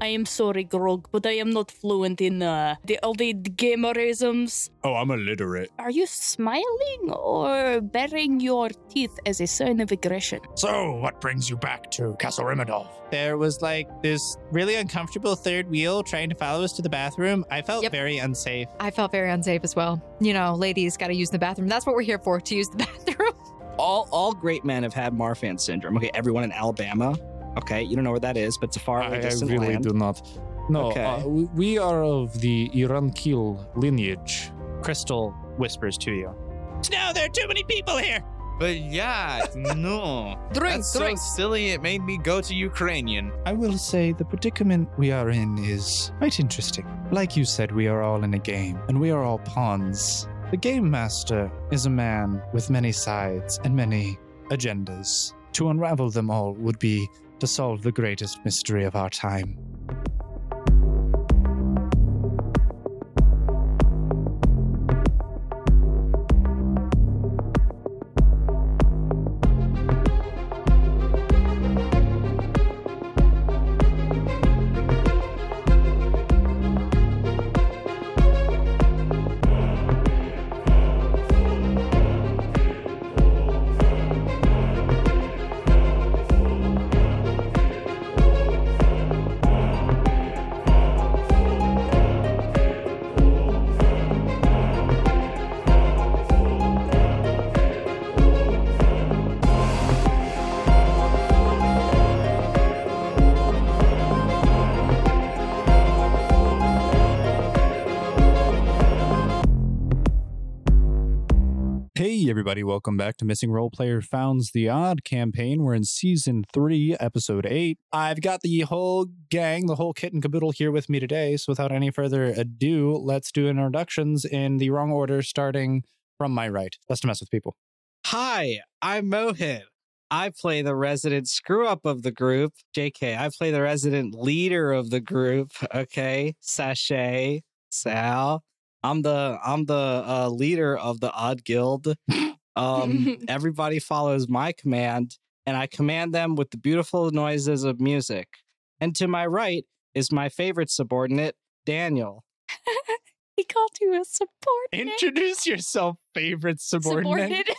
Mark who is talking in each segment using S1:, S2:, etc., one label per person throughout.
S1: I am sorry, Grog, but I am not fluent in uh, the all the gamerisms.
S2: Oh, I'm illiterate.
S1: Are you smiling or baring your teeth as a sign of aggression?
S3: So, what brings you back to Castle Remedov?
S4: There was like this really uncomfortable third wheel trying to follow us to the bathroom. I felt
S5: Yep.
S4: very unsafe.
S5: I felt very unsafe as well. You know, ladies got to use the bathroom. That's what we're here for, to use the bathroom.
S6: All all great men have had Marfan syndrome. Okay, everyone in Alabama. Okay, you don't know where that is, but it's a far away
S7: I, I
S6: distant
S7: really
S6: land.
S7: do not. No,
S6: Okay.
S7: uh, we- we are of the Irankil lineage.
S4: Crystal whispers to you. No, there are too many people here.
S8: But yeah, no.
S5: Drink,
S8: That's so
S5: drink.
S8: silly it made me go to Ukrainian.
S3: I will say the predicament we are in is quite interesting. Like you said, we are all in a game, and we are all pawns. The game master is a man with many sides and many agendas. To unravel them all would be to solve the greatest mystery of our time.
S7: Hey, everybody, welcome back to Missing Role Player Founds the Odd campaign. We're in season three, episode eight. I've got the whole gang, the whole kit and caboodle here with me today. So, without any further ado, let's do introductions in the wrong order, starting from my right. Let's to mess with people.
S6: Hi, I'm Mohit. I play the resident screw up of the group. JK, I play the resident leader of the group. Okay. Sachet, Sal. I'm the I'm the uh, leader of the odd guild. Um, everybody follows my command, and I command them with the beautiful noises of music. And to my right is my favorite subordinate, Daniel.
S1: He called you a subordinate.
S4: Introduce yourself, favorite subordinate.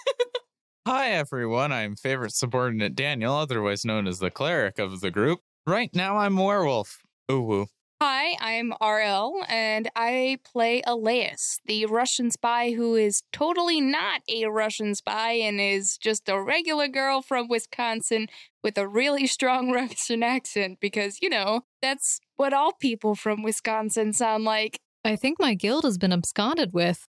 S8: Hi, everyone. I'm favorite subordinate Daniel, otherwise known as the cleric of the group. Right now, I'm werewolf. Ooh, woo.
S1: Hi, I'm RL, and I play Elias, the Russian spy who is totally not a Russian spy and is just a regular girl from Wisconsin with a really strong Russian accent because, you know, that's what all people from Wisconsin sound like.
S5: I think my guild has been absconded with.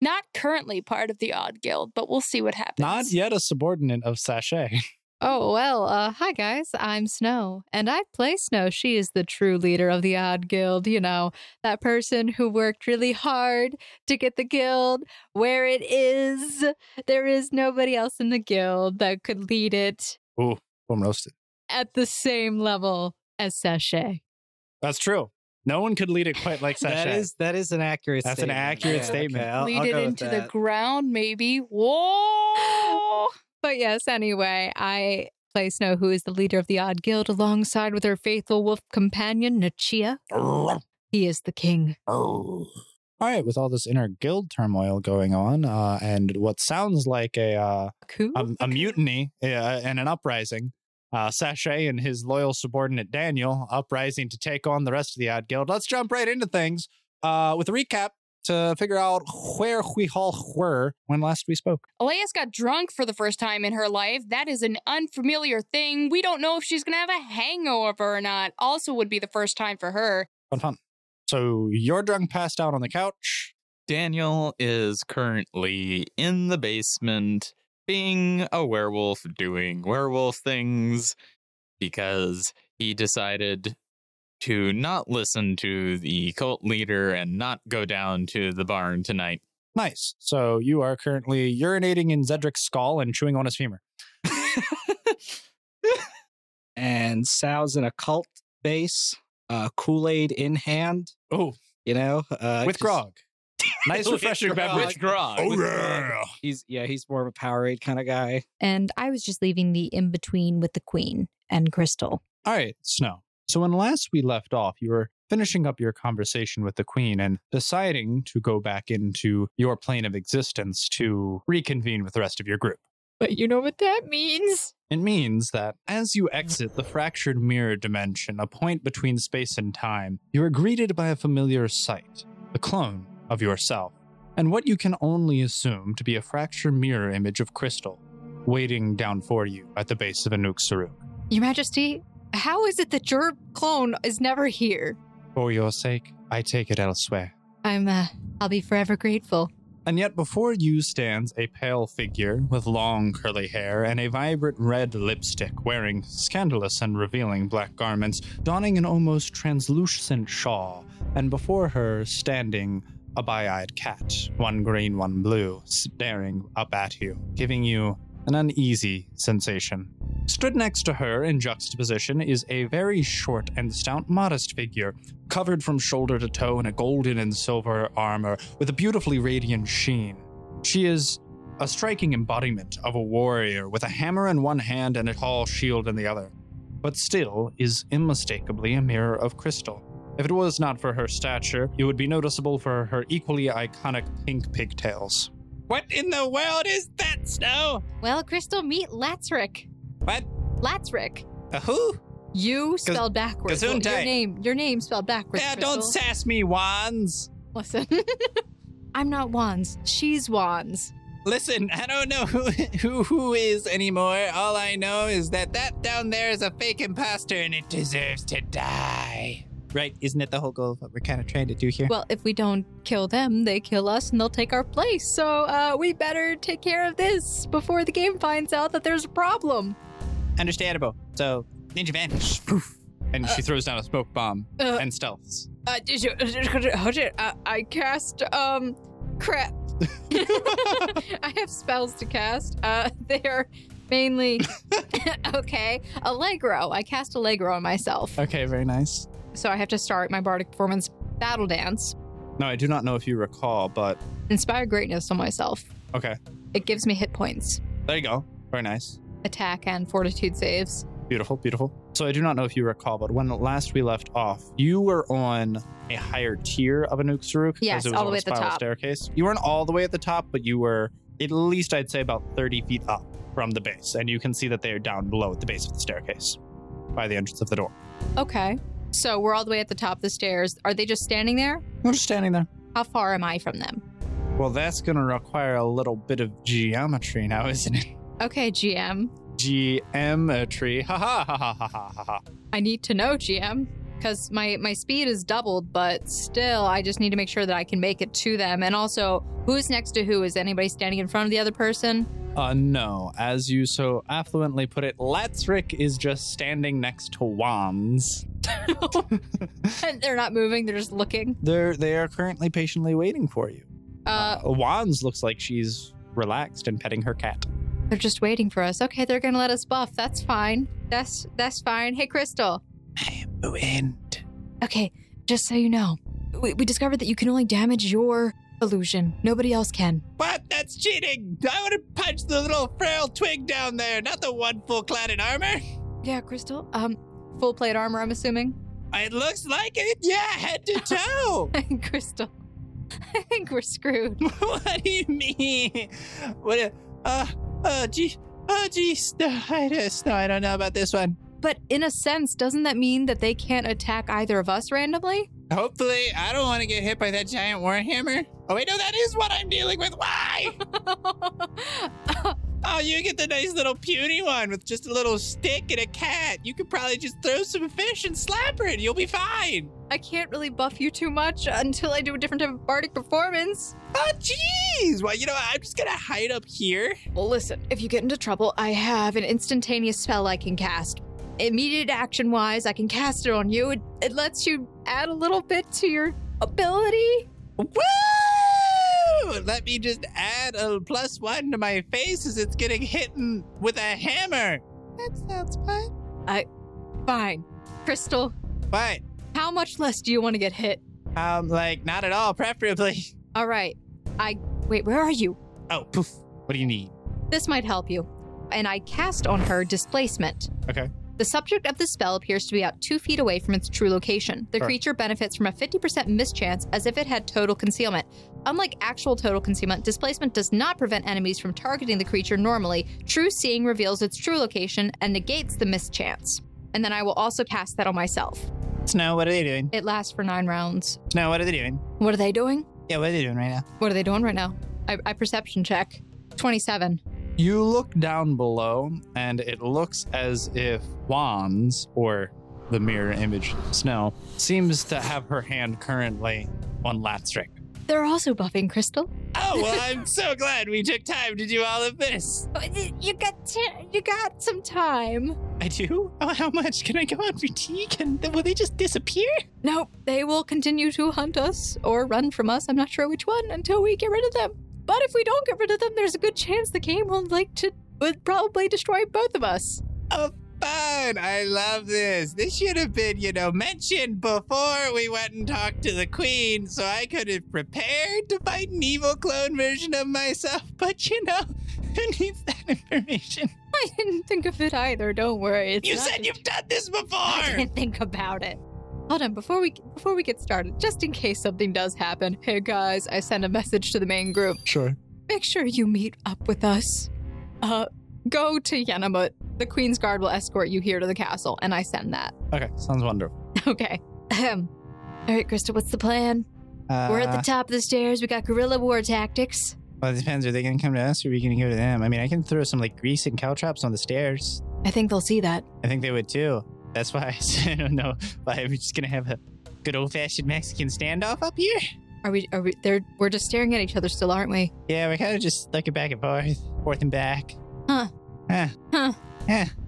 S1: Not currently part of the Odd Guild, but we'll see what happens.
S7: Not yet a subordinate of Sachet.
S5: Oh, well, uh, hi guys, I'm Snow, and I play Snow. She is the true leader of the Odd Guild, you know, that person who worked really hard to get the guild where it is. There is nobody else in the guild that could lead it
S7: I'm roasted.
S5: at the same level as Sachet.
S7: That's true. No one could lead it quite like Sachet.
S6: That is that is an accurate.
S7: That's an
S6: statement.
S7: accurate statement.
S6: okay, I'll-
S1: Lead
S6: I'll
S1: it
S6: go with
S1: into the
S6: that.
S1: ground, maybe.
S5: Oh.
S1: Whoa!
S5: But yes, anyway, I play Snow, who is the leader of the Odd Guild, alongside with her faithful wolf companion, Nachia. He is the king.
S7: All right, with all this inner guild turmoil going on, uh, and what sounds like a uh,
S5: Cool.
S7: a, a mutiny uh, and an uprising. Uh, Sachet and his loyal subordinate Daniel uprising to take on the rest of the Odd Guild. Let's jump right into things uh, with a recap to figure out where we all were when last we spoke.
S1: Elias got drunk for the first time in her life. That is an unfamiliar thing. We don't know if she's going to have a hangover or not. Also, would be the first time for her.
S7: Fun, fun. So you're drunk, passed out on the couch.
S8: Daniel is currently in the basement being a werewolf, doing werewolf things because he decided to not listen to the cult leader and not go down to the barn tonight.
S7: Nice. So you are currently urinating in Zedric's skull and chewing on his femur.
S6: and Sal's in a cult base, uh, Kool Aid in hand.
S7: Oh.
S6: you know, uh,
S7: with
S6: just-
S7: grog. Nice
S6: With
S7: refreshing
S6: grog.
S7: beverage.
S8: With grog.
S7: Oh,
S8: With grog.
S7: yeah.
S6: He's yeah, he's more of a Powerade kind of guy.
S9: and I was just leaving the in between with the queen and Crystal.
S7: All right, Snow. So, when last we left off, you were finishing up your conversation with the Queen and deciding to go back into your plane of existence to reconvene with the rest of your group.
S5: But you know what that means?
S7: It means that as you exit the fractured mirror dimension, a point between space and time, you are greeted by a familiar sight, the clone of yourself, and what you can only assume to be a fractured mirror image of crystal waiting down for you at the base of Anuk Saruk.
S5: Your Majesty, how is it that your clone is never here?
S7: For your sake, I take it elsewhere.
S5: I'm, uh, I'll be forever grateful.
S7: And yet, before you stands a pale figure with long curly hair and a vibrant red lipstick, wearing scandalous and revealing black garments, donning an almost translucent shawl, and before her, standing a bi eyed cat, one green, one blue, staring up at you, giving you an uneasy sensation. Stood next to her in juxtaposition is a very short and stout, modest figure, covered from shoulder to toe in a golden and silver armor with a beautifully radiant sheen. She is a striking embodiment of a warrior with a hammer in one hand and a tall shield in the other, but still is unmistakably a mirror of crystal. If it was not for her stature, it would be noticeable for her equally iconic pink pigtails.
S10: What in the world is that, Snow?
S5: Well, Crystal, meet Latsrick.
S10: What?
S5: Latsrick.
S10: A who?
S5: You spelled backwards. Well, your
S10: Gesundheit.
S5: name, your name spelled backwards.
S10: Yeah,
S5: Crystal.
S10: don't sass me, Wands.
S5: Listen, I'm not Wands. She's Wands.
S10: Listen, I don't know who, who who is anymore. All I know is that that down there is a fake imposter and it deserves to die. Right, isn't it the whole goal of what we're kind of trying to do here?
S5: Well, if we don't kill them, they kill us and they'll take our place. So uh, we better take care of this before the game finds out that there's a problem.
S10: Understandable. So, Ninja Vanish.
S7: And she throws down a smoke bomb
S5: Uh,
S7: and stealths.
S5: Uh, did you? Uh, I cast um, crap. I have spells to cast. Uh, they are mainly okay. Allegro. I cast Allegro on myself,
S7: Okay, very nice.
S5: so I have to start my bardic performance battle dance.
S7: No, I do not know if you recall, but
S5: Inspire greatness on myself.
S7: Okay.
S5: It gives me hit points,
S7: there you go. Very nice.
S5: attack, and fortitude saves.
S7: Beautiful, beautiful. So I do not know if you recall, but when last we left off, you were on a higher tier of a nuke Saruk. 'cause
S5: Yes,
S7: it was on
S5: all the
S7: a
S5: way at the
S7: spiral
S5: top.
S7: Staircase. You weren't all the way at the top, but you were at least I'd say about 30 feet up from the base. And you can see that they are down below at the base of the staircase by the entrance of the door.
S5: Okay. So we're all the way at the top of the stairs. Are they just standing there?
S7: You're just standing there.
S5: How far am I from them?
S7: Well, that's going to require a little bit of geometry now, isn't it?
S5: Okay, GM.
S7: Geometry. Ha ha ha ha ha ha ha ha.
S5: I need to know, GM, because my my speed is doubled, but still, I just need to make sure that I can make it to them. And also, who's next to who? Is anybody standing in front of the other person?
S7: Uh, no. As you so affluently put it, Latsrick is just standing next to Wands.
S5: And they're not moving; they're just looking.
S7: They're they are currently patiently waiting for you.
S5: Uh,
S7: Wands looks like she's relaxed and petting her cat.
S5: they're just waiting for us. Okay, they're gonna let us buff. That's fine. That's that's fine. Hey, Crystal.
S10: Wind.
S5: Okay, just so you know, we, we discovered that you can only damage your illusion. Nobody else can.
S10: What? That's cheating. I would have punched the little frail twig down there, not the one full clad in armor.
S5: Yeah, Crystal. Um, full plate armor. I'm assuming.
S10: It looks like it. Yeah, head to toe.
S5: Crystal. I think we're screwed.
S10: what do you mean? What? A, uh, uh, gee, uh, geez. No, I just, no, I don't know about this one.
S5: But in a sense, doesn't that mean that they can't attack either of us randomly?
S10: Hopefully, I don't want to get hit by that giant warhammer. Oh wait, no, that is what I'm dealing with. Why? oh, you get the nice little puny one with just a little stick and a cat. You could probably just throw some fish and slap her, and you'll be fine.
S5: I can't really buff you too much until I do a different type of bardic performance.
S10: Oh, jeez. Well, you know, what? I'm just gonna hide up here.
S5: Well, listen, if you get into trouble, I have an instantaneous spell I can cast. Immediate action wise, I can cast it on you. It, it lets you add a little bit to your ability.
S10: Woo! Let me just add a plus one to my face as it's getting hit in- with a hammer. That sounds fun.
S5: Fine. Crystal,
S10: But
S5: how much less do you want to get hit?
S10: um, like not at all, preferably.
S5: All right. I. Wait, where are you?
S10: Oh, poof. What do you need?
S5: This might help you. And I cast on her displacement.
S7: Okay.
S5: The subject of the spell appears to be about two feet away from its true location. The
S3: Sure.
S5: creature benefits from a 50% mischance as if it had total concealment. Unlike actual total concealment, displacement does not prevent enemies from targeting the creature normally. True seeing reveals its true location and negates the mischance. And then I will also cast that on myself.
S10: Snow, what are they doing?
S5: It lasts for nine rounds.
S10: Snow, what are they doing?
S5: What are they doing?
S10: Yeah, what are they doing right now?
S5: What are they doing right now? I, I perception check. 27.
S7: You look down below, and it looks as if Wands, or the mirror image Snow, seems to have her hand currently on Latstrick.
S5: They're also buffing Crystal.
S10: Oh, well, I'm so glad we took time to do all of this.
S5: Uh, You got you got some time.
S10: I do? Oh, how much? Can I go out for tea? Can, will they just disappear?
S5: Nope, they will continue to hunt us or run from us. I'm not sure which one until we get rid of them. But if we don't get rid of them, there's a good chance the game will like to would probably destroy both of us.
S10: Fun! I love this. This should have been, you know, mentioned before we went and talked to the queen, so I could have prepared to fight an evil clone version of myself. But you know, who needs that information?
S5: I didn't think of it either. Don't worry. It's
S10: you
S5: not-
S10: said you've done this
S5: I
S10: before.
S5: didn't think about it. Hold on, before we before we get started, just in case something does happen, hey guys, I send a message to the main group.
S3: Sure.
S5: Make sure you meet up with us. Uh, go to Yenamut. The Queen's Guard will escort you here to the castle, and I send that.
S7: Okay, sounds wonderful.
S5: Okay. Ahem. All right, Krista, what's the plan? We're at
S7: Uh,
S5: the top of the stairs. We got guerrilla war tactics.
S10: Uh, well, it depends. Are they going to come to us, or are we going to go to them? I mean, I can throw some like grease and cow traps on the stairs.
S5: I think they'll see that.
S10: I think they would too. That's why I said, I don't know. Why are we just going to have a good old-fashioned Mexican standoff up here?
S5: Are we? Are we? They're, we're just staring at each other still, aren't we?
S10: Yeah, we're kind of just looking back and forth, forth and back.
S5: I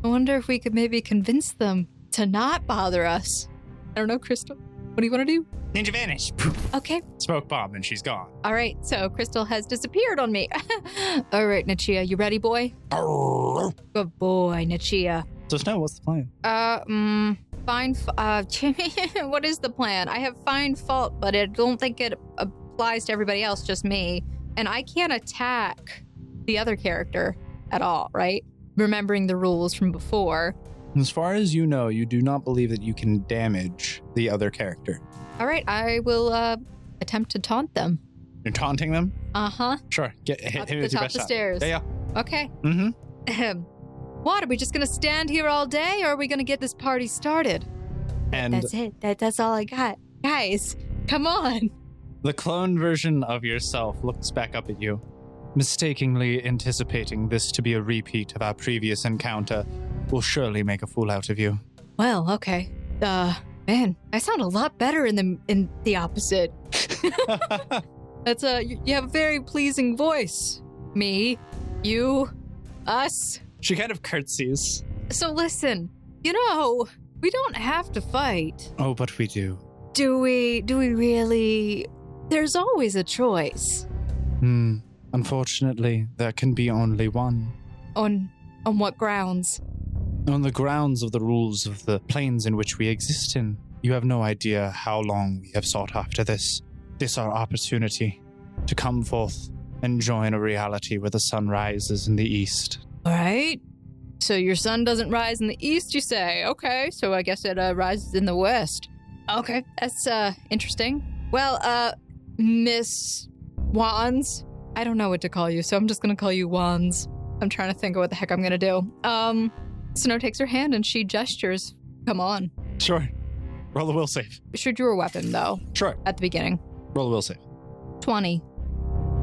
S5: wonder if we could maybe convince them to not bother us. I don't know, Crystal. What do you want to do?
S10: Ninja vanish.
S5: Okay.
S7: Smoke bomb, and she's gone.
S5: All right. So Crystal has disappeared on me. All right, Nachia, you ready, boy? Good boy, Nachia.
S7: So, Snow, what's the plan?
S5: Uh, mm, find. F- uh, what is the plan? I have find fault, but I don't think it applies to everybody else, just me. And I can't attack the other character at all, right? Remembering the rules from before.
S7: As far as you know, you do not believe that you can damage the other character.
S5: All right, I will uh attempt to taunt them.
S7: You're taunting them?
S5: Uh huh.
S7: Sure. Get hit
S5: Up
S7: him
S5: the
S7: with your
S5: top
S7: best
S5: of the
S7: shot.
S5: stairs.
S7: Yeah,
S5: Okay.
S7: Mm-hmm.
S5: What are we just gonna stand here all day, or are we gonna get this party started?
S7: And
S5: That's it. That, that's all I got, guys. Come on.
S7: The clone version of yourself looks back up at you, mistakenly anticipating this to be a repeat of our previous encounter. Will surely make a fool out of you.
S5: Well, okay. Uh, man, I sound a lot better in the in the opposite. That's a you you have a very pleasing voice. Me, you, us.
S7: She kind of curtsies.
S5: So listen, you know, we don't have to fight.
S7: Oh, but we do.
S5: Do we do we really? There's always a choice.
S7: Hmm. Unfortunately, there can be only one.
S5: On on what grounds?
S7: On the grounds of the rules of the planes in which we exist in, you have no idea how long we have sought after this. This our opportunity to come forth and join a reality where the sun rises in the east.
S5: All right. So your sun doesn't rise in the east, you say? Okay. So I guess it uh, rises in the west. Okay, that's uh interesting. Well, uh, Miss Wands. I don't know what to call you, so I'm just gonna call you Wands. I'm trying to think of what the heck I'm gonna do. Um, Snow takes her hand and she gestures. Come on.
S7: Sure. Roll a will save.
S5: Should your weapon though?
S7: Sure.
S5: At the beginning,
S7: Roll a will save.
S5: twenty.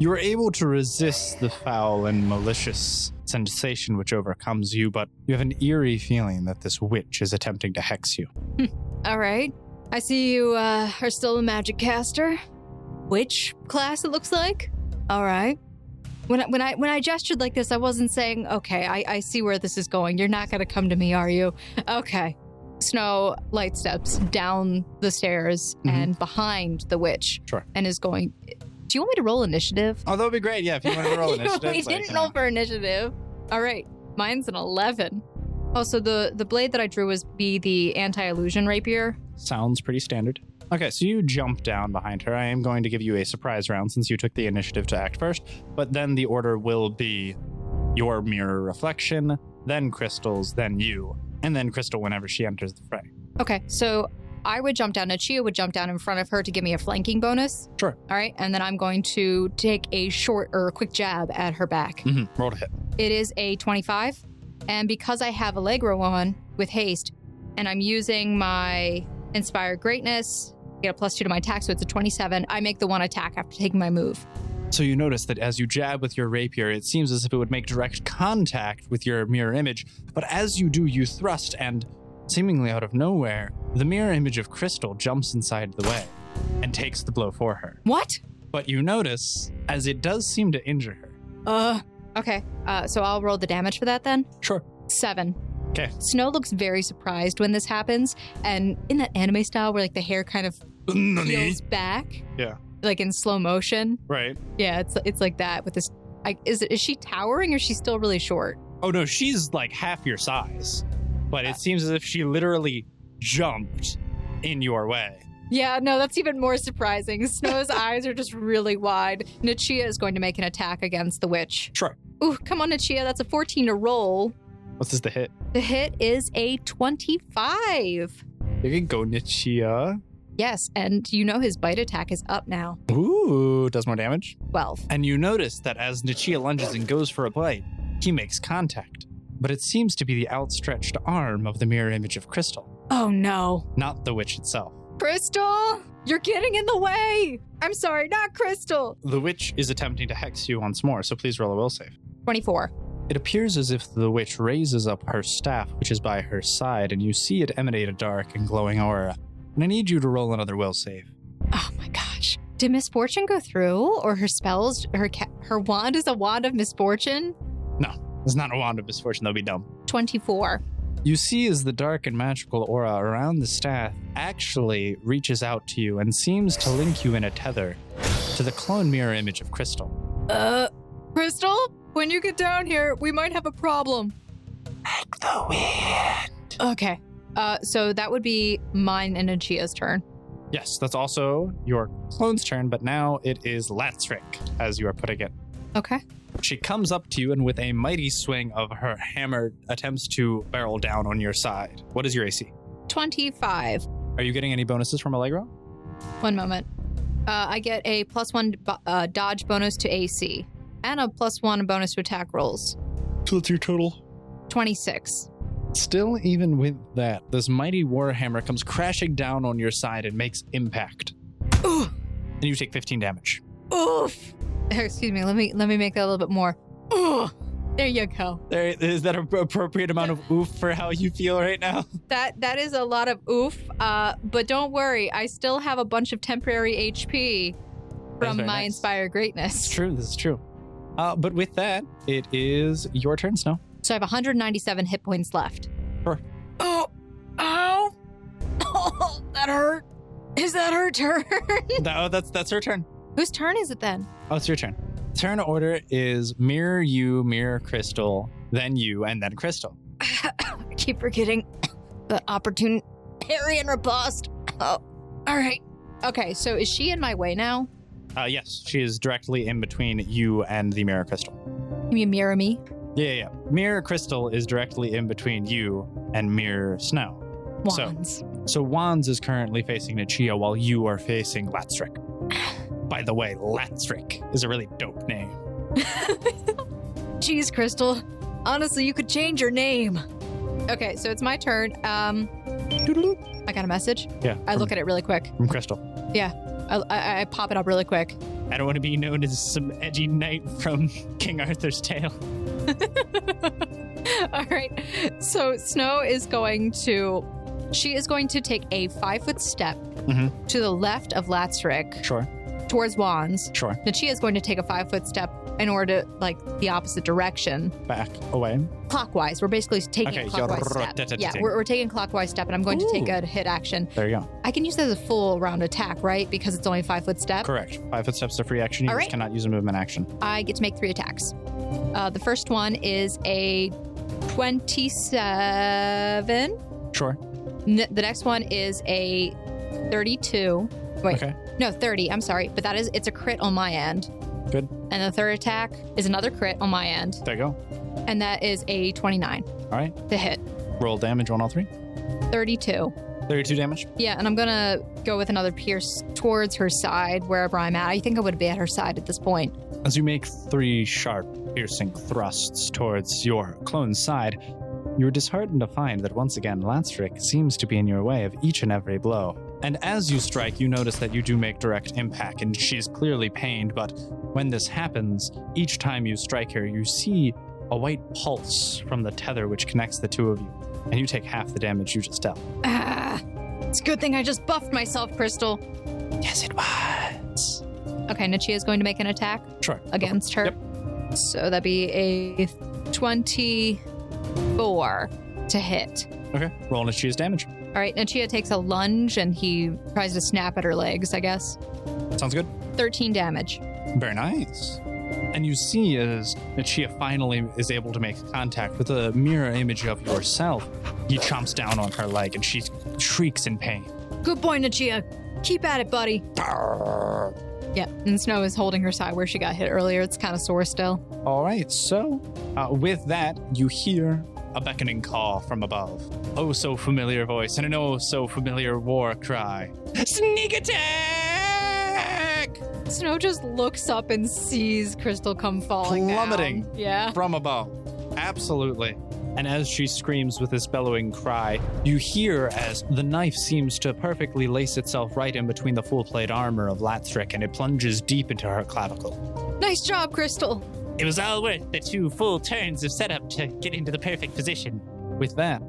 S7: You are able to resist the foul and malicious sensation which overcomes you, but you have an eerie feeling that this witch is attempting to hex you.
S5: All right. I see you uh, are still a magic caster. Which class it looks like? All right. When I, when I when I gestured like this, I wasn't saying, "Okay, I, I see where this is going. You're not gonna come to me, are you?" Okay. Snow light steps down the stairs
S7: Mhm.
S5: and behind the witch,
S7: Sure.
S5: and is going. Do you want me to roll initiative?
S7: Oh, that would be great, yeah, if you want to roll
S5: You know,
S7: initiative.
S5: we
S7: it's like, uh,
S5: didn't
S7: you know.
S5: roll for initiative. All right, mine's an eleven. Also, the the blade that I drew was be the anti illusion rapier.
S7: Sounds pretty standard. Okay, so you jump down behind her. I am going to give you a surprise round since you took the initiative to act first, but then the order will be your mirror reflection, then crystals, then you. and then Crystal whenever she enters the fray.
S5: Okay, so I would jump down, and Chia would jump down in front of her to give me a flanking bonus.
S7: Sure.
S5: All right, and then I'm going to take a short or a quick jab at her back.
S7: Mm-hmm. Roll to hit.
S5: It is a 25, and because I have Allegro on with haste, and I'm using my Inspire Greatness, get a plus two to my attack, so it's a 27. I make the one attack after taking my move.
S7: So you notice that as you jab with your rapier, it seems as if it would make direct contact with your mirror image, but as you do, you thrust, and seemingly out of nowhere, the mirror image of Crystal jumps inside the way and takes the blow for her.
S5: What?
S7: But you notice, as it does seem to injure her,
S5: Uh. Okay, uh, so I'll roll the damage for that then.
S7: Sure.
S5: Seven.
S7: 'Kay.
S5: Snow looks very surprised when this happens, and in that anime style where like the hair kind of peels back.
S7: Yeah.
S5: Like in slow motion.
S7: right?
S5: Yeah, it's it's like that with this. I, is it, is she towering or is she still really short?
S7: Oh no, she's like half your size, but it seems as if she literally jumped in your way.
S5: Yeah, no, that's even more surprising. Snow's eyes are just really wide. Nichia is going to make an attack against the witch.
S7: Sure.
S5: Ooh, come on, Nichia. That's a 14 to roll.
S7: What's this the hit?
S5: The hit is a 25.
S7: You can go Nichia.
S5: Yes, and you know his bite attack is up now.
S7: Ooh, does more damage.
S5: 12.
S7: And you notice that as Nichia lunges and goes for a bite, he makes contact. But it seems to be the outstretched arm of the mirror image of Crystal,
S5: Oh no.
S7: not the witch itself.
S5: Crystal, you're getting in the way. I'm sorry, not Crystal.
S7: The witch is attempting to hex you once more, so please roll a will save.
S5: 24.
S7: It appears as if the witch raises up her staff, which is by her side, and you see it emanate a dark and glowing aura. And I need you to roll another will save.
S5: Oh my gosh. Did misfortune go through or her spells her ca- her wand is a wand of misfortune?
S7: It's not a wand of misfortune, that'll be dumb.
S5: 24.
S7: You see, as the dark and magical aura around the staff actually reaches out to you and seems to link you in a tether to the clone mirror image of Crystal.
S5: Uh Crystal, when you get down here, we might have a problem.
S10: Like the wind.
S5: Okay. Uh so that would be mine and Achia's turn.
S7: Yes, that's also your clone's turn, but now it is Latrick, as you are putting it.
S5: Okay.
S7: She comes up to you and, with a mighty swing of her hammer, attempts to barrel down on your side. What is your AC?
S5: 25.
S7: Are you getting any bonuses from Allegro?
S5: One moment. Uh, I get a plus one bo- uh, dodge bonus to AC and a plus one bonus to attack rolls.
S7: So that's your total.
S5: 26.
S7: Still, even with that, this mighty warhammer comes crashing down on your side and makes impact.
S5: Ooh.
S7: And you take 15 damage.
S5: Oof. Excuse me. Let me let me make that a little bit more. Ooh. There you go.
S7: There, is that an appropriate amount of oof for how you feel right now?
S5: That that is a lot of oof. Uh, but don't worry, I still have a bunch of temporary HP
S7: That's
S5: from my
S7: very nice.
S5: Inspire Greatness.
S7: It's true, this is true. Uh, but with that, it is your turn, Snow.
S5: So I have 197 hit points left.
S7: Sure.
S5: Oh, ow! Oh, that hurt. Is that her turn?
S7: oh, that's that's her turn.
S5: Whose turn is it then?
S7: Oh, it's your turn. Turn order is mirror you, mirror crystal, then you, and then crystal.
S5: I keep forgetting the opportune, hairy and robust. Oh, all right. Okay, so is she in my way now?
S7: Uh, yes, she is directly in between you and the mirror crystal.
S5: Can you mirror me?
S7: Yeah, yeah, yeah. Mirror Crystal is directly in between you and Mirror Snow. So-
S5: Wands.
S7: So Wands is currently facing Nichia while you are facing Latstrick. By the way, Latstrick is a really dope name.
S5: Jeez, Crystal. Honestly, you could change your name. Okay, so it's my turn. Um, I got a message.
S7: Yeah.
S5: I
S7: from-
S5: look at it really quick.
S7: from Crystal.
S5: I, I, I pop it up really quick.
S7: I don't want to be known as some edgy knight from King Arthur's tale.
S5: All right. So Snow is going to. She is going to take a five foot step
S7: Mhm.
S5: to the left of Latsrick
S7: Sure,
S5: towards Wands.
S7: sure.
S5: Nachia is going to take a five foot step in order to, like, the opposite direction.
S7: Back away.
S5: Clockwise. We're basically taking
S7: Okay,
S5: a clockwise
S7: you're-
S5: step. Yeah, we're, we're taking clockwise step, and I'm going to take
S7: Ooh.
S5: a hit action.
S7: There you go.
S5: I can use that as a full round attack, right? Because it's only five foot step.
S7: Correct. Five foot steps are free action. You
S5: All
S7: just
S5: right.
S7: cannot use a movement action.
S5: I get to make three attacks. Uh, the first one is a 27.
S7: Sure.
S5: N- the next one is a 32. Wait.
S7: Okay.
S5: No, 30. I'm sorry. But that is, it's a crit on my end.
S7: Good.
S5: And the third attack is another crit on my end.
S7: There you go.
S5: And that is a 29. All
S7: right.
S5: To hit.
S7: Roll damage on all three.
S5: 32.
S7: 32 damage.
S5: Yeah, and I'm gonna go with another pierce towards her side, wherever I'm at. I think I would be at her side at this point.
S7: As you make three sharp, piercing thrusts towards your clone's side, you are disheartened to find that once again Lanstrick seems to be in your way of each and every blow. And as you strike, you notice that you do make direct impact, and she is clearly pained. But when this happens, each time you strike her, you see a white pulse from the tether which connects the two of you, and you take half the damage you just dealt.
S5: Ah, it's a good thing I just buffed myself, Crystal.
S10: Yes, it was.
S5: Okay, Nichia is going to make an attack
S7: Sure.
S5: against her. So that'd be a 24 to hit.
S7: Okay. Roll and choose damage.
S5: All right, Nichia takes a lunge and he tries to snap at her legs, I guess.
S7: Sounds good.
S5: 13 damage.
S7: Very nice. And you see as Nichia finally is able to make contact with a mirror image of yourself, he chomps down on her leg and she shrieks in pain.
S5: Good boy, Nichia. Keep at it, buddy. Yeah, and Snow is holding her side where she got hit earlier. It's kind of sore still.
S7: All right, so uh, with that, you hear a beckoning call from above. Oh, so familiar voice and an oh, so familiar war cry. Sneak attack!
S5: Snow just looks up and sees Crystal come falling. down.
S7: Plummeting.
S5: Yeah.
S7: from above. Absolutely. And as she screams with this bellowing cry, you hear as the knife seems to perfectly lace itself right in between the full plate armor of Lathric and it plunges deep into her clavicle.
S5: Nice job, Crystal.
S10: It was all worth the two full turns of setup to get into the perfect position.
S7: With that,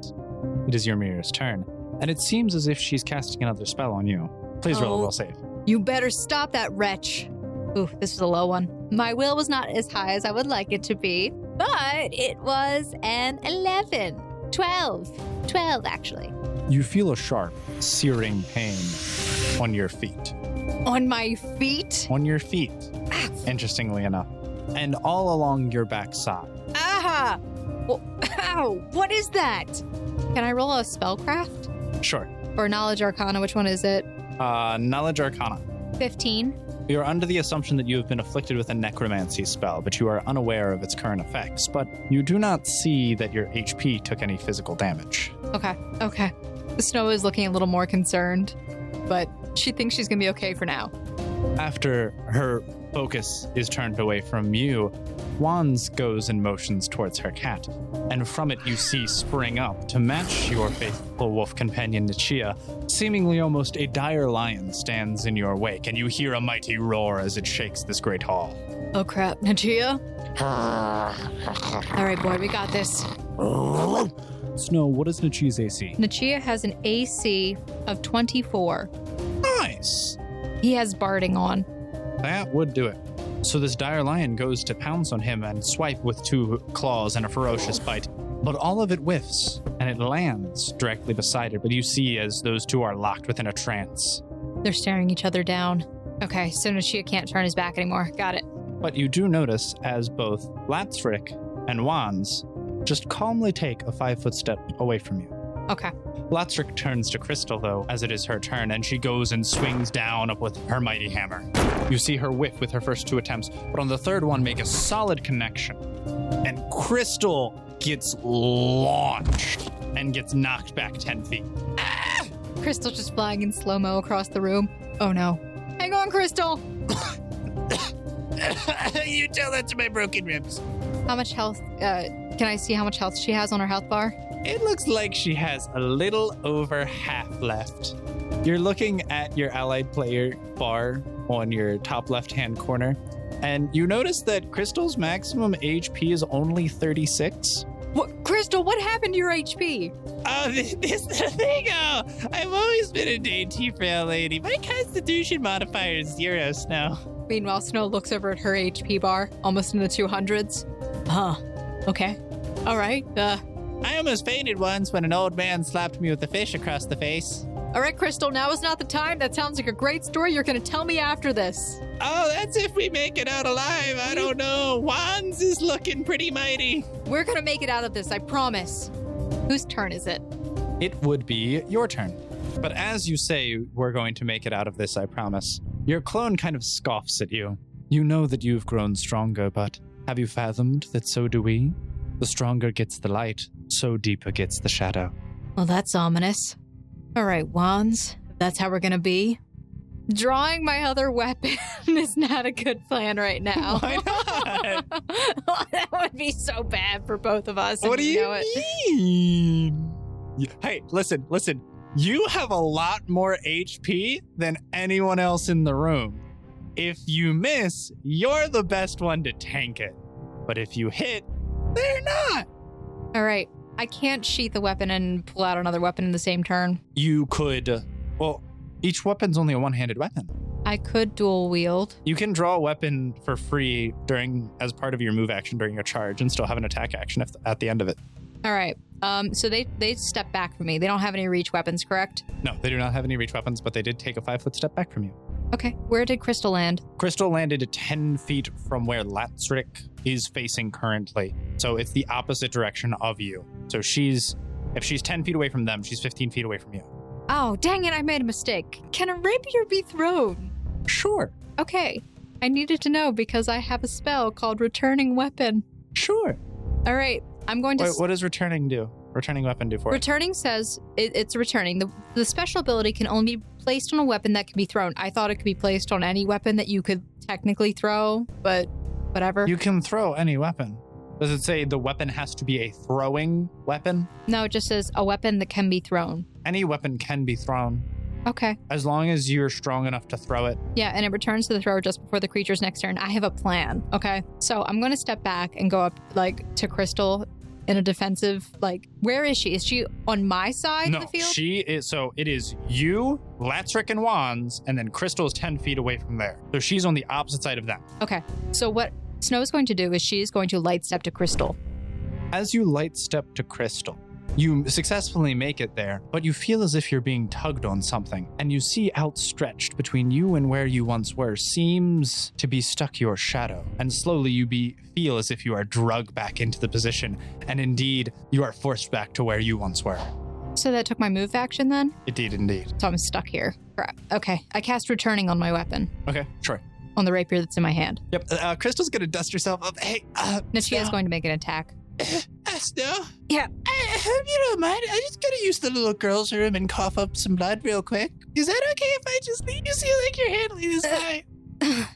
S7: it is your mirror's turn, and it seems as if she's casting another spell on you. Please roll a
S5: Oh.
S7: will save.
S5: You better stop that wretch. Ooh, this was a low one. My will was not as high as I would like it to be, but it was an 11. 12. 12, actually.
S7: You feel a sharp, searing pain on your feet.
S5: On my feet. Ah,
S7: On your feet, interestingly enough, and all along your backside.
S5: Ah! Well, ow! What is that? Can I roll a spellcraft?
S7: Sure.
S5: Or knowledge arcana? Which one is it?
S7: Uh, knowledge arcana.
S5: 15.
S7: You are under the assumption that you have been afflicted with a necromancy spell, but you are unaware of its current effects. But you do not see that your HP took any physical damage.
S5: Okay. Okay. Snow is looking a little more concerned, but she thinks she's going to be okay for now.
S7: After her focus is turned away from you, Wands goes and motions towards her cat, and from it you see spring up to match your faithful wolf companion Nichia. Seemingly almost a dire lion stands in your wake, and you hear a mighty roar as it shakes this great hall.
S5: Oh, crap. Najia? All right, boy, we got this.
S7: Snow, what is Nichia's AC?
S5: Nachia has an AC of 24.
S7: Nice!
S5: He has barding on.
S7: That would do it. So this dire lion goes to pounce on him and swipe with two claws and a ferocious bite. But all of it whiffs, and it lands directly beside her. But you see as those two are locked within a trance.
S5: They're staring each other down. Okay, so Nachia can't turn his back anymore. Got it.
S7: But you do notice as both Latsric and Wands just calmly take a five foot step away from you.
S5: Okay.
S7: Latsric turns to Crystal, though, as it is her turn, and she goes and swings down up with her mighty hammer. You see her whiff with her first two attempts, but on the third one, make a solid connection. And Crystal gets launched and gets knocked back 10 feet.
S5: Crystal's just flying in slow mo across the room. Oh no. Hang on, Crystal!
S10: you tell that to my broken ribs.
S5: How much health? Uh, can I see how much health she has on her health bar?
S7: It looks like she has a little over half left. You're looking at your allied player bar on your top left hand corner, and you notice that Crystal's maximum HP is only 36.
S5: What, Crystal? What happened to your HP?
S10: Oh, this, this thing! Oh, I've always been a dainty frail lady. My constitution modifier is zero, Snow.
S5: Meanwhile, Snow looks over at her HP bar, almost in the two hundreds. Huh. Okay. All right. Uh,
S10: I almost fainted once when an old man slapped me with a fish across the face.
S5: all right, Crystal. Now is not the time. That sounds like a great story. You're going to tell me after this.
S10: Oh, that's if we make it out alive. I don't know. Wands is looking pretty mighty.
S5: We're going to make it out of this. I promise. Whose turn is it?
S7: it would be your turn. But as you say, we're going to make it out of this, I promise. Your clone kind of scoffs at you. You know that you've grown stronger, but have you fathomed that so do we? The
S3: The stronger gets the light, so deeper gets the shadow.
S5: Well, that's ominous. All right, wands. if That's how we're gonna be. Drawing my other weapon is not a good plan right
S10: Oh
S5: now.
S10: Why not?
S5: that would be so bad for both of us. and
S10: What do you
S5: know it.
S10: mean?
S7: Y- Hey, listen, listen. You have a lot more HP than anyone else in the room. If you miss, you're the best one to tank it. But if you hit,
S10: They're not.
S5: All right, I can't sheath the weapon and pull out another weapon in the same turn.
S7: you could. Well, each weapon's only a one handed weapon.
S5: I could dual wield.
S7: You can draw a weapon for free during as part of your move action during your charge and still have an attack action if, at the end of it.
S5: All right. Um. So they they step back from me. They don't have any reach weapons, correct?
S7: No, they do not have any reach weapons, but they did take a five foot step back from you.
S5: Okay. Where did Crystal land?
S7: Crystal landed 10 feet from where Latsrick is facing currently. So it's the opposite direction of you. So she's, if she's 10 feet away from them, she's 15 feet away from you.
S5: Oh, dang it! I made a mistake. Can a rapier be thrown?
S7: Sure,
S5: Okay. I needed to know because I have a spell called Returning Weapon.
S7: sure.
S5: All right. I'm going to.
S7: Wait,
S5: s-
S7: what does returning do? Returning weapon do for it?
S5: returning says it, it's returning. The, the special ability can only be placed on a weapon that can be thrown. I thought it could be placed on any weapon that you could technically throw, but whatever.
S7: You can throw any weapon. Does it say the weapon has to be a throwing weapon?
S5: no, it just says a weapon that can be thrown.
S7: Any weapon can be thrown
S5: Okay.
S7: as long as you're strong enough to throw it.
S5: Yeah, and it returns to the thrower just before the creature's next turn. I have a plan. Okay. So I'm going to step back and go up, like, to Crystal in a defensive, like, where is she? Is she on my side
S7: no,
S5: of the field?
S7: she is. So it is you, Latrick, and Wands, and then Crystal is 10 feet away from there. So she's on the opposite side of them.
S5: So what Snow is going to do is she is going to light step to Crystal.
S7: As you light step to Crystal, you successfully make it there, but you feel as if you're being tugged on something, and you see outstretched between you and where you once were seems to be stuck your shadow, and slowly you be feel as if you are drugged back into the position, and indeed you are forced back to where you once were.
S5: So that took my move action then.
S7: Indeed, indeed.
S5: So I'm stuck here. Crap. Okay. I cast returning on my weapon,
S7: Okay, sure.
S5: on the rapier that's in my hand.
S10: Yep. Uh, Crystal's gonna dust herself up. Hey, uh,
S5: Now she is
S10: Snow.
S5: going to make an attack.
S10: Uh, Snow?
S5: Yeah.
S10: I I hope you don't mind. I just gotta use the little girl's room and cough up some blood real quick. Is that okay if I just leave you see like you're handling this
S5: Uh,
S10: guy?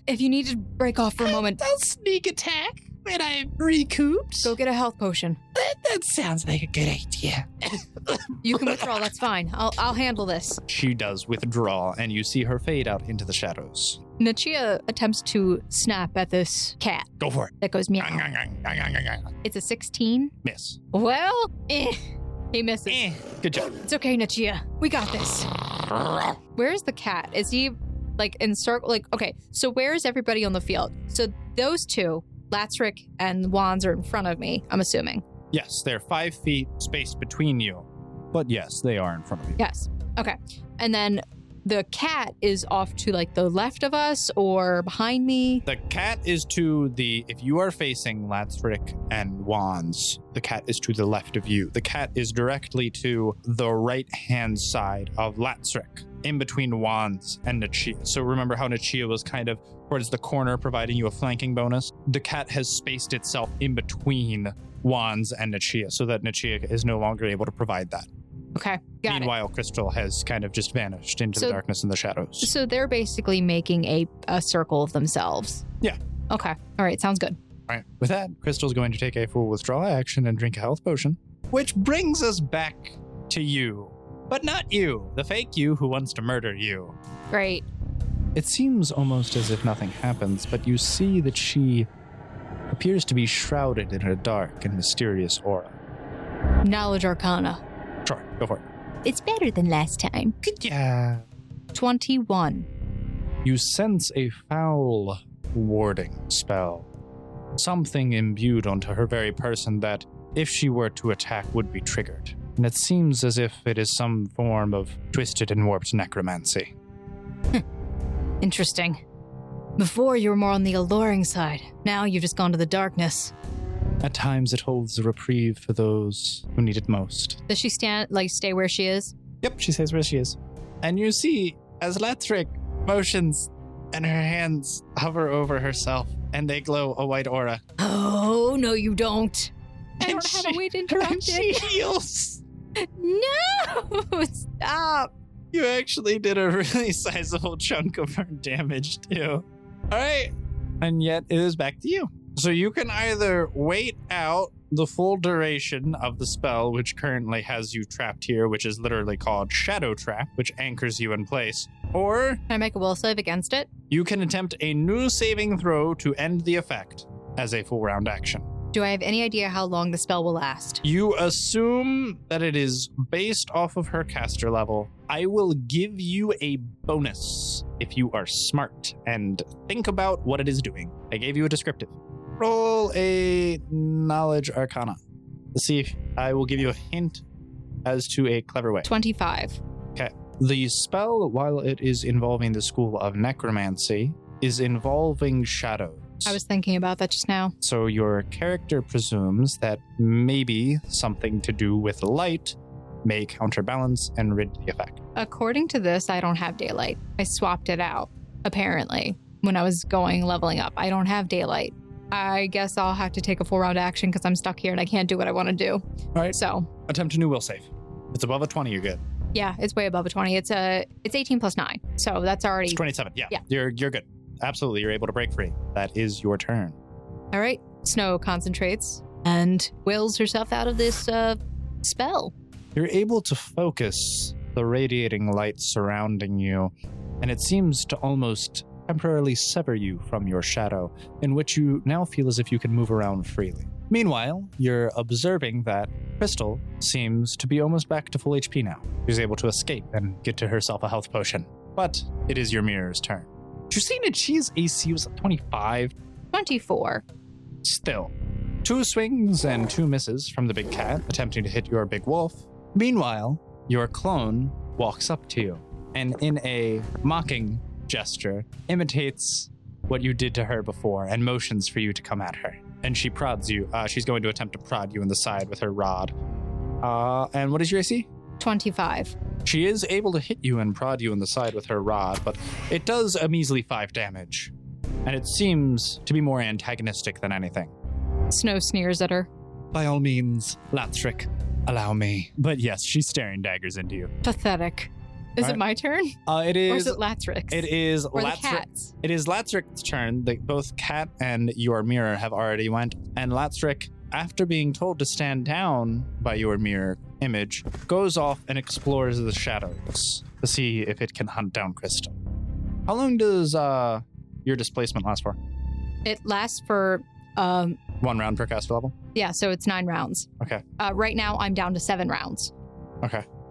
S5: if you need to break off for a moment,
S10: I'll sneak attack when I'm recouped.
S5: go get a health potion.
S10: That, that sounds like a good idea.
S5: You can withdraw. That's fine. I'll, I'll handle this.
S7: She does withdraw, and you see her fade out into the shadows.
S5: Nachia attempts to snap at this cat
S7: Go for it.
S5: that goes meow.
S7: Miss.
S5: It's a 16. Well, eh. He misses.
S7: Eh, Good job.
S5: It's okay, Nachia. We got this. Where is the cat? Is he like in circle? Like, okay, so where is everybody on the field? So those two, Latrick and Wands, are in front of me, I'm assuming.
S7: Yes, they're five feet space between you, but yes, they are in front of you.
S5: Yes. Okay. And then the cat is off to like the left of us or behind me.
S7: The cat is to the if you are facing Latsrick and Wands, the cat is to the left of you. The cat is directly to the right hand side of Latsrick, in between Wands and Nachia. So remember how Nachia was kind of towards the corner, providing you a flanking bonus? The cat has spaced itself in between Wands and Nachia, so that Nachia is no longer able to provide that.
S5: Okay. Got
S7: Meanwhile, Crystal has kind of just vanished into
S5: So-
S7: the darkness and the shadows.
S5: it. So they're basically making a, a circle of themselves.
S7: Yeah.
S5: Okay. All right. Sounds good.
S7: All right. With that, Crystal's going to take a full withdrawal action and drink a health potion, which brings us back to you. But not you, the fake you who wants to murder you.
S5: Great.
S7: It seems almost as if nothing happens, but you see that she appears to be shrouded in a dark and mysterious aura.
S5: Knowledge Arcana.
S7: Sure, go for it.
S5: It's better than last time.
S7: Yeah.
S5: 21.
S7: You sense a foul warding spell. Something imbued onto her very person that, if she were to attack, would be triggered. And it seems as if it is some form of twisted and warped necromancy.
S5: Interesting. Before you were more on the alluring side. Now you've just gone to the darkness.
S7: At times, it holds a reprieve for those who need it most.
S5: Does she stand like stay where she is?
S7: Yep, she says where she is.
S10: And you see, as Latrick motions and her hands hover over herself and they glow a white aura.
S5: Oh no, you don't. I don't have a weed
S10: And she
S5: interrupted.
S10: heals.
S5: No! Stop.
S10: You actually did a really sizable chunk of her damage too. All right, and yet it is back to you.
S7: So you can either wait out the full duration of the spell, which currently has you trapped here, which is literally called Shadow Trap, which anchors you in place, or
S5: Can I make a will save against it?
S7: you can attempt a new saving throw to end the effect as a full round action.
S5: Do I have any idea how long the spell will last?
S7: You assume that it is based off of her caster level. I will give you a bonus if you are smart and think about what it is doing. I gave you a descriptive. Roll a knowledge arcana. Let's see if I will give you a hint as to a clever way.
S5: 25.
S7: The spell, while it is involving the school of necromancy, is involving shadows.
S5: I was thinking about that just now.
S7: So your character presumes that maybe something to do with light may counterbalance and rid the effect.
S5: According to this, I don't have daylight. I swapped it out, apparently, when I was going leveling up. I don't have daylight. I guess I'll have to take a full round action because I'm stuck here and I can't do what I want to do.
S7: Right.
S5: So,
S7: Attempt a new will save. If it's above a 20, you're good.
S5: yeah, it's way above a 20. It's a it's 18 plus 9. So, that's already
S7: It's 27. Yeah.
S5: Yeah.
S7: You're you're good. Absolutely, you're able to break free. That is your turn.
S5: All right. Snow concentrates and wills herself out of this uh spell.
S7: You're able to focus the radiating light surrounding you, and it seems to almost temporarily sever you from your shadow, in which you now feel as if you can move around freely. Meanwhile, you're observing that Crystal seems to be almost back to full HP now. She's able to escape and get to herself a health potion. But it is your mirror's turn. Jusina Chi's AC was 25
S5: 24.
S7: still. Two swings and two misses from the big cat attempting to hit your big wolf. Meanwhile, your clone walks up to you and, in a mocking gesture, imitates what you did to her before and motions for you to come at her. And she prods you. Uh, she's going to attempt to prod you in the side with her rod. Uh, and what is your AC?
S5: 25.
S7: She is able to hit you and prod you in the side with her rod, but it does a measly five damage. And it seems to be more antagonistic than anything.
S5: Snow sneers at her.
S7: By all means, Lathric, allow me. But yes, she's staring daggers into you.
S5: Pathetic. Is
S7: All
S5: it
S7: right.
S5: my turn?
S7: Uh, it
S5: Or
S7: is.
S5: is it Latrix?
S7: it is
S5: Or the
S7: Lathric.
S5: cats?
S7: It is Latric's turn. They, both Cat and your mirror have already went, and Latric, after being told to stand down by your mirror image, goes off and explores the shadows to see if it can hunt down Crystal. How long does uh, your displacement last for?
S5: It lasts for um
S7: One round per caster level.
S5: Yeah, so it's nine rounds.
S7: Okay.
S5: Uh, right now, I'm down to seven rounds.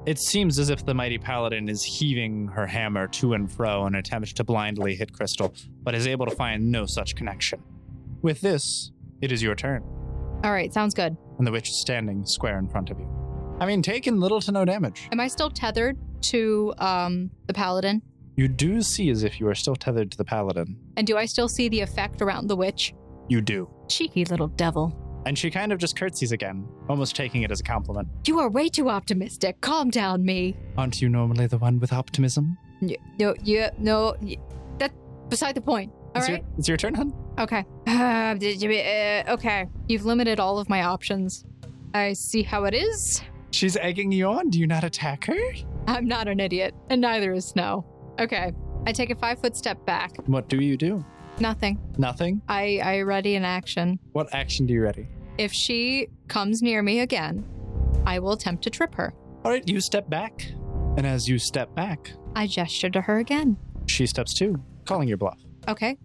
S7: It seems as if the mighty paladin is heaving her hammer to and fro in an attempt to blindly hit Crystal, but is able to find no such connection. With this, it is your turn,
S5: All right, sounds good.
S7: and the witch is standing square in front of you. I mean, taking little to no damage.
S5: Am I still tethered to um, the paladin?
S7: You do see as if you are still tethered to the paladin.
S5: And do I still see the effect around the witch?
S7: You do.
S5: Cheeky little devil.
S7: And she kind of just curtsies again, almost taking it as a compliment.
S5: You are way too optimistic. Calm down, me.
S7: Aren't you normally the one with optimism?
S5: No, no, yeah, no. y- That's beside the point. All
S7: it's,
S5: right.
S7: your, it's your turn, hun.
S5: Okay. Uh, did you- uh, okay. You've limited all of my options. I see how it is.
S7: She's egging you on. Do you not attack her?
S5: I'm not an idiot, and neither is Snow. Okay. I take a five foot step back.
S7: What do you do?
S5: Nothing.
S7: Nothing.
S5: I, I ready an action.
S7: What action do you ready?
S5: If she comes near me again, I will attempt to trip her.
S7: All right, you step back. And as you step back,
S5: I gestured to her again.
S7: she steps too, calling your bluff.
S5: Okay.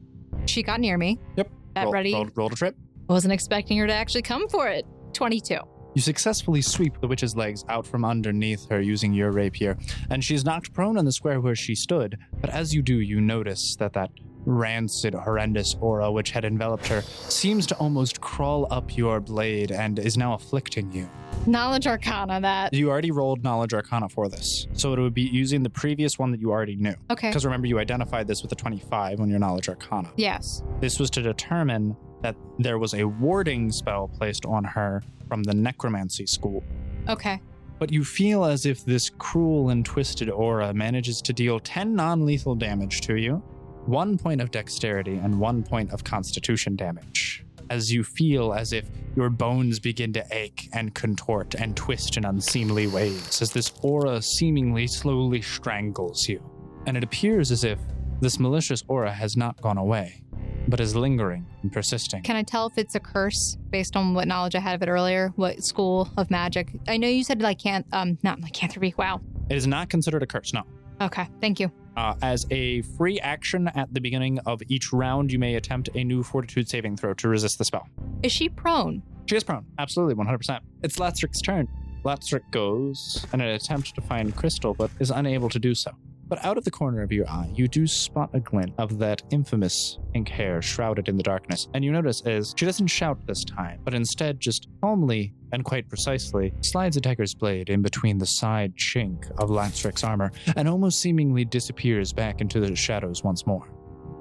S5: She got near me.
S7: Yep.
S5: That
S7: roll,
S5: ready.
S7: Roll, roll to trip.
S5: Wasn't expecting her to actually come for it. 22.
S7: You successfully sweep the witch's legs out from underneath her using your rapier, and she's knocked prone on the square where she stood. But as you do, you notice that that rancid, horrendous aura which had enveloped her seems to almost crawl up your blade and is now afflicting you.
S5: Knowledge arcana that.
S7: You already rolled Knowledge Arcana for this, so it would be using the previous one that you already knew.
S5: Okay.
S7: Because remember, you identified this with a 25 on your Knowledge Arcana.
S5: Yes.
S7: This was to determine that there was a warding spell placed on her from the necromancy school.
S5: Okay.
S7: But you feel as if this cruel and twisted aura manages to deal 10 non lethal damage to you, one point of dexterity, and one point of constitution damage. as you feel as if your bones begin to ache and contort and twist in unseemly ways as this aura seemingly slowly strangles you. And it appears as if this malicious aura has not gone away, but is lingering and persisting.
S5: Can I tell if it's a curse based on what knowledge I had of it earlier? What school of magic? I know you said lycanth, um, not lycanthropy. Wow.
S7: It is not considered a curse, no.
S5: Okay. Thank you.
S7: Uh, as a free action at the beginning of each round, you may attempt a new fortitude saving throw to resist the spell.
S5: Is she prone?
S7: She is prone. Absolutely, 100%. It's Latrik's turn. Latrik goes in an attempt to find Crystal, but is unable to do so. But out of the corner of your eye, you do spot a glint of that infamous pink hair shrouded in the darkness. And you notice is she doesn't shout this time, but instead just calmly and quite precisely slides a dagger's blade in between the side chink of Latrik's armor and almost seemingly disappears back into the shadows once more.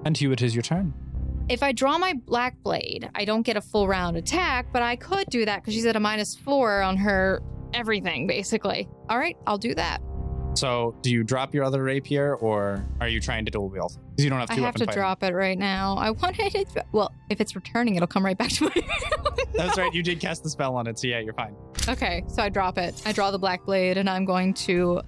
S7: And Hugh, it is your turn.
S5: If I draw my black blade, I don't get a full round attack, but I could do that because she's at a minus four on her everything, basically. All right, I'll do that.
S7: So, do you drop your other rapier, or are you trying to dual wield? Because you don't have two
S5: I have
S7: weapon
S5: to
S7: fighting.
S5: drop it right now. I wanted it. Well, if it's returning, it'll come right back to my.
S7: That's right. You did cast the spell on it, so yeah, you're fine.
S5: Okay, so I drop it. I draw the black blade, and I'm going to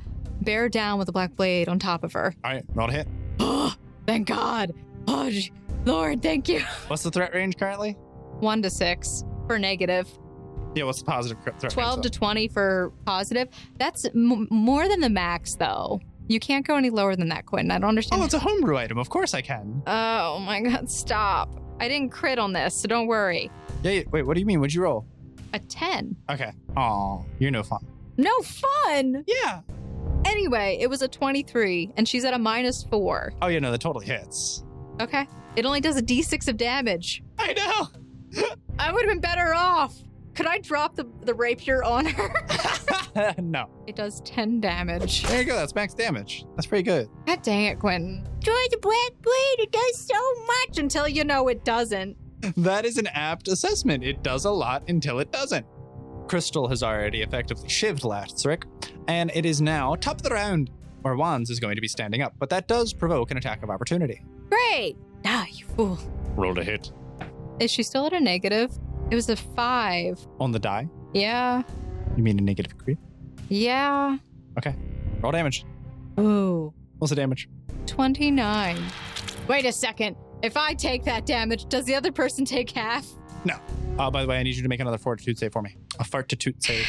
S5: bear down with the black blade on top of her.
S7: All right, roll to hit.
S5: Oh, thank God. Oh, j- Lord, thank you.
S7: What's the threat range currently?
S5: One to six for negative,
S7: Yeah, what's the positive cr- threat?
S5: 12 to
S7: range,
S5: 20 for positive. That's m- more than the max, though. You can't go any lower than that, Quentin. I don't
S7: though?
S5: understand.
S7: Oh, it's a homebrew item. Of course I can.
S5: Oh my god, stop. I didn't crit on this, so don't worry.
S7: Yeah. yeah wait. What do you mean? What'd you roll?
S5: A 10.
S7: Okay. Oh, you're no fun.
S5: No fun!
S7: Yeah.
S5: Anyway, it was a 23, and she's at a minus 4.
S7: Oh yeah. No, that totally hits.
S5: Okay? It only does a d6 of damage.
S7: I know.
S5: I would have been better off. Could I drop the, the rapier on her?
S7: no.
S5: It does 10 damage.
S7: There you go. That's max damage. That's pretty good.
S5: God dang it, Quentin. Joy the black blade, it does so much until you know it doesn't.
S7: That is an apt assessment. It does a lot until it doesn't. Crystal has already effectively shivved Latsric, and it is now top of the round, where Wands is going to be standing up, but that does provoke an attack of opportunity.
S5: Great! Ah, you fool.
S8: Roll to hit.
S5: Is she still at a negative? It was a 5.
S7: On the die,
S5: Yeah.
S7: you mean a negative creep?
S5: Yeah.
S7: Roll damage.
S5: Ooh.
S7: What's the damage?
S5: 29. Wait a second. If I take that damage, does the other person take half?
S7: Uh, by the way, I need you to make another fortitude save for me. A fortitude save.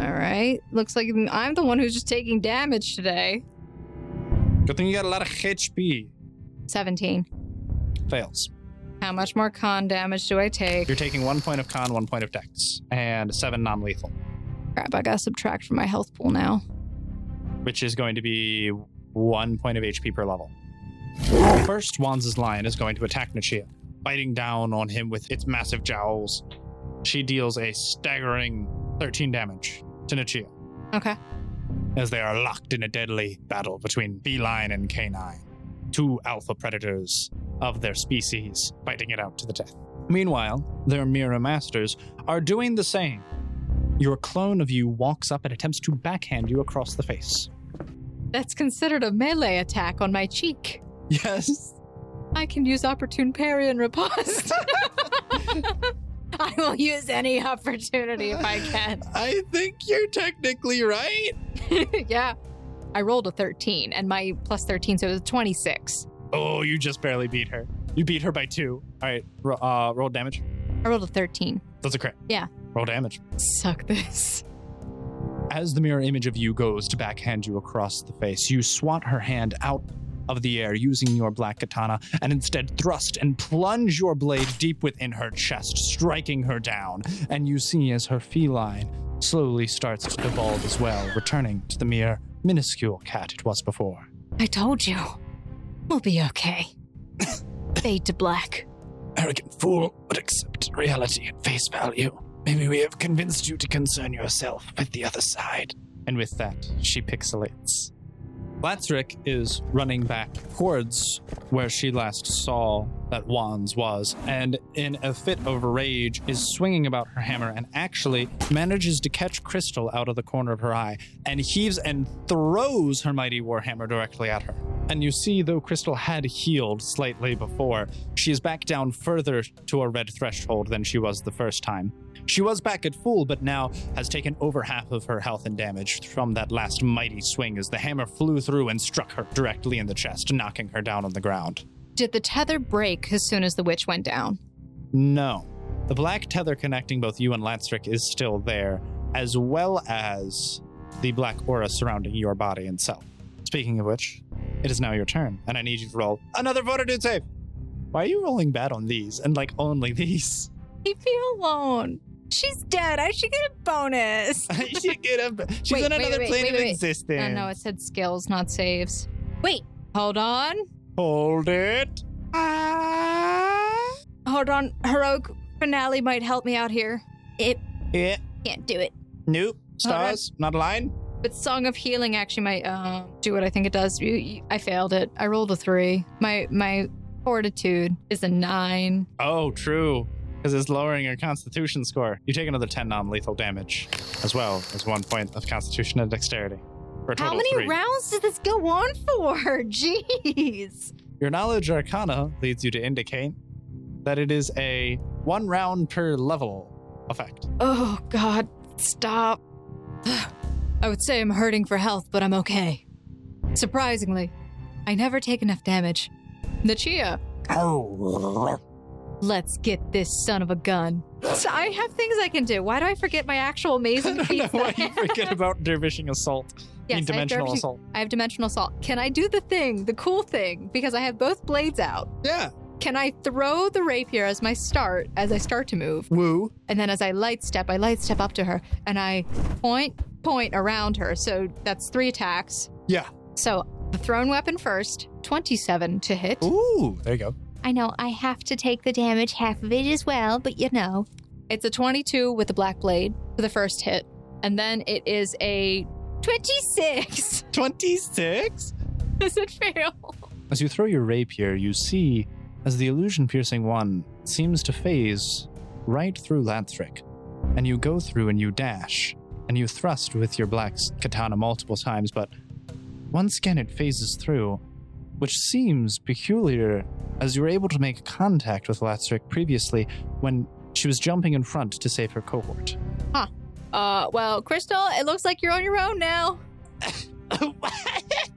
S5: All right. Looks like I'm the one who's just taking damage today.
S7: Good thing you got a lot of HP.
S5: 17.
S7: Fails.
S5: How much more con damage do I take?
S7: You're taking one point of con, one point of dex, and seven non lethal,
S5: Crap, I gotta subtract from my health pool now.
S7: which is going to be one point of HP per level. First, Wands' lion is going to attack Nichia, biting down on him with its massive jowls. She deals a staggering 13 damage to Nichia.
S5: Okay.
S7: as they are locked in a deadly battle between feline and canine, two alpha predators of their species fighting it out to the death. Meanwhile, their mirror masters are doing the same. Your clone of you walks up and attempts to backhand you across the face.
S5: That's considered a melee attack on my cheek.
S7: Yes.
S5: I can use opportune parry and riposte. I will use any opportunity if I can.
S11: I think you're technically right.
S5: yeah. I rolled a 13 and my plus 13, so it was 26.
S7: Oh, you just barely beat her. You beat her by two. All right, ro- uh, roll damage.
S5: I rolled a 13.
S7: That's a crit.
S5: Yeah.
S7: Roll damage.
S5: Suck this.
S7: As the mirror image of you goes to backhand you across the face, you swat her hand out of the air using your black katana and instead thrust and plunge your blade deep within her chest, striking her down. And you see as her feline slowly starts to devolve as well, returning to the mere minuscule cat it was before.
S5: I told you. We'll be okay. Fade to black.
S7: Arrogant fool would accept reality at face value. Maybe we have convinced you to concern yourself with the other side. And with that, she pixelates. Latsrick is running back towards where she last saw that Wands was, and in a fit of rage, is swinging about her hammer and actually manages to catch Crystal out of the corner of her eye and heaves and throws her mighty warhammer directly at her. And you see, though Crystal had healed slightly before, she is back down further to a red threshold than she was the first time. She was back at full, but now has taken over half of her health and damage from that last mighty swing as the hammer flew through and struck her directly in the chest, knocking her down on the ground.
S5: Did the tether break as soon as the witch went down?
S7: No. The black tether connecting both you and Latstrick is still there, as well as the black aura surrounding your body and self. Speaking of which, it is now your turn, and I need you to roll another fortitude save. Why are you rolling bad on these and like only these?
S5: Leave me alone. She's dead. I should get a bonus.
S7: she get up. She's
S5: Wait,
S7: on
S5: wait,
S7: another
S5: wait,
S7: plane
S5: wait,
S7: of
S5: wait.
S7: existence.
S5: No, no, it said skills, not saves. Wait, hold on.
S7: Hold it.
S5: Ah. Hold on. Heroic finale might help me out here. It
S7: Yeah.
S5: can't do it.
S7: Nope.
S5: Hold on.
S7: Stars. Not a line.
S5: But Song of Healing actually might uh, do what I think it does. You- you- I failed it. I rolled a three. My my fortitude is a nine.
S7: Oh, true. Because it's lowering your constitution score. You take another 10 non lethal damage, as well as one point of constitution and dexterity. For a total
S5: How
S7: of
S5: many
S7: three.
S5: rounds does this go on for? Jeez.
S7: Your knowledge arcana leads you to indicate that it is a one round per level effect.
S5: Oh God, stop. I would say I'm hurting for health, but I'm okay. Surprisingly, I never take enough damage. Nachia, let's get this son of a gun. So I have things I can do. Why do I forget my actual
S7: I don't
S5: amazing
S7: know
S5: feats?
S7: why
S5: that I
S7: you
S5: have?
S7: forget about dervishing assault. I mean,
S5: Yes, I have
S7: dimensional
S5: dervishing-
S7: assault.
S5: I have dimensional assault. Can I do the thing, the cool thing, because I have both blades out?
S7: Yeah.
S5: Can I throw the rapier as my start, as I start to move?
S7: Woo.
S5: And then as I light step, I light step up to her and I point, point around her. So that's three attacks.
S7: Yeah.
S5: So the thrown weapon first, 27 to hit.
S7: Ooh. There you go.
S5: I know I have to take the damage, half of it as well, but you know. It's a 22 with the black blade for the first hit. And then it is a 26.
S7: 26?
S5: Does it fail?
S7: As you throw your rapier, you see as the illusion piercing one seems to phase right through Lathric, and you go through and you dash, and you thrust with your black s- katana multiple times, but once again it phases through, which seems peculiar as you were able to make contact with Lathric previously when she was jumping in front to save her cohort.
S5: Uh, well, Crystal, it looks like you're on your own now.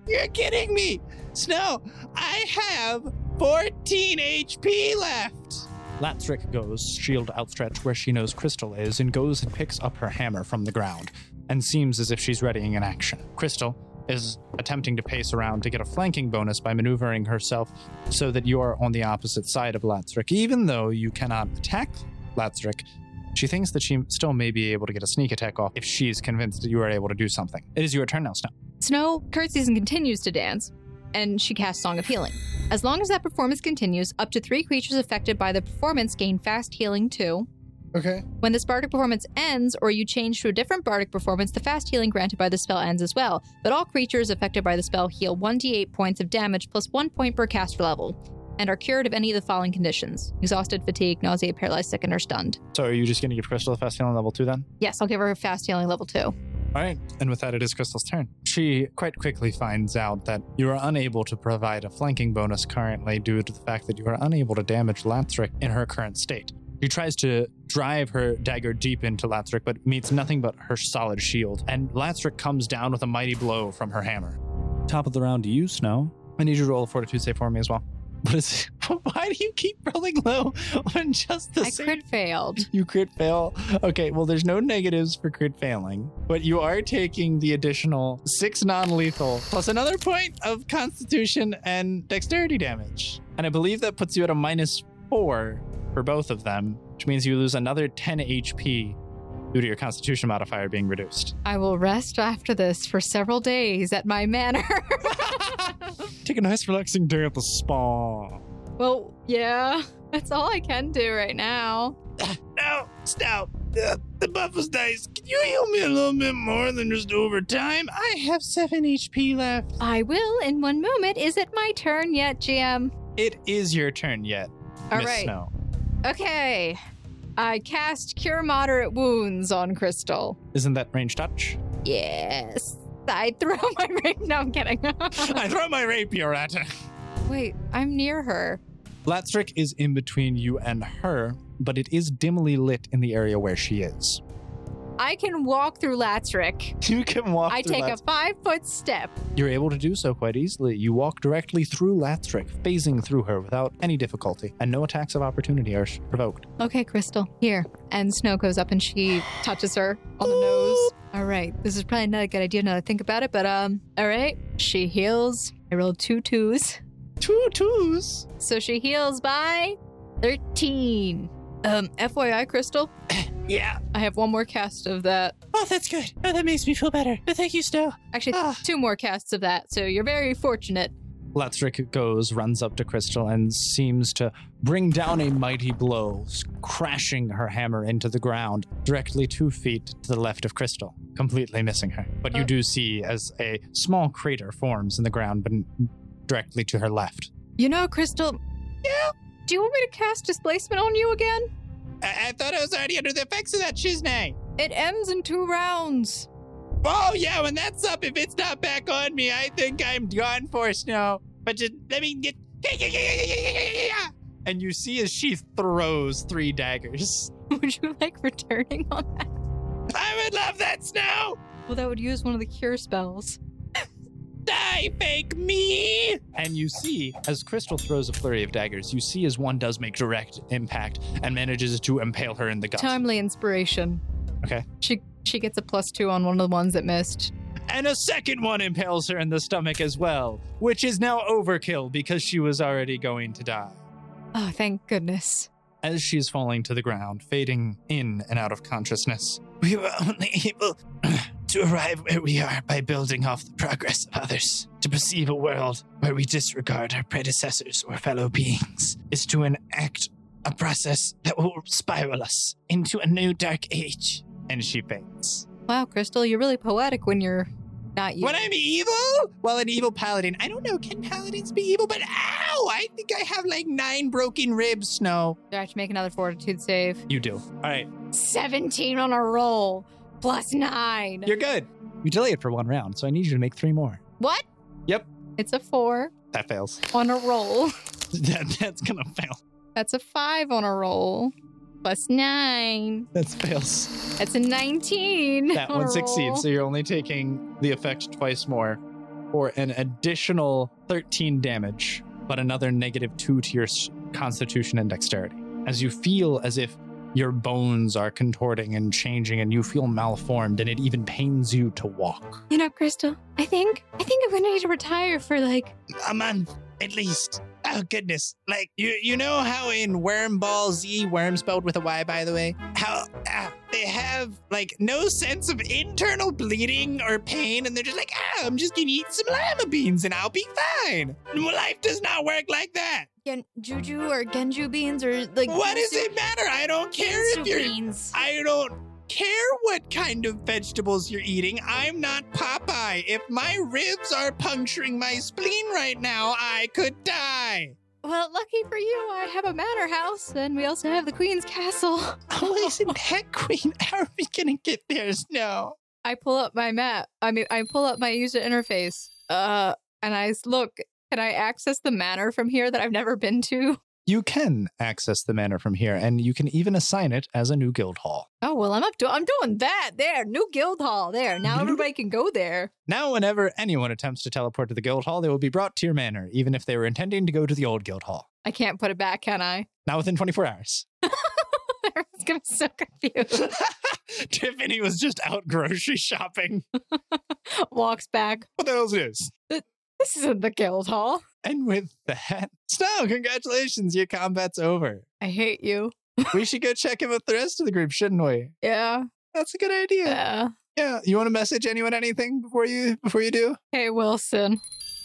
S10: You're kidding me. Snow, I have 14 HP left.
S7: Latrick goes, shield outstretched where she knows Crystal is, and goes and picks up her hammer from the ground, and seems as if she's readying an action. Crystal is attempting to pace around to get a flanking bonus by maneuvering herself so that you are on the opposite side of Latrick. Even though you cannot attack Latrick, she thinks that she still may be able to get a sneak attack off if she is convinced that you are able to do something. It is your turn now, Snow.
S5: Snow curtsies and continues to dance, and she casts Song of Healing. As long as that performance continues, up to three creatures affected by the performance gain fast healing too.
S7: Okay.
S5: When this bardic performance ends, or you change to a different bardic performance, the fast healing granted by the spell ends as well. But all creatures affected by the spell heal 1d8 points of damage plus 1 point per caster level, and are cured of any of the following conditions exhausted, fatigue, nausea, paralyzed, sickened, or stunned.
S7: So are you just going to give Crystal a fast healing level two then?
S5: Yes, I'll give her a fast healing level 2.
S7: All right, and with that, it is Crystal's turn. She quite quickly finds out that you are unable to provide a flanking bonus currently due to the fact that you are unable to damage Lathric in her current state. She tries to drive her dagger deep into Lathric, but meets nothing but her solid shield, and Lathric comes down with a mighty blow from her hammer. Top of the round to you, Snow. I need you to roll a fortitude save for me as well. What is? Why do you keep rolling low on just the
S5: I
S7: same
S5: crit failed.
S7: you crit fail. Okay, well, there's no negatives for crit failing, but you are taking the additional six non lethal plus another point of constitution and dexterity damage. And I believe that puts you at a minus four for both of them, which means you lose another 10 HP due to your constitution modifier being reduced.
S5: I will rest after this for several days at my manor.
S7: Take a nice relaxing day at the spa.
S5: well, yeah, that's all I can do right now.
S10: No, stop. The, the buffers dice. Can you heal me a little bit more than just over time? I have 7 HP left.
S5: I will in one moment. Is it my turn yet, GM?
S7: It is your turn yet,
S5: All
S7: Miss
S5: right.
S7: Snow.
S5: Okay. I cast Cure Moderate Wounds on Crystal.
S7: Isn't that range touch?
S5: Yes. I throw my rapier. No, I'm kidding. Uh-huh.
S7: I throw my rapier at her.
S5: Wait, I'm near her.
S7: Latstrick is in between you and her, but it is dimly lit in the area where she is.
S5: I can walk through Latrick.
S7: You can walk.
S5: I
S7: through
S5: take
S7: Latz-
S5: a five foot step.
S7: You're able to do so quite easily. You walk directly through Latstrick, phasing through her without any difficulty, and no attacks of opportunity are sh- provoked.
S5: Okay, Crystal, here. And Snow goes up and she touches her on the nose. All right, this is probably not a good idea now that I think about it, but um, all right. She heals. I rolled two twos.
S7: Two twos.
S5: So she heals by 13. Um, FYI, Crystal,
S10: Yeah.
S5: I have one more cast of that.
S10: Oh, that's good. Oh, that makes me feel better. Oh, thank you, Snow.
S5: Actually,
S10: Ah.
S5: two more casts of that, so you're very fortunate.
S7: Latstrick goes, runs up to Crystal, and seems to bring down a mighty blow, s- crashing her hammer into the ground directly two feet to the left of Crystal, completely missing her. But you
S5: Uh.
S7: do see as a small crater forms in the ground, but n- directly to her left.
S5: You know, Crystal. Yeah. Do you want me to cast displacement on you again?
S10: I, I thought I was already under the effects of that shiznay.
S5: It ends in two rounds.
S10: Oh, yeah, when that's up, if it's not back on me, I think I'm gone for snow. But just let me get.
S7: And you see as she throws three daggers.
S5: Would you like returning on that?
S10: I would love that snow!
S5: Well, that would use one of the cure spells.
S10: Die, fake me!
S7: And you see, as Crystal throws a flurry of daggers, you see as one does make direct impact and manages to impale her in the gut.
S5: Timely inspiration.
S7: Okay.
S5: She she gets a plus two on one of the ones that missed.
S7: And a second one impales her in the stomach as well, which is now overkill because she was already going to die.
S5: Oh, thank goodness.
S7: As she is falling to the ground, fading in and out of consciousness,
S10: We were only able to arrive where we are by building off the progress of others. To perceive a world where we disregard our predecessors or fellow beings is to enact a process that will spiral us into a new dark age.
S7: and she faints.
S5: Wow, Crystal, you're really poetic when you're not you.
S10: When I'm evil? Well, an evil paladin. I don't know, can paladins be evil? But ow! I think I have like nine broken ribs, Snow.
S5: Do I have to make another fortitude save?
S7: You do. All right,
S5: Seventeen on a roll, plus nine.
S10: You're good.
S7: you delay it for one round, so I need you to make three more.
S5: what?
S7: Yep.
S5: It's a four
S7: That fails.
S5: on a roll.
S7: that, that's gonna fail.
S5: That's a five on a roll, plus nine.
S7: That fails.
S5: That's a nineteen.
S7: That
S5: on
S7: one
S5: a roll.
S7: succeeds, so you're only taking the effect twice more for an additional 13 damage, but another negative 2 to your s- constitution and dexterity. As you feel as if your bones are contorting and changing and you feel malformed and it even pains you to walk.
S5: You know, Crystal, I think I think I'm gonna need to retire for like
S10: A month, at least. Oh goodness! Like you, you know how in Wormball Z, worm spelled with a Y, by the way, how ah, they have like no sense of internal bleeding or pain, and they're just like, ah, I'm just gonna eat some lima beans and I'll be fine. Life does not work like that.
S5: Gen- Juju or Genju beans or like
S10: what does it matter? I don't care if you're.
S5: beans.
S10: I don't care what kind of vegetables you're eating. I'm not Popeye. If my ribs are puncturing my spleen right now, I could die.
S5: Well, lucky for you, I have a manor house, and we also have the Queen's Castle.
S10: Oh, isn't that queen? How are we gonna get there, Snow?
S5: I pull up my map. I mean, I pull up my user interface. Uh, and I s- look. Can I access the manor from here that I've never been to?
S7: You can access the manor from here, and you can even assign it as a new guild hall.
S5: Oh well, I'm up to. I'm doing that there. New guild hall there. Now everybody can go there.
S7: Now, whenever anyone attempts to teleport to the guild hall, they will be brought to your manor, even if they were intending to go to the old guild hall.
S5: I can't put it back, can I?
S7: Not within 24 hours.
S5: Everyone's gonna be so confused.
S7: Tiffany was just out grocery shopping.
S5: Walks back.
S7: What the hell's news?
S5: This isn't the guild hall.
S7: And with that, Snow, congratulations, your combat's over.
S5: I hate you.
S7: we should go check in with the rest of the group, shouldn't we?
S5: Yeah.
S7: That's a good idea.
S10: Uh,
S5: Yeah.
S7: Yeah. You want to message anyone anything before you before you do?
S5: Hey, Wilson.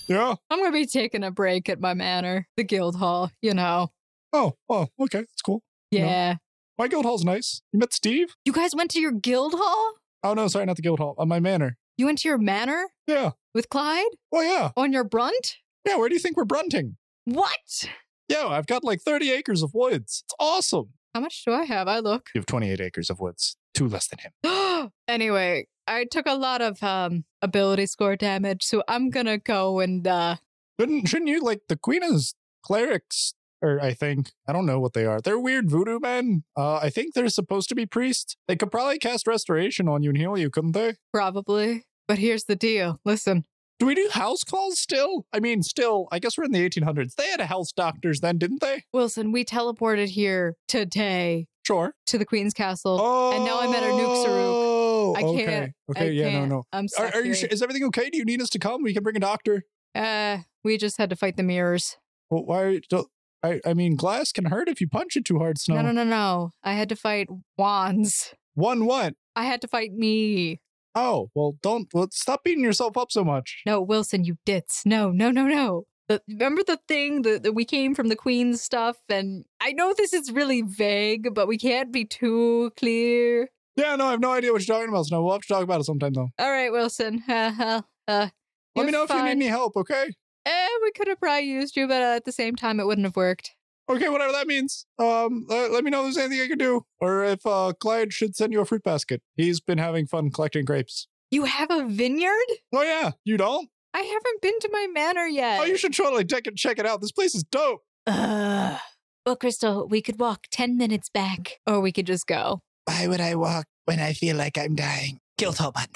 S7: Yeah.
S5: I'm going to be taking a break at my manor, the guild hall, you know.
S7: Oh, oh, okay. That's cool. No.
S5: Yeah.
S7: My guild hall's nice. You met Steve?
S5: You guys went to your guild hall?
S7: Oh no, sorry, not the guild hall. Uh, my manor.
S5: You went to your manor
S7: Yeah.
S5: with Clyde
S7: Oh yeah.
S5: on your brunt?
S7: Yeah, where do you think we're brunting?
S5: What?
S7: Yeah, I've got like 30 acres of woods. It's awesome.
S5: How much do I have? I look.
S7: You have 28 acres of woods.
S3: Two less than him.
S5: anyway, I took a lot of um ability score damage, so I'm gonna go and uh
S7: Shouldn't, shouldn't you like the queen is clerics? Or I think I don't know what they are. They're weird voodoo men. Uh, I think they're supposed to be priests. They could probably cast restoration on you and heal you, couldn't they?
S5: probably. But here's the deal. Listen,
S7: Do we do house calls still? I mean, still. I guess we're in the 1800s. They had house doctors then, didn't they?
S5: Wilson, we teleported here today
S7: Sure.
S5: to the Queen's Castle.
S7: Oh,
S5: and now I'm at a nuke saruk.
S7: Oh,
S5: I
S7: okay.
S5: can't-
S7: Okay.
S5: I
S7: yeah.
S5: can't.
S7: No. No.
S5: I'm
S7: Are,
S5: stuck
S7: are you?
S5: here.
S7: Sure? Is everything okay? Do you need us to come? We can bring a doctor.
S5: Uh, we just had to fight the mirrors.
S7: Well, why? Are you, don't- I, I mean, glass can hurt if you punch it too hard. Snow.
S5: No, no, no, no. I had to fight wands.
S7: One what?
S5: I had to fight me.
S7: Oh, well, don't. Well, stop beating yourself up so much.
S5: No, Wilson, you ditz. No, no, no, no. The, remember the thing that that we came from the Queen's stuff? And I know this is really vague, but we can't be too clear.
S7: Yeah. No, I have no idea what you're talking about. Snow. We'll have to talk about it sometime though.
S5: All right, Wilson. uh, Let
S7: Let me know if you need any help. Okay.
S5: Eh, we could have probably used you, but uh, at the same time, it wouldn't have worked.
S7: Okay, whatever that means. Um, let, let me know if there's anything I can do, or if uh, Clyde should send you a fruit basket. He's been having fun collecting grapes.
S5: You have a vineyard?
S7: Oh yeah, you don't?
S5: I haven't been to my manor yet.
S7: Oh, you should totally check it, check it out. This place is dope.
S5: Ugh. Well, Crystal, we could walk 10 minutes back, or we could just go.
S10: Why would I walk when I feel like I'm dying? Guilt hole button.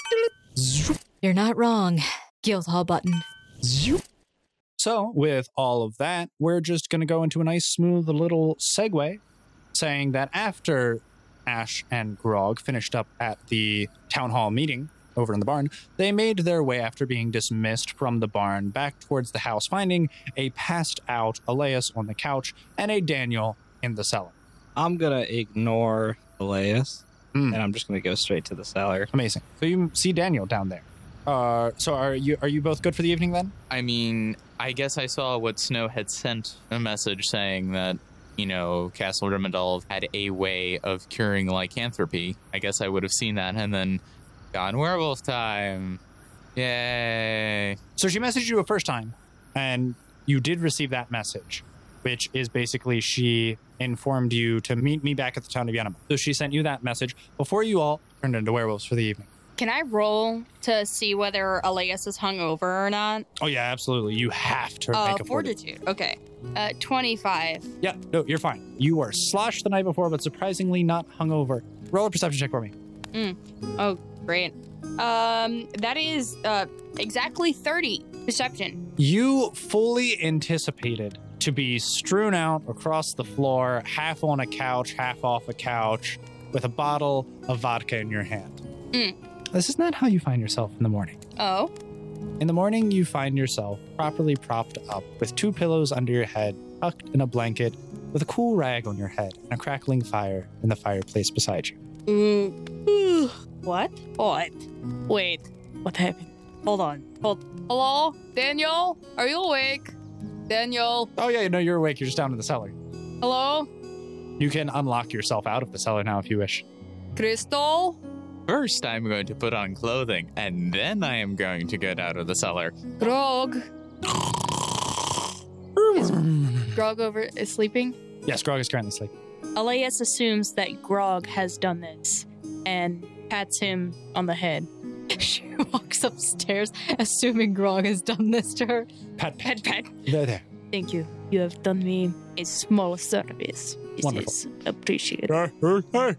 S5: You're not wrong. Guildhall button.
S7: So, with all of that, we're just going to go into a nice, smooth little segue saying that after Ash and Grog finished up at the town hall meeting over in the barn, they made their way after being dismissed from the barn back towards the house, finding a passed out Elias on the couch and a Daniel in the cellar.
S6: I'm gonna ignore Elias,
S7: Hmm.
S6: and I'm just gonna go straight to the cellar.
S7: Amazing. So you see Daniel down there. Uh, so are you are you both good for the evening then?
S8: I mean, I guess I saw what Snow had sent a message saying that, you know, Castle Rimmendal had a way of curing lycanthropy. I guess I would have seen that and then gone werewolf time. Yay.
S7: So she messaged you a first time, and you did receive that message, which is basically she informed you to meet me back at the town of Yanama. So she sent you that message before you all turned into werewolves for the evening.
S12: Can I roll to see whether Elias is hungover or not?
S7: Oh yeah, absolutely. You have to
S12: Uh,
S7: make a fortitude.
S12: fortitude. Okay. Uh, 25.
S7: Yeah, no, you're fine. You were sloshed the night before, but surprisingly not hungover. Roll a perception check for me.
S12: Great. Um, that is uh exactly 30 deception.
S7: You fully anticipated to be strewn out across the floor, half on a couch, half off a couch, with a bottle of vodka in your hand.
S12: Mm.
S7: This is not how you find yourself in the morning.
S12: Oh,
S7: In the morning, you find yourself properly propped up with two pillows under your head, tucked in a blanket, with a cool rag on your head and a crackling fire in the fireplace beside you.
S1: Mm. what? What? Wait. What happened? Hold on. Hold.
S12: hello, Daniel. Are you awake? Daniel,
S7: Oh, yeah, no, you're awake. You're just down in the cellar.
S12: hello,
S7: You can unlock yourself out of the cellar now if you wish.
S12: Crystal.
S8: First, I'm going to put on clothing, and then I am going to get out of the cellar.
S12: Grog. Is Grog over is sleeping.
S7: Yes, Grog is currently asleep.
S1: Elias assumes that Grog has done this and pats him on the head.
S5: She walks upstairs, assuming Grog has done this to her.
S7: Pat, pat.
S1: Pet, pet.
S7: There, there.
S1: Thank you. You have done me a small service. This
S7: Wonderful.
S1: is appreciated.
S7: hey, hey, hey,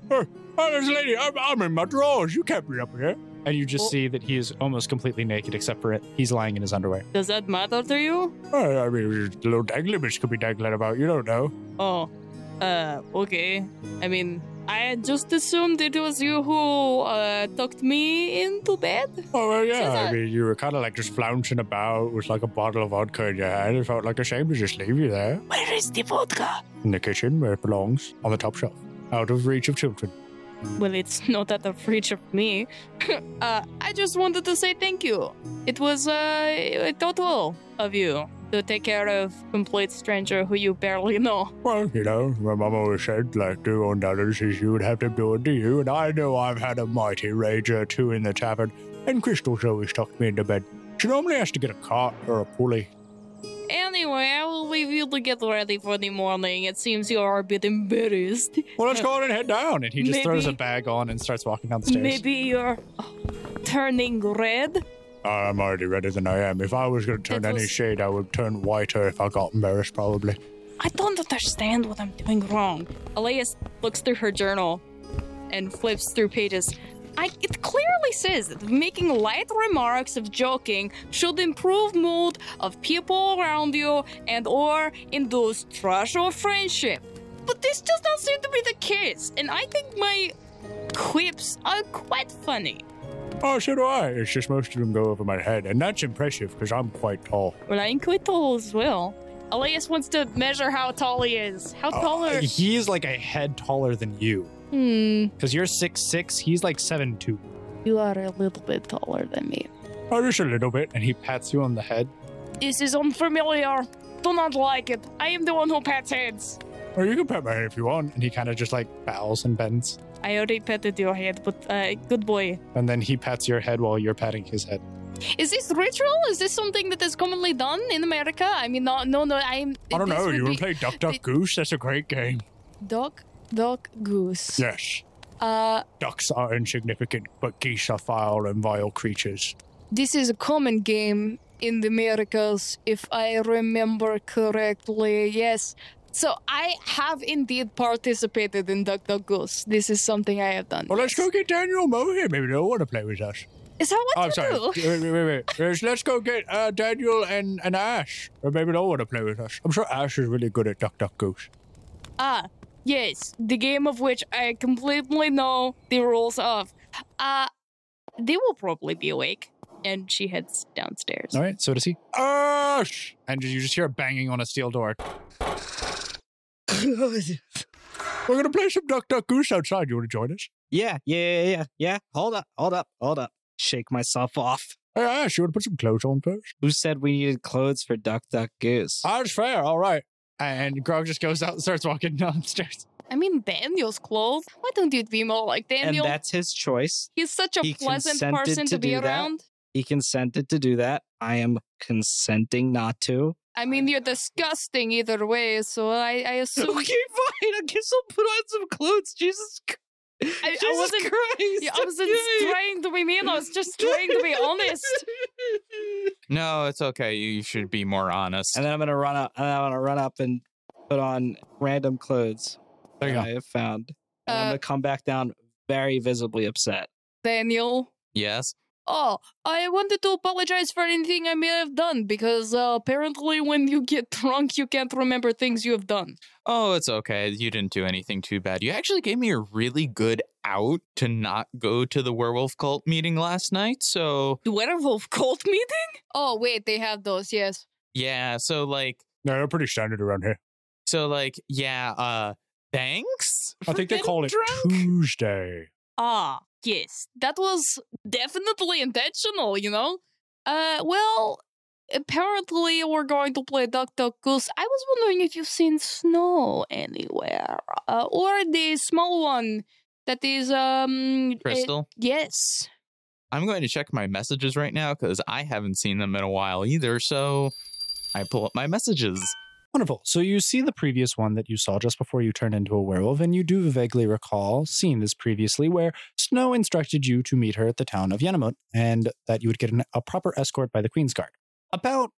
S7: hey, this lady, I'm, I'm in my drawers. You can't be up here. And you just
S1: Well-
S7: see that he is almost completely naked, except for it. He's lying in his underwear.
S1: Does that matter to you?
S7: Oh, I mean, there's little dangly bits could be dangling about. You don't know.
S1: Oh, uh, okay. I mean, I had just assumed it was you who uh, tucked me into bed.
S7: Oh, well, yeah.
S1: Says
S7: I
S1: I-
S7: mean, you were kind of like just flouncing about with like a bottle of vodka in your hand. It felt like a shame to just leave you there
S1: Where is the vodka?
S7: in the kitchen where it belongs, on the top shelf, out of reach of children.
S1: Well, it's not out of reach of me.
S12: Uh, I just wanted to say thank you.
S1: It was uh, total of you to take care of complete stranger who you barely know.
S7: Well, you know, my mum always said, like, do unto others as you would have them do unto you, and I know I've had a mighty rage or two in the tavern, and Crystal's always tucked me into bed. She normally has to get a cart or a pulley.
S12: Anyway, I will leave you you to get ready for the morning. It seems you are a bit embarrassed.
S7: Well, let's go on and head down. And he just throws a
S12: Uh, Maybe-
S7: bag on and starts walking down the stairs.
S12: Maybe you're turning red.
S7: I'm already redder than I am. If I was going to turn
S12: That
S7: any
S12: was-
S7: shade, I would turn whiter if I got embarrassed, probably.
S12: I don't understand what I'm doing wrong. Elias looks through her journal and flips through pages.
S1: I, it clearly says that making light remarks of joking should improve mood of people around you and or induce trust or friendship. But this does not seem to be the case, and I think my quips are quite funny.
S7: Oh, so do I. It's just most of them go over my head, and that's impressive because I'm quite tall.
S12: Well, I'm quite tall as well. Elias wants to measure how tall he is. How
S7: Oh,
S12: tall are
S7: He's like a head taller than you
S5: Hmm.
S7: because you're six six. He's like seven two.
S1: You are a little bit taller than me.
S7: Oh, just a little bit. And he pats you on the head.
S12: This is unfamiliar. Do not like it. I am the one who pats heads.
S7: Oh, you can pat my head if you want. And he kind of just like bows and bends.
S12: I already patted your head, but uh, good boy.
S7: And then he pats your head while you're patting his head.
S1: Is this ritual? Is this something that is commonly done in America? I mean, no, no, no. I'm.
S7: I don't
S1: this
S7: know.
S1: would
S7: You want
S1: be-
S7: to play Duck Duck
S1: thi-
S7: Goose? That's a great game.
S1: Duck, duck, goose.
S7: Yes.
S1: Uh,
S7: Ducks are insignificant, but geese are foul and vile creatures.
S1: this is a common game in the Americas, if I remember correctly. Yes. So I have indeed participated in Duck Duck Goose. This is something I have done.
S7: Well, let's go get Daniel Moe here. Maybe they'll want to play with us.
S1: Is that what
S7: Oh,
S1: you
S7: I'm sorry.
S1: do?
S7: Wait, wait, wait, wait. Let's- Let's go get uh, Daniel and, and Ash. Or maybe they'll want to play with us. I'm sure Ash is really good at Duck Duck Goose.
S12: Ah, yes, the game of which I completely know the rules of. Uh, they will probably be awake. And she heads downstairs.
S7: All right, so does he. Ash! And you just hear a banging on a steel door. We're going to play some Duck Duck Goose outside. You want to join us?
S6: Yeah, yeah, yeah, yeah, yeah. Hold up, hold up, hold up. Shake myself off.
S7: Hey, Ash, you want to put some clothes on first?
S6: Who said we needed clothes for Duck Duck Goose?
S7: That's fair. All right. And Grog just goes out and starts walking downstairs.
S1: I mean, Daniel's clothes. Why don't you be more like
S6: and
S1: Daniel?
S6: that's his choice.
S1: He's such a
S6: he
S1: pleasant
S6: consented
S1: person
S6: to
S1: to, be
S6: do that.
S1: around.
S6: He consented to do that. I am consenting not to.
S1: I mean, you're disgusting either way, so I, I assume.
S6: fine. I guess I'll put on some clothes. Jesus, Chr-
S1: I wasn't-
S6: Christ.
S1: Yeah, I wasn't
S6: okay.
S1: trying to be mean. I was just trying to be honest.
S8: No, it's okay. You should be more honest.
S6: And then I'm gonna run up. And I'm gonna run up and put on random clothes
S7: There you
S6: that
S7: go.
S6: I have found. And I'm
S1: Uh,
S6: gonna come back down very visibly upset.
S1: Daniel.
S8: yes.
S1: Oh, I wanted to apologize for anything I may have done because uh, apparently, when you get drunk, you can't remember things you have done.
S8: Oh, it's okay. You didn't do anything too bad. You actually gave me a really good out to not go to the werewolf cult meeting last night. So,
S12: The werewolf cult meeting?
S1: Oh, wait, they have those, yes.
S8: yeah. So, like,
S7: No, they're pretty standard around here.
S8: so, like, yeah, uh, thanks.
S7: I
S8: for
S7: think they
S8: getting
S7: call it
S8: drunk.
S7: Tuesday.
S12: Ah, yes.
S1: That was definitely intentional, you know? Uh, well, apparently, we're going to play Duck Duck Goose. I was wondering if you've seen snow anywhere, uh, or the small one that is, um. eh,
S8: Crystal,
S1: yes.
S8: I'm going to check my messages right now because I haven't seen them in a while either. So, I pull up my messages.
S7: Wonderful. So you see the previous one that you saw just before you turned into a werewolf, and you do vaguely recall seeing this previously, where Snow instructed you to meet her at the town of Yanamut and that you would get an, a proper escort by the Queen's Guard. About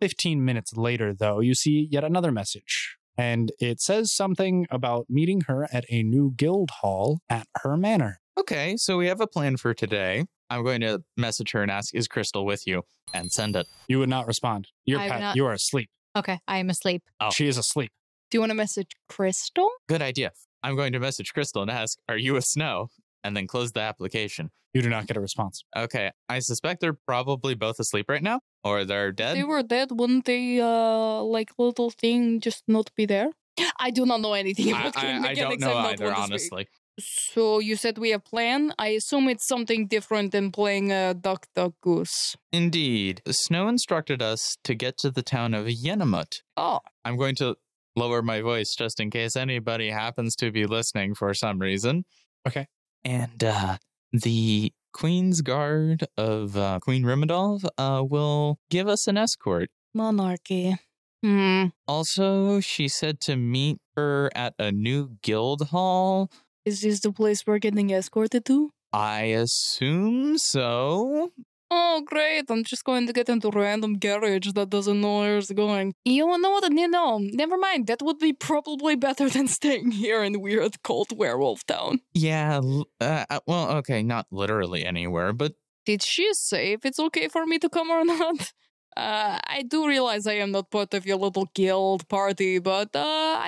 S7: 15 minutes later, though, you see yet another message, and it says something about meeting her at a new guild hall at her manor.
S8: Okay, so we have a plan for today. I'm going to message her and ask, "Is Crystal with you?" and send it.
S7: You would not respond. You're
S5: I would
S7: Pat,
S5: not-
S7: you are asleep.
S5: Okay, I am asleep.
S8: Oh.
S7: She is asleep.
S1: Do you want to message Crystal?
S8: Good idea. I'm going to message Crystal and ask, "Are you with Snow?" and then close the application.
S7: You do not get a response.
S8: Okay, I suspect they're probably both asleep right now, or they're dead.
S1: they were dead, wouldn't they, uh, like little thing just not be there? I do not know anything
S8: I,
S1: about game
S8: I, I don't
S1: mechanics.
S8: know
S1: I'm not
S8: either,
S1: one to speak.
S8: honestly.
S1: So you said we have plan. I assume it's something different than playing uh, Duck Duck Goose.
S8: Indeed, Snow instructed us to get to the town of Yenamut.
S1: Oh,
S8: I'm going to lower my voice just in case anybody happens to be listening for some reason.
S7: Okay.
S8: And uh, the Queen's Guard of uh, Queen Rimadolv uh, will give us an escort.
S1: monarchy.
S12: Hmm.
S8: Also, she said to meet her at a new guild hall.
S1: Is this the place we're getting escorted to?
S8: I assume so.
S1: Oh, great. I'm just going to get into random garage that doesn't know where it's going. You know what? No, no. Never mind. That would be probably better than staying here in weird cold werewolf town.
S8: Yeah, l- uh, uh, well, okay, not literally anywhere, but
S1: Did she say if it's okay for me to come or not? Uh, I do realize I am not part of your little guild party, but uh,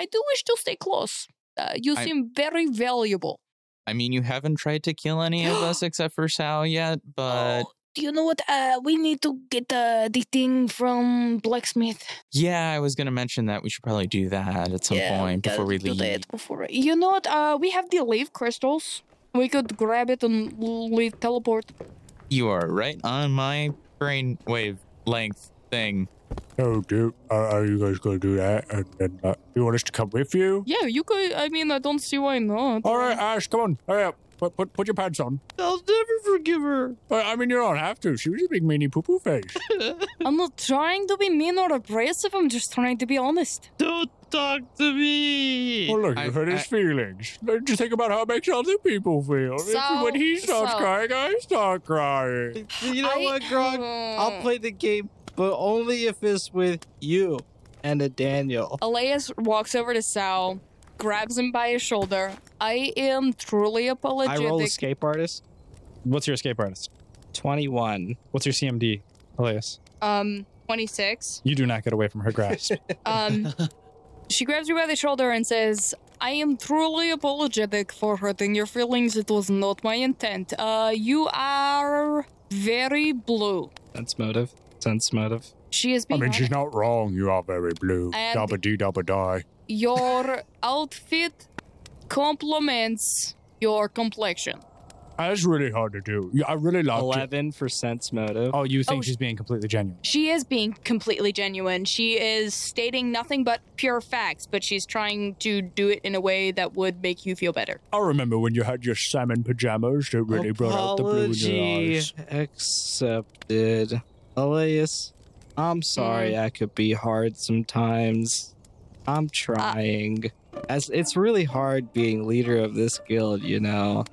S1: I do wish to stay close. Uh, you
S8: I-
S1: seem very valuable.
S8: I mean, you haven't tried to kill any of us except for Sal yet, but
S1: Oh, do you know what? Uh, we need to get uh, the thing from blacksmith.
S8: yeah, I was going to mention that we should probably do that at some
S1: Yeah,
S8: point before
S1: gotta
S8: we
S1: do
S8: leave.
S1: that before- you know what? Uh, we have the leaf crystals. We could grab it and we teleport.
S8: You are right on my brain wave length thing.
S7: Oh, dude, are, are you guys going to do that? And then uh, you want us to come with you?
S1: Yeah, you could. I mean, I don't see why not.
S7: All right, Ash, come on, hurry up. Put, put, put your pants on.
S8: I'll never forgive her.
S7: But I mean, you don't have to. She was a big meanie poo poo face.
S1: I'm not trying to be mean or abrasive. I'm just trying to be honest.
S8: Don't talk to me.
S7: Oh, look,
S8: I-
S7: you hurt his
S8: I-
S7: feelings. Don't you think about how it makes other people feel? If-
S12: So-
S7: when he stops
S12: so-
S7: crying, I start crying.
S6: You know
S12: I-
S6: what, Grog? I'll play the game, but only if it's with you and a Daniel.
S12: Elias
S1: Walks over to Sal, grabs him by his shoulder. I am truly
S6: I roll
S1: apologetic.
S6: escape artist.
S7: What's your escape artist?
S6: 21.
S7: What's your CMD, Elias?
S1: Um, 26.
S7: You do not get away from her grasp.
S1: Um, she grabs you by the shoulder and says, I am truly apologetic for hurting your feelings. It was not my intent. Uh, you are very blue.
S6: Sense motive. Sense motive.
S1: She is
S7: I
S1: being
S7: mean,
S1: honest.
S7: she's not wrong. You are very blue.
S1: And-
S7: Dabba dee dabba die.
S1: Your outfit complements your complexion.
S7: That's really hard to do. Yeah, I really loved it.
S6: 11 for sense motive.
S7: Oh, you think
S1: Oh,
S7: she's being completely genuine?
S12: She is being completely genuine. She is stating nothing but pure facts, but she's trying to do it in a way that would make you feel better.
S7: I remember when you had your salmon pajamas that really brought out the blue in your
S6: Apology
S7: eyes.
S6: accepted. Elias, I'm sorry I could be hard sometimes. I'm trying. As it's really hard being leader of this guild, you know.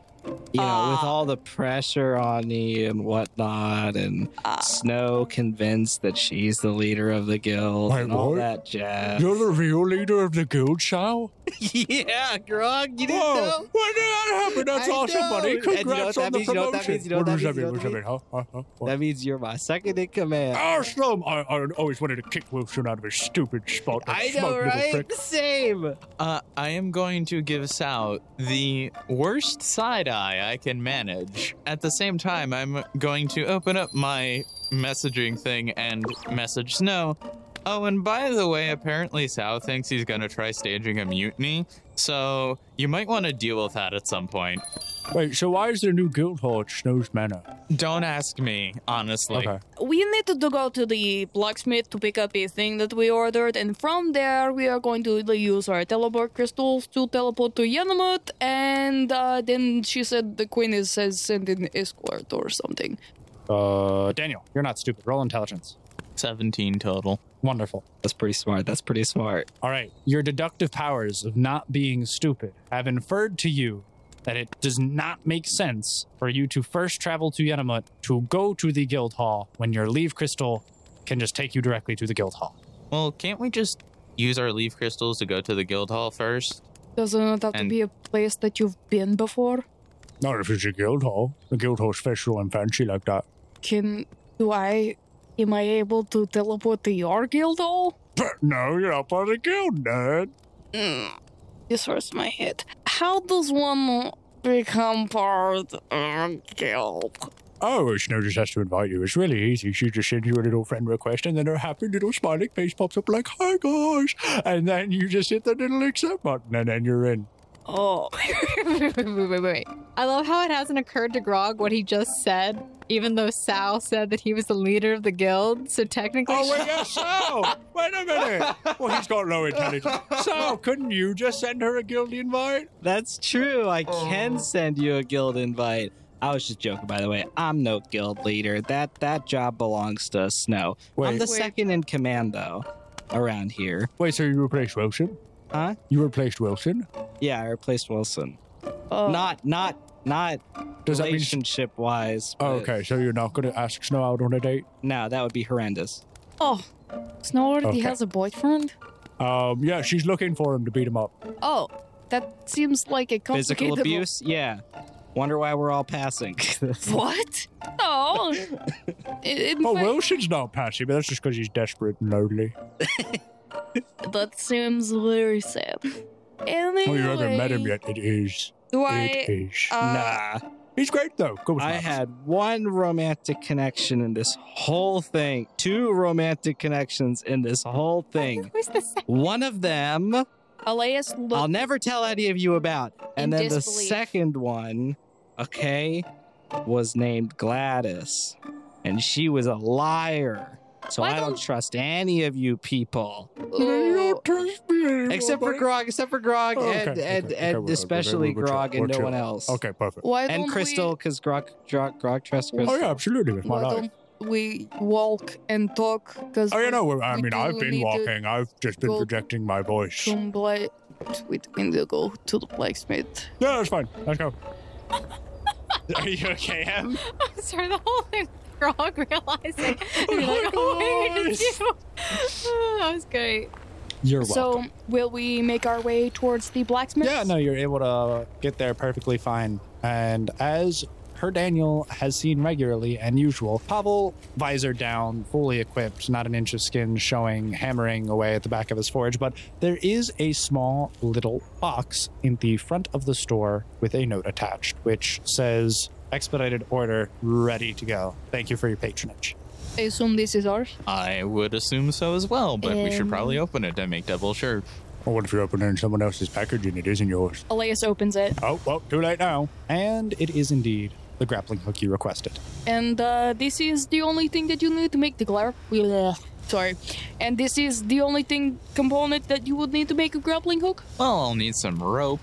S6: You know, with
S12: Ah.
S6: all the pressure on me and whatnot, and
S12: Ah.
S6: Snow convinced that she's the leader of the guild
S7: Wait,
S6: and all
S7: what?
S6: that jazz.
S7: You're the real leader of the guild, Sal?
S6: yeah, Grog, you
S7: Whoa! When did that happen? That's
S6: I
S7: awesome, buddy.
S6: know. And you know what
S7: Congrats
S6: that
S7: on the
S6: means? You know what that
S7: promotion.
S6: means? You know what
S7: What
S6: that
S7: does that
S6: means? You
S7: mean? What
S6: know
S7: does that mean? Huh? Huh? Huh? What?
S6: That means you're my second in command.
S7: Oh, Slum! I, I always wanted to kick Wilson out of his stupid spot. that
S6: I
S7: smug
S6: know,
S7: little
S6: right?
S7: prick.
S6: Same.
S8: Uh, I am going to give Sal the worst side eye I can manage. At the same time, I'm going to open up my messaging thing and message Snow. Oh, and by the way, apparently Sal thinks he's going to try staging a mutiny, so you might want to deal with that at some point.
S7: Wait, so why is there a new guild hall at Snow's Manor?
S8: Don't ask me, honestly.
S7: Okay.
S1: We need to go to the blacksmith to pick up a thing that we ordered, and from there we are going to use our teleport crystals to teleport to Yanamut, and uh, then she said the queen is says send an escort or something.
S7: Uh, Daniel, you're not stupid. Roll intelligence.
S8: 17 total.
S7: Wonderful.
S6: That's pretty smart. That's pretty smart.
S7: All right. Your deductive powers of not being stupid have inferred to you that it does not make sense for you to first travel to Yenamut to go to the guild hall when your leave crystal can just take you directly to the guild hall.
S8: Well, can't we just use our leaf crystals to go to the guild hall first?
S1: Does it not have to
S8: And-
S1: be a place that you've been before?
S7: Not if it's a guild hall. The guild hall's special and fancy like that.
S1: Can do I? Am I able to teleport to your guild hall?
S7: But no, you're not part of the guild, nerd.
S1: Mm, this hurts my head. How does one become part of a guild?
S7: Oh, Snow just has to invite you. It's really easy. She just sends you a little friend request, and then her happy little smiling face pops up like, hi, guys. And then you just hit the little accept button, and then you're in.
S1: Oh,
S5: wait, wait, wait, wait. I love how it hasn't occurred to Grog what he just said, even though Sal said that he was the leader of the guild. So technically,
S7: Oh, wait, yes, Sal! Wait a minute! Well, he's got low intelligence. Sal, couldn't you just send her a guild invite?
S6: That's true. I
S7: Oh.
S6: can send you a guild invite. I was just joking, by the way. I'm no guild leader. That that job belongs to Snow. I'm the
S7: Wait,
S6: second in command, though. around here.
S7: Wait, so you replaced Wilson?
S6: Huh?
S7: You replaced Wilson?
S6: Yeah, I replaced Wilson.
S1: Uh,
S6: Not not not
S7: Oh. Does that mean?
S6: relationship wise.
S7: Oh, okay, so you're not going to ask Snow out on a date?
S6: No, that would be horrendous.
S1: Oh, Snow already
S7: Okay.
S1: has a boyfriend?
S7: Um, yeah, she's looking for him to beat him up.
S1: Oh, that seems like a complicated...
S6: Physical abuse? Yeah. Wonder why we're all passing.
S7: Uh,
S1: What? No. In- in
S7: Oh,
S1: fact,
S7: Wilson's not passive, but that's just because he's desperate and lonely.
S1: That seems very sad. Anyway,
S7: Oh, you haven't met him yet. It is.
S1: Do I? uh,
S7: it is.
S6: nah.
S7: he's great, though. Go with
S6: I
S7: Max.
S6: had one romantic connection in this whole thing. Two romantic connections in this whole thing.
S5: Where's the second?
S6: One of them
S1: Elias looked.
S6: I'll never tell any of you about. And
S1: In
S6: then the
S1: disbelief.
S6: second one, okay, was named Gladys. And she was a liar. So
S1: Why
S6: I don't
S1: don't-
S6: trust any of you people.
S7: You
S1: uh,
S7: don't trust me anymore,
S6: Except for
S7: buddy.
S6: Grog, except for Grog,
S7: Oh, okay,
S6: and, and,
S7: okay, okay,
S6: and
S7: we're- we're-
S6: especially
S7: we're- we're chill,
S6: Grog
S7: we're
S6: and no
S7: chill.
S6: one else.
S7: Okay, perfect.
S1: why
S6: And
S1: don't
S6: Crystal,
S1: we-
S6: because Grog, Grog, Grog trusts Crystal.
S7: Oh, yeah, absolutely. It's
S1: why
S7: my life.
S1: don't we walk and talk? Because
S7: Oh, you know, I
S1: we
S7: mean,
S1: do
S7: I've been
S1: need to
S7: walking. I've just been
S1: go-
S7: projecting my voice.
S1: From Bla- we we need to go to the blacksmith.
S7: Yeah, that's fine. Let's go. Are you okay, Em?
S5: Sorry, the whole thing was wrong, realizing.
S7: Oh
S5: You're
S7: my
S5: like, oh, wait, it's
S7: gosh.
S5: you. that was great.
S7: You're
S1: So, will we make our way towards the blacksmith?
S7: Yeah, no, you're able to get there perfectly fine. And as her Daniel has seen regularly and usual, Pavel, visor down, fully equipped, not an inch of skin showing, hammering away at the back of his forge. But there is a small little box in the front of the store with a note attached, which says, Expedited order, ready to go. Thank you for your patronage.
S1: I assume this is ours.
S8: I would assume so as well, but we should
S1: Um,
S8: probably open it and make double sure.
S7: Well, what if you're opening someone else's package and it isn't yours?
S1: Elias opens it,
S7: Oh, well, too late now. And it is indeed the grappling hook you requested.
S1: and uh, this is the only thing that you need to make the glare. Bleh. Sorry, and this is the only thing component that you would need to make a grappling hook.
S8: Well, I'll need some rope,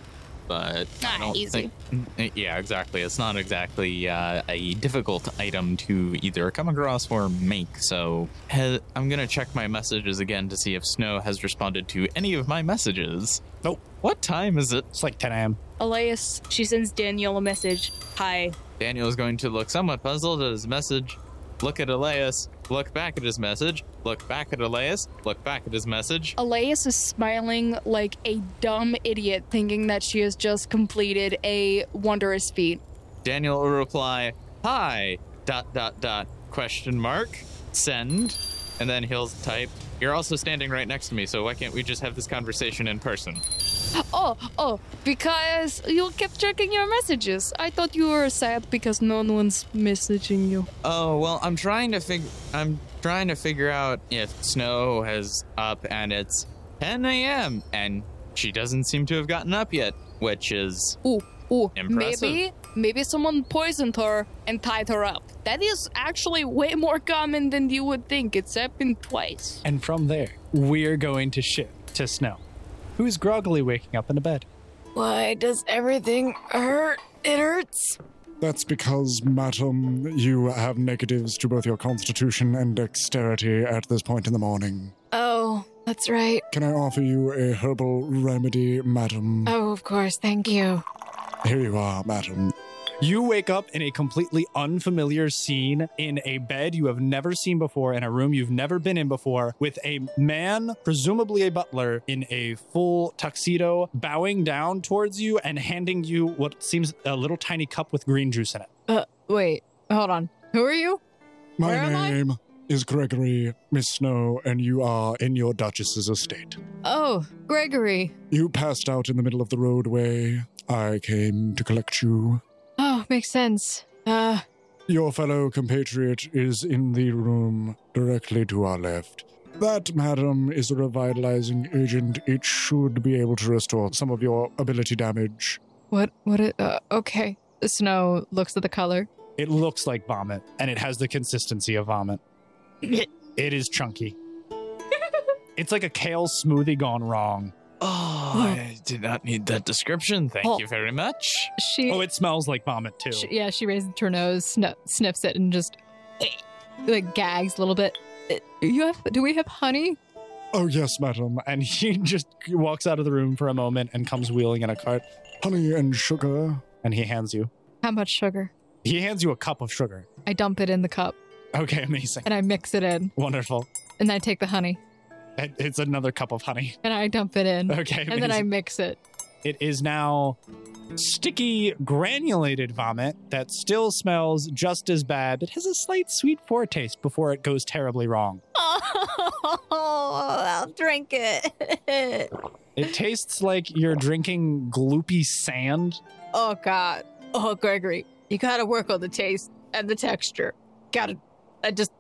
S8: but I
S1: Ah,
S8: don't
S1: easy.
S8: think. Yeah, exactly. It's not exactly uh, a difficult item to either come across or make. So he- I'm gonna check my messages again to see if Snow has responded to any of my messages.
S7: Nope.
S8: What time is it?
S7: It's like 10 a.m.
S1: Elias, she sends Daniel a message. Hi.
S8: Daniel is going to look somewhat puzzled at his message. Look at Elias. Look back at his message. Look back at Elias. Look back at his message.
S1: Elias is smiling like a dumb idiot, thinking that she has just completed a wondrous feat.
S8: Daniel will reply, "Hi." Dot dot dot question mark send, and then he'll type, "You're also standing right next to me, so why can't we just have this conversation in person?"
S1: Oh, oh, because you kept checking your messages. I thought you were sad because no one's messaging you.
S8: Oh well, I'm trying to figure. I'm trying to figure out if Snow has up and it's 10 a.m. and she doesn't seem to have gotten up yet, which is
S1: Ooh, ooh.
S8: Impressive.
S1: Maybe, maybe someone poisoned her and tied her up. That is actually way more common than you would think. It's happened twice.
S7: And from there, we're going to ship to Snow, who's groggily waking up in a bed.
S9: Why does everything hurt? It hurts.
S13: That's because, madam, you have negatives to both your constitution and dexterity at this point in the morning.
S9: Oh, that's right.
S13: Can I offer you a herbal remedy, madam?
S5: Uh,
S9: Oh, of course. Thank you.
S13: Here you are, madam.
S7: You wake up in a completely unfamiliar scene in a bed you have never seen before, in a room you've never been in before, with a man, presumably a butler, in a full tuxedo, bowing down towards you and handing you what seems a little tiny cup with green juice in it.
S5: Wait, hold on. Who are you?
S13: My
S5: Where am I?
S13: name is Gregory Miss Snow, and you are in your duchess's estate.
S5: Oh, Gregory.
S13: You passed out in the middle of the roadway. I came to collect you.
S5: Oh, makes sense. Uh,
S13: Your fellow compatriot is in the room directly to our left. That, madam, is a revitalizing agent. It should be able to restore some of your ability damage.
S5: what? What? It, uh, okay. The snow looks at the color.
S7: It looks like vomit, and it has the consistency of vomit. it is chunky. it's like a kale smoothie gone wrong.
S8: Oh, I did not need that description. Thank you very much.
S5: She.
S7: Oh, it smells like vomit too.
S5: she yeah, she raises her nose, snu sniffs
S10: eh,
S5: it, and just like gags a little bit. Uh, You have? Do we have honey?
S13: Oh, yes, madam.
S7: And he just walks out of the room for a moment and comes wheeling in a cart
S13: Honey and sugar.
S7: and he hands you.
S10: How much sugar?
S7: He hands you a cup of sugar.
S10: I dump it in the cup
S7: Okay, amazing.
S10: and I mix it in
S7: Wonderful.
S10: and I take the honey
S7: It- It's another cup of honey.
S10: and I dump it in
S7: Okay,
S10: and then I mix it.
S7: It is now sticky, granulated vomit that still smells just as bad, but has a slight sweet foretaste before it goes terribly wrong.
S10: Oh, I'll drink it.
S7: It tastes like you're drinking gloopy sand.
S10: oh, God. Oh, Gregory, you got to work on the taste and the texture. Got to. I just.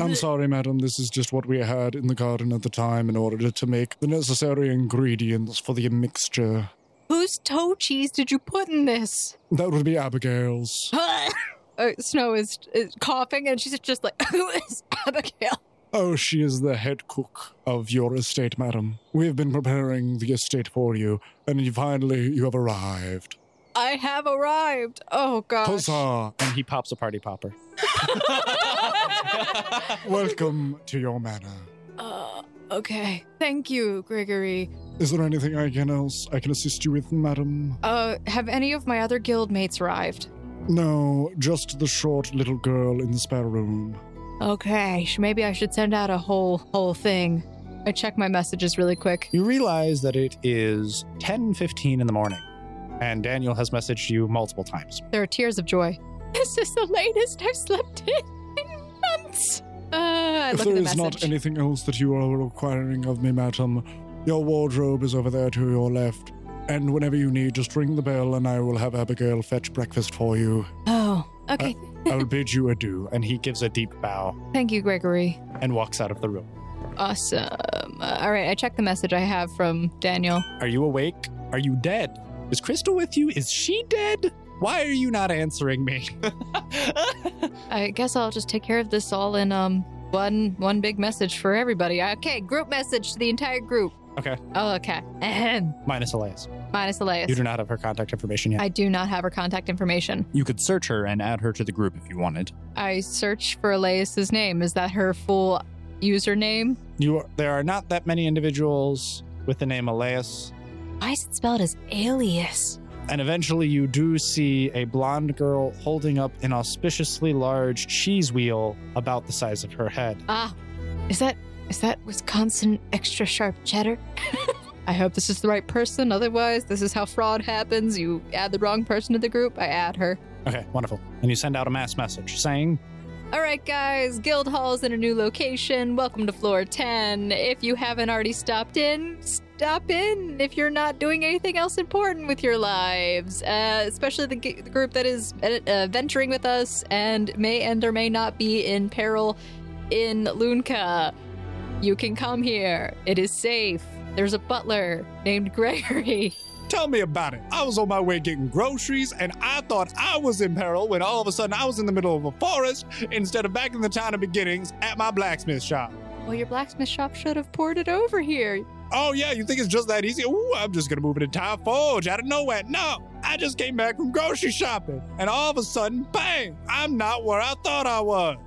S13: I'm sorry, madam. This is just what we had in the garden at the time in order to make the necessary ingredients for the mixture.
S10: Whose toe cheese did you put in this?
S13: That would be Abigail's.
S10: uh, Snow is, is coughing and she's just like, Who is Abigail?
S13: Oh, she is the head cook of your estate, madam. We have been preparing the estate for you, and you- finally you have arrived.
S10: I have arrived. Oh, gosh.
S13: Huzzah!
S7: And he pops a party popper.
S13: Welcome to your manor.
S10: Uh, okay. Thank you, Gregory.
S13: Is there anything I can else I can assist you with, madam?
S10: Uh, have any of my other guild mates arrived?
S13: No, just the short little girl in the spare room.
S10: Okay, sh- maybe I should send out a whole whole thing. I check my messages really quick.
S7: You realize that it is 10:15 in the morning, and Daniel has messaged you multiple times.
S10: There are tears of joy. This is the latest I've slept in in months. Uh, I
S13: if
S10: look
S13: there
S10: at the
S13: is not
S10: message.
S13: anything else that you are requiring of me, madam, your wardrobe is over there to your left. And whenever you need, just ring the bell and I will have Abigail fetch breakfast for you.
S10: oh, okay.
S13: I will bid you adieu.
S7: And he gives a deep bow
S10: Thank you, Gregory.
S7: and walks out of the room.
S10: Awesome. Uh, all right, I check the message I have from Daniel.
S7: Are you awake? Are you dead? Is Crystal with you? Is she dead? Why are you not answering me?
S10: I guess I'll just take care of this all in um one one big message for everybody. Okay, group message to the entire group.
S7: Okay.
S10: Oh, okay. Ahem.
S7: Minus Elias.
S10: Minus Elias.
S7: You do not have her contact information yet.
S10: I do not have her contact information.
S7: You could search her and add her to the group if you wanted.
S10: I search for Elias's name. Is that her full username?
S7: You are, there are not that many individuals with the name Elias,
S10: Why is it spelled as alias?
S7: and eventually you do see a blonde girl holding up an auspiciously large cheese wheel about the size of her head.
S10: Ah, is that is that Wisconsin extra sharp cheddar? I hope this is the right person. Otherwise, this is how fraud happens. You add the wrong person to the group. I add her.
S7: Okay, wonderful. And you send out a mass message saying,
S10: All right, guys. Guild Hall's in a new location. Welcome to floor ten. If you haven't already stopped in, stop in. If you're not doing anything else important with your lives, uh, especially the, g- the group that is uh, uh, venturing with us and may end or may not be in peril in Lunka, you can come here. It is safe. There's a butler named Gregory.
S7: Tell me about it. I was on my way getting groceries and I thought I was in peril when all of a sudden I was in the middle of a forest instead of back in the town of beginnings at my blacksmith shop.
S10: Well, your blacksmith shop should have poured it over here.
S7: Oh, yeah, you think it's just that easy? Ooh, I'm just gonna move an entire forge out of nowhere. No, I just came back from grocery shopping and all of a sudden, bang, I'm not where I thought I was.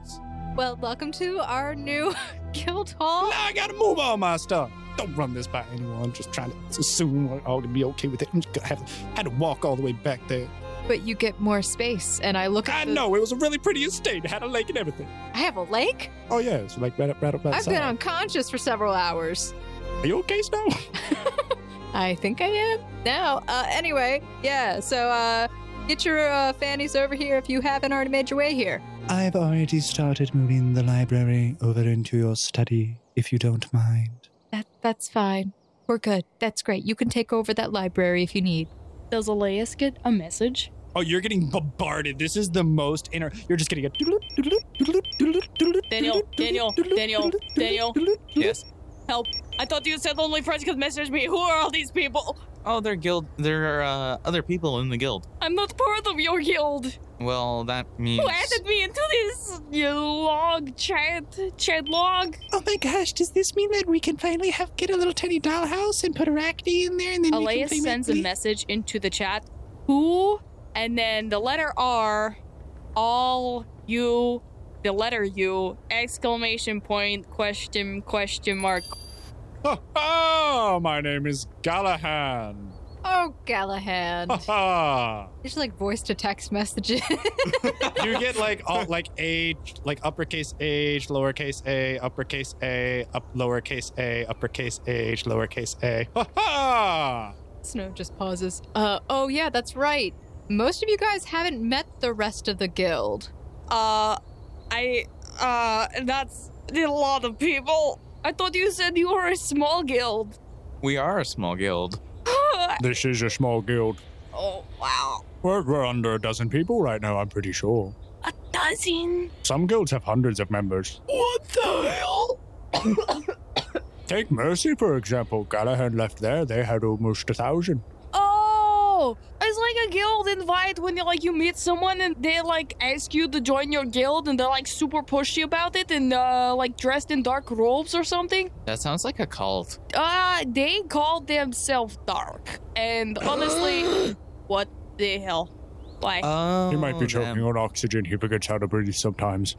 S10: Well, welcome to our new guild hall.
S7: Now I gotta move all my stuff. Don't run this by anyone. I'm just trying to assume we're all gonna be okay with it. I'm just gonna have had to walk all the way back there.
S10: But you get more space, and I look. At
S7: I
S10: the-
S7: know it was a really pretty estate. It had a lake and everything.
S10: I have a lake.
S7: Oh yeah, it's like right up, right up
S10: I've been unconscious for several hours.
S7: Are you okay, Snow?
S10: I think I am now. Uh, anyway, yeah. So uh, get your uh, fannies over here if you haven't already made your way here.
S14: I've already started moving the library over into your study, if you don't mind.
S10: That that's fine. We're good. That's great. You can take over that library if you need.
S12: Does Elias get a message?
S7: Oh, you're getting bombarded. This is the most inner. You're just getting a. doodle-oop, doodle-oop, doodle-oop, doodle-oop, doodle-oop,
S12: Daniel,
S7: doodle-oop,
S12: Daniel,
S7: doodle-oop,
S12: Daniel,
S7: doodle-oop,
S12: Daniel.
S7: doodle-oop, doodle-oop.
S8: yes.
S12: I thought you said only friends could message me. Who are all these people?
S8: Oh, they're guild. There are uh, other people in the guild.
S12: I'm not part of your guild.
S8: Well, that means.
S12: Who added me into this you log chat? Chat log?
S14: Oh my gosh, does this mean that we can finally have get a little tiny dollhouse and put Arachne in there and then
S12: Elias sends a message into the chat. Who? And then the letter R, all you, the letter U, exclamation point, question, question mark,
S13: Ha ha! My name is Galahan.
S5: Oh, Galahad.
S13: Ha ha!
S5: You should like voice to text messages.
S7: you get like all like a like uppercase age lowercase a uppercase a up lowercase a uppercase age lowercase a ha ha
S5: Snow just pauses. Uh, oh yeah, that's right. Most of you guys haven't met the rest of the guild.
S1: Uh, I, uh, that's a lot of people. I thought you said you were a small guild.
S8: We are a small guild.
S13: This is a small guild.
S1: oh, wow.
S13: We're, we're under a dozen people right now, I'm pretty sure.
S1: A dozen?
S13: Some guilds have hundreds of members.
S1: What the hell?
S13: Take Mercy, for example. Galahan left there, they had almost a thousand.
S1: Oh, it's like a guild invite when you like you meet someone and they like ask you to join your guild and they're like super pushy about it and uh, like dressed in dark robes or something.
S8: That sounds like a cult.
S1: Uh, they call themselves dark. And honestly, what the hell? Like,
S8: Oh,
S13: he might be choking
S8: damn.
S13: on oxygen, he forgets how to breathe sometimes.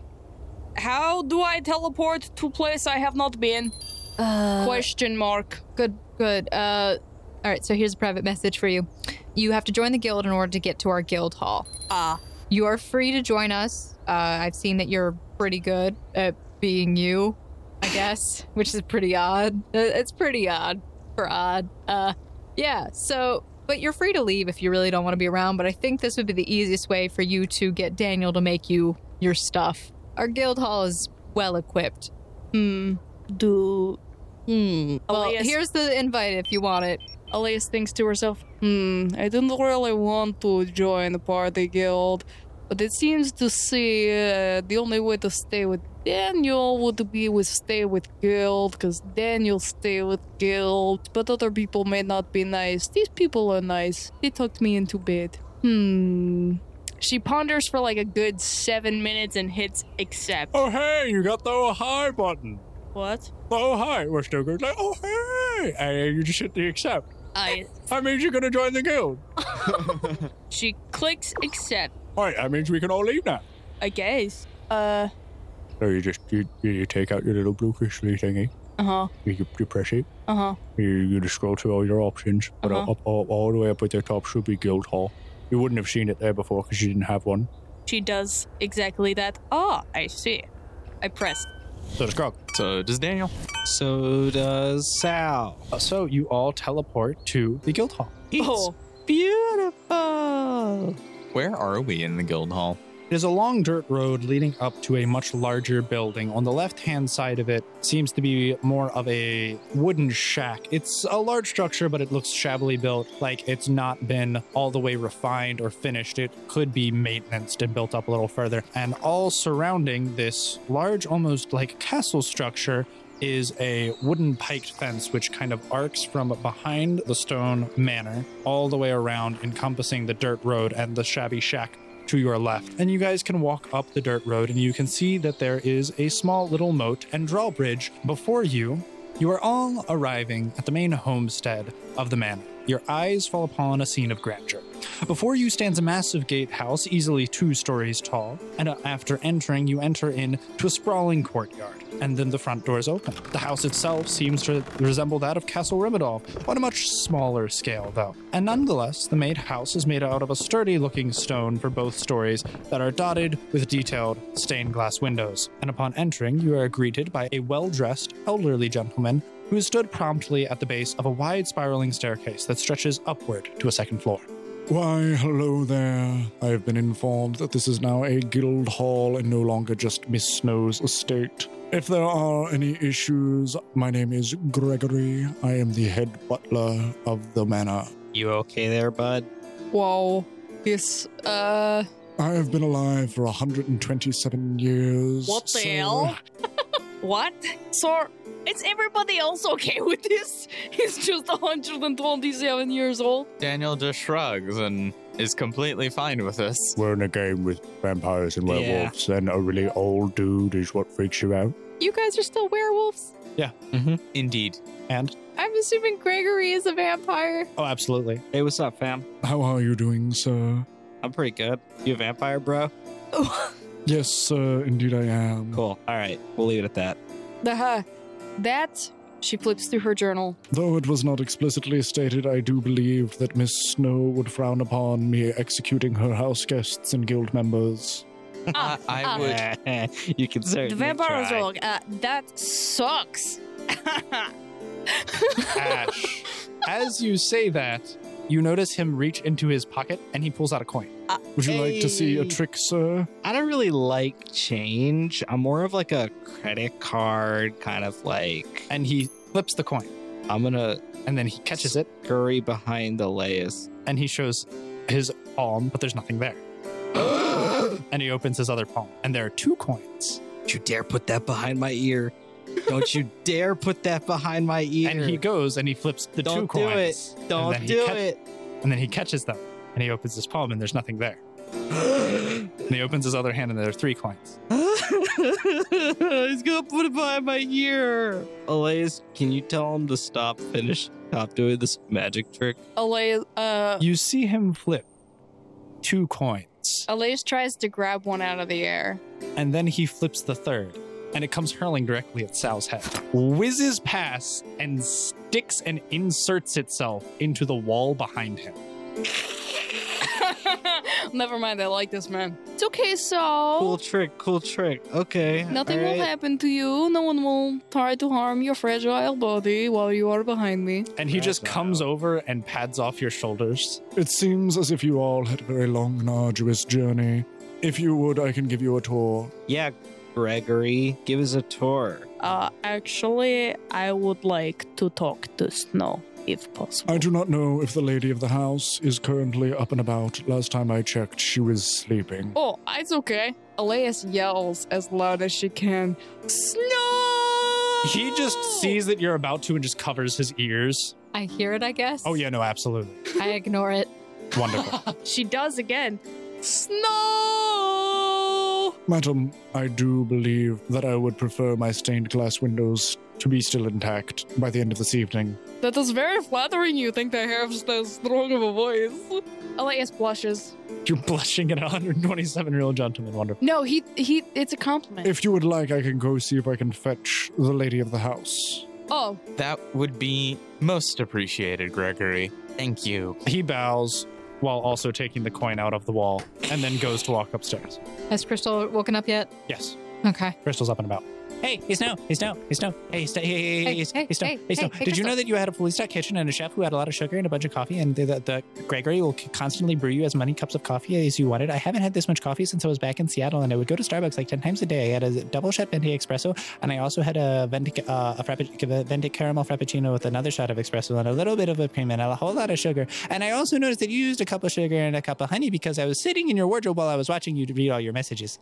S1: how do I teleport to place I have not been?
S5: Uh,
S1: Question mark.
S5: good, good. Uh, all right, so here's a private message for you. You have to join the guild in order to get to our guild hall.
S1: Ah.
S5: You are free to join us. Uh, I've seen that you're pretty good at being you, I guess, which is pretty odd. Uh, It's pretty odd for odd. Uh, yeah, so, but you're free to leave if you really don't want to be around, but I think this would be the easiest way for you to get Daniel to make you your stuff. Our guild hall is well equipped.
S1: Hmm. Do. Hmm.
S5: Well,
S1: Elias-
S5: here's the invite if you want it.
S1: Elias thinks to herself, hmm, I didn't really want to join the party guild, but it seems to see uh, the only way to stay with Daniel would be with stay with guild, because Daniel stay with guild, but other people may not be nice. These people are nice. They tucked me into bed. Hmm. She ponders for like a good seven minutes and hits accept.
S13: Oh, hey, you got the oh hi button.
S1: What?
S13: Oh, hi. We're still good. Like, oh, hey. And you just hit the accept.
S1: I.
S13: That means you're going to join the guild.
S1: She clicks accept.
S13: All right, that means we can all leave now.
S1: I guess. Uh.
S13: So you just you, you take out your little blue crystal thingy.
S1: Uh huh.
S13: You, you press it.
S1: Uh huh.
S13: You, you just scroll through all your options, but
S1: Uh-huh.
S13: up, all, all the way up at the top should be Guildhall. You wouldn't have seen it there before because you didn't have one.
S1: She does exactly that. Ah, I see. I pressed.
S7: so it's grog
S8: So does Daniel.
S6: So does Sal.
S7: so you all teleport to the guild hall
S6: It's
S1: Oh.
S6: beautiful.
S8: Where are we in the guild hall?
S7: It is a long dirt road leading up to a much larger building. On the left hand side of it seems to be more of a wooden shack. It's a large structure, but it looks shabbily built, like it's not been all the way refined or finished. It could be maintenanced and built up a little further. And all surrounding this large, almost like castle structure, is a wooden piked fence which kind of arcs from behind the stone manor all the way around, encompassing the dirt road and the shabby shack to your left. And you guys can walk up the dirt road and you can see that there is a small little moat and drawbridge before you. You are all arriving at the main homestead of the manor. Your eyes fall upon a scene of grandeur. Before you stands a massive gatehouse, easily two stories tall, and after entering, you enter in to a sprawling courtyard, and then the front doors open. The house itself seems to resemble that of Castle Rimadov, on a much smaller scale, though. And nonetheless, the main house is made out of a sturdy-looking stone for both stories that are dotted with detailed stained glass windows. And upon entering, you are greeted by a well-dressed, elderly gentleman who stood promptly at the base of a wide spiraling staircase that stretches upward to a second floor.
S13: Why, hello there. I have been informed that this is now a guild hall and no longer just Miss Snow's estate. If there are any issues, my name is Gregory. I am the head butler of the manor.
S6: You okay there, bud?
S1: Whoa. Yes. Uh.
S13: I have been alive for 127 years.
S1: What the
S13: so-
S1: hell? What? So, is everybody else okay with this? He's just 127 years old.
S8: Daniel just shrugs and is completely fine with us.
S13: We're in a game with vampires and
S6: Yeah.
S13: werewolves, and a really old dude is what freaks you out.
S5: You guys are still werewolves?
S8: Indeed.
S5: I'm assuming Gregory is a vampire.
S7: Oh, absolutely.
S6: Hey, what's up, fam?
S13: How are you doing, sir?
S6: I'm pretty good. You a vampire, bro?
S13: Yes, sir, indeed I am.
S6: Cool. All right, we'll leave it at that.
S1: Uh, that She flips through her journal.
S13: Though it was not explicitly stated, I do believe that Miss Snow would frown upon me executing her house guests and guild members.
S8: I, I
S1: ah.
S8: would.
S6: you can certainly
S1: The vampire
S6: try.
S1: dog. Uh, that sucks.
S7: Ash. As you say that, you notice him reach into his pocket and he pulls out a coin.
S13: Would you like to see a
S6: Uh, Hey.
S13: trick, sir?
S6: I don't really like change. I'm more of like a credit card kind of like.
S7: And he flips the coin
S6: I'm gonna
S7: and then he catches it
S6: scurry behind the layers.
S7: and he shows his palm, but there's nothing there. and he opens his other palm and there are two coins.
S6: Don't you dare put that behind my ear. Don't you dare put that behind my ear.
S7: And he goes and he flips the two
S6: Don't do
S7: coins.
S6: it.
S7: then
S6: Don't
S7: he
S6: do
S7: cut-
S6: it.
S7: And then he catches them and he opens his palm and there's nothing there. and he opens his other hand and there are three coins.
S6: He's gonna put it behind my ear. Elias, can you tell him to stop, finish, stop doing this magic trick?
S1: Elias, uh,
S7: You see him flip two coins
S1: Elias tries to grab one out of the air.
S7: and then he flips the third and it comes hurling directly at Sal's head. Whizzes past and sticks and inserts itself into the wall behind him.
S1: Never mind, I like this man. It's okay, so
S6: Cool trick, cool trick. Okay.
S1: Oh. nothing will
S6: alright.
S1: happen to you. No one will try to harm your fragile body while you are behind me.
S7: And he just
S6: That's
S7: comes
S6: wild.
S7: over and pads off your shoulders.
S13: It seems as if you all had a very long and arduous journey. If you would, I can give you a tour.
S6: Yeah, Gregory, give us a tour.
S1: Uh, actually, I would like to talk to Snow if possible.
S13: I do not know if the lady of the house is currently up and about. Last time I checked, she was sleeping.
S1: Oh, it's okay. Elias yells as loud as she can. Snow!
S7: He just sees that you're about to and just covers his ears.
S5: I hear it, I guess.
S7: Oh, yeah, no, absolutely.
S5: I ignore it.
S7: Wonderful.
S1: She does again. Snow!
S13: Madam, I do believe that I would prefer my stained glass windows to be still intact by the end of this evening.
S1: That is very flattering. You think they have that strong of a voice? Elias blushes.
S7: you're blushing at a 127 year old gentleman. Wonderful.
S1: No, he he. It's a compliment.
S13: If you would like, I can go see if I can fetch the lady of the house.
S1: oh,
S8: That would be most appreciated, Gregory. Thank you.
S7: He bows while also taking the coin out of the wall and then goes to walk upstairs.
S5: Has Crystal woken up yet?
S7: Yes,
S5: Okay.
S7: Crystal's up and about.
S10: Hey, it's Snow. It's Snow. It's Snow. Hey, it's Snow. Hey, hey,
S5: Hey,
S10: hey, hey, it's-
S5: hey,
S10: it's Snow.
S5: hey,
S10: Hey, Snow.
S5: hey, hey,
S10: Did you know
S5: Crystal.
S10: that you had a fully stocked kitchen and a chef who had a lot of sugar and a bunch of coffee, and the, the, the Gregory will constantly brew you as many cups of coffee as you wanted? I haven't had this much coffee since I was back in Seattle, and I would go to Starbucks like ten times a day. I had a double shot venti espresso, and I also had a venti, uh, a frappuc- a venti caramel frappuccino with another shot of espresso and a little bit of a cream and a whole lot of sugar. And I also noticed that you used a cup of sugar and a cup of honey because I was sitting in your wardrobe while I was watching you read all your messages.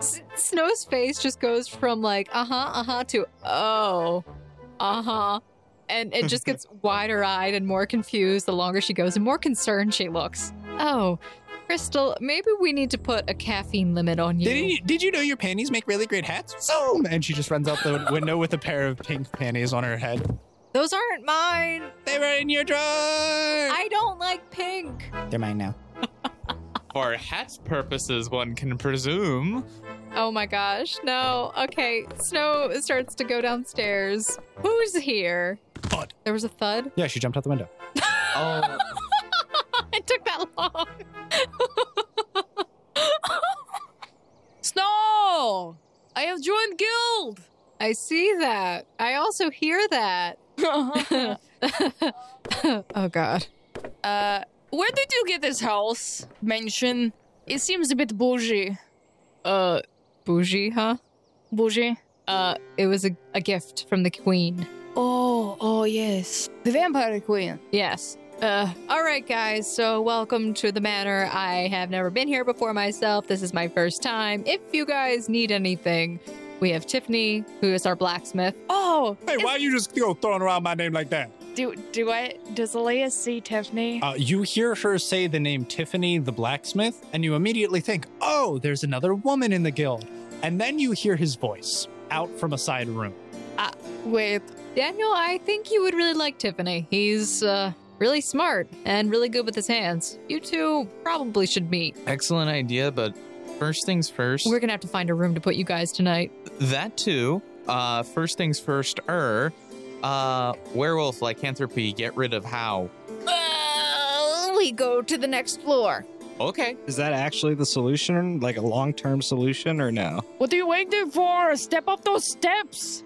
S5: S- Snow's face just goes from like uh huh uh huh to oh uh huh, and it just gets wider eyed and more confused the longer she goes and more concerned she looks. Oh, Crystal, maybe we need to put a caffeine limit on you.
S10: Did you, did you know your panties make really great hats?
S7: Zoom! And she just runs out the window with a pair of pink panties on her head.
S5: Those aren't mine.
S10: They were in your drawer.
S5: I don't like pink.
S10: They're mine now.
S8: For hat purposes, one can presume.
S5: Oh my gosh, no. Okay, Snow starts to go downstairs. Who's here?
S7: Thud.
S5: There was a thud.
S7: Yeah, she jumped out the window.
S8: Oh,
S5: It took that long.
S1: Snow! I have joined guild.
S5: I see that. I also hear that. oh god.
S1: uh, where did you get this house mansion? It seems a bit bougie.
S5: Uh, bougie, huh?
S1: Bougie.
S5: Uh, it was a, a gift from the queen.
S1: Oh, oh yes, the vampire queen.
S5: Yes. Uh, all right, guys. So, welcome to the manor. I have never been here before myself. This is my first time. If you guys need anything, we have Tiffany, who is our blacksmith.
S1: Oh,
S7: Hey, why you just go throwing around my name like that?
S9: Do do I does Elias see Tiffany?
S7: Uh, you hear her say the name Tiffany the blacksmith, and you immediately think, oh, there's another woman in the guild. And then you hear his voice out from a side room.
S1: wait.
S5: Daniel, I think you would really like Tiffany. He's uh, really smart and really good with his hands. You two probably should meet.
S8: excellent idea, but first things first.
S5: We're gonna have to find a room to put you guys tonight.
S8: That too. Uh, first things first, er, Uh, werewolf lycanthropy, get rid of how?
S5: Uh, we go to the next floor.
S8: Okay.
S6: Is that actually the solution? Like a long term solution or no?
S1: What are you waiting for? Step up those steps.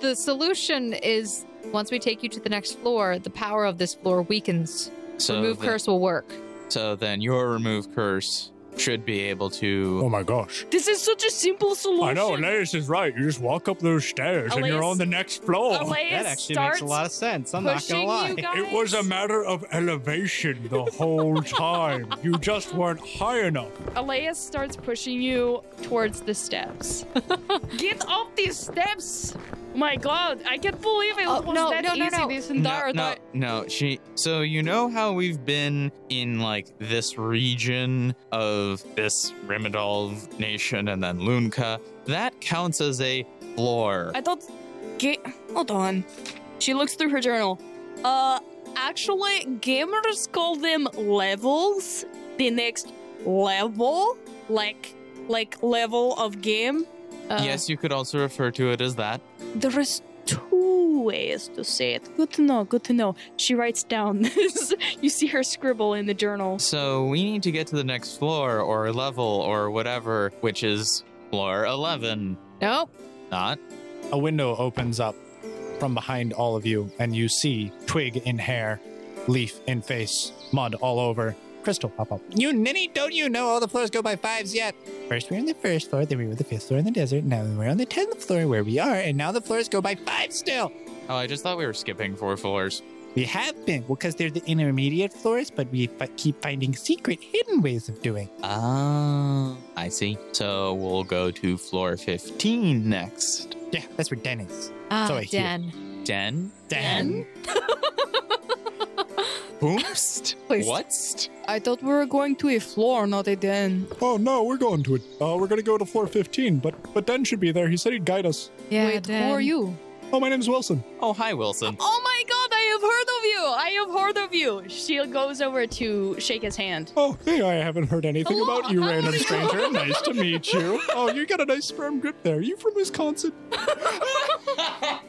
S5: The solution is once we take you to the next floor, the power of this floor weakens.
S8: So
S5: Remove
S8: the-
S5: curse will work.
S8: So then your remove curse should be able to.
S13: Oh my gosh.
S1: This is such a simple solution.
S13: I know, Elias is right. You just walk up those stairs and you're
S1: Elias- Oh
S13: on the next floor.
S1: Elias
S6: that actually
S1: starts
S6: makes a lot of sense. I'm not
S1: pushing
S6: gonna lie.
S1: you guys.
S13: It was a matter of elevation the whole time. You just weren't high enough.
S1: Elias starts pushing you towards the steps. Get up these steps! Oh My God, I can't believe it
S5: Oh,
S1: was
S5: no,
S1: that
S5: no, no,
S1: easy
S5: no.
S1: this
S8: No,
S1: entire
S8: no,
S1: time.
S8: no. She. So you know how we've been in like this region of this Rimadol nation and then Lunka. That counts as a floor.
S1: I thought. Ga- Hold on. She looks through her journal. Uh, actually, gamers call them levels. The next level, like like level of game. Uh,
S8: yes, you could also refer to it as that.
S1: There is two ways to say it. Good to know, good to know. She writes down this. you see her scribble in the journal.
S8: So we need to get to the next floor or level or whatever, which is floor eleven.
S5: Nope.
S8: Not.
S7: A window opens up from behind all of you, and you see twig in hair, leaf in face, mud all over. Crystal pop up.
S10: You ninny, don't you know all the floors go by fives yet? First we were on the first floor, then we were on the fifth floor in the desert, now we're on the tenth floor where we are, and now the floors go by five still.
S8: Oh, I just thought we were skipping four floors.
S10: We have been, well, because they're the intermediate floors, but we fi- keep finding secret, hidden ways of doing.
S8: Ah, I see. So we'll go to floor 15 next.
S10: Yeah, that's where Den is. So
S5: Ah,
S10: I hear.
S5: Den.
S8: Den?
S5: Den?
S8: Boomst?
S5: Please.
S8: Whatst?
S1: I thought we were going to a floor, not a den.
S13: Oh no, we're going to it. Uh, we're gonna go to floor 15, but but Den should be there. He said he'd guide us.
S5: Yeah,
S1: Wait, who are you?
S13: Oh, my name's Wilson.
S8: Oh, hi, Wilson.
S1: Oh my god, I have heard of you! I have heard of you! She goes over to shake his hand.
S13: Oh, hey, I haven't heard anything
S1: Hello,
S13: about you,
S1: how
S13: random
S1: are you?
S13: stranger. Nice to meet you. Oh, you got a nice firm grip there. You from Wisconsin?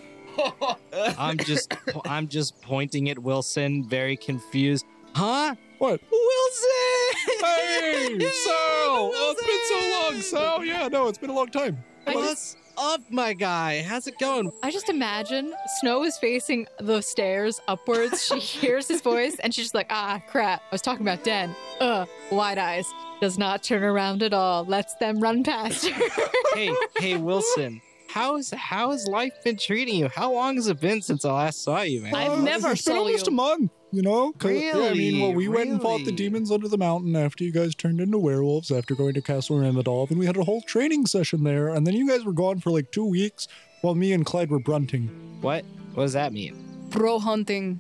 S6: I'm just I'm just pointing at Wilson, very confused. Huh?
S13: What?
S6: Wilson!
S13: Hey, Sal! Oh, it's been so long, Sal. Oh, Yeah, no, it's been a long time.
S6: What's up, my guy? How's it going?
S5: I just imagine Snow is facing the stairs upwards. She hears his voice and she's just like, ah, crap. I was talking about Den. Ugh, wide eyes. Does not turn around at all. Lets them run past her.
S6: Hey, hey, Wilson. How's how has life been treating you? How long has it been since I last saw you, man?
S1: I
S13: Uh,
S1: never
S13: it's
S1: saw
S13: been almost
S1: you.
S13: a month, you know? 'Cause- yeah, I mean, well, we
S6: Really,
S13: went and fought the
S6: really.
S13: demons under the mountain after you guys turned into werewolves after going to Castle Ramadolf, and we had a whole training session there, and then you guys were gone for like two weeks while me and Clyde were brunting.
S6: What? What does that mean?
S1: Pro hunting,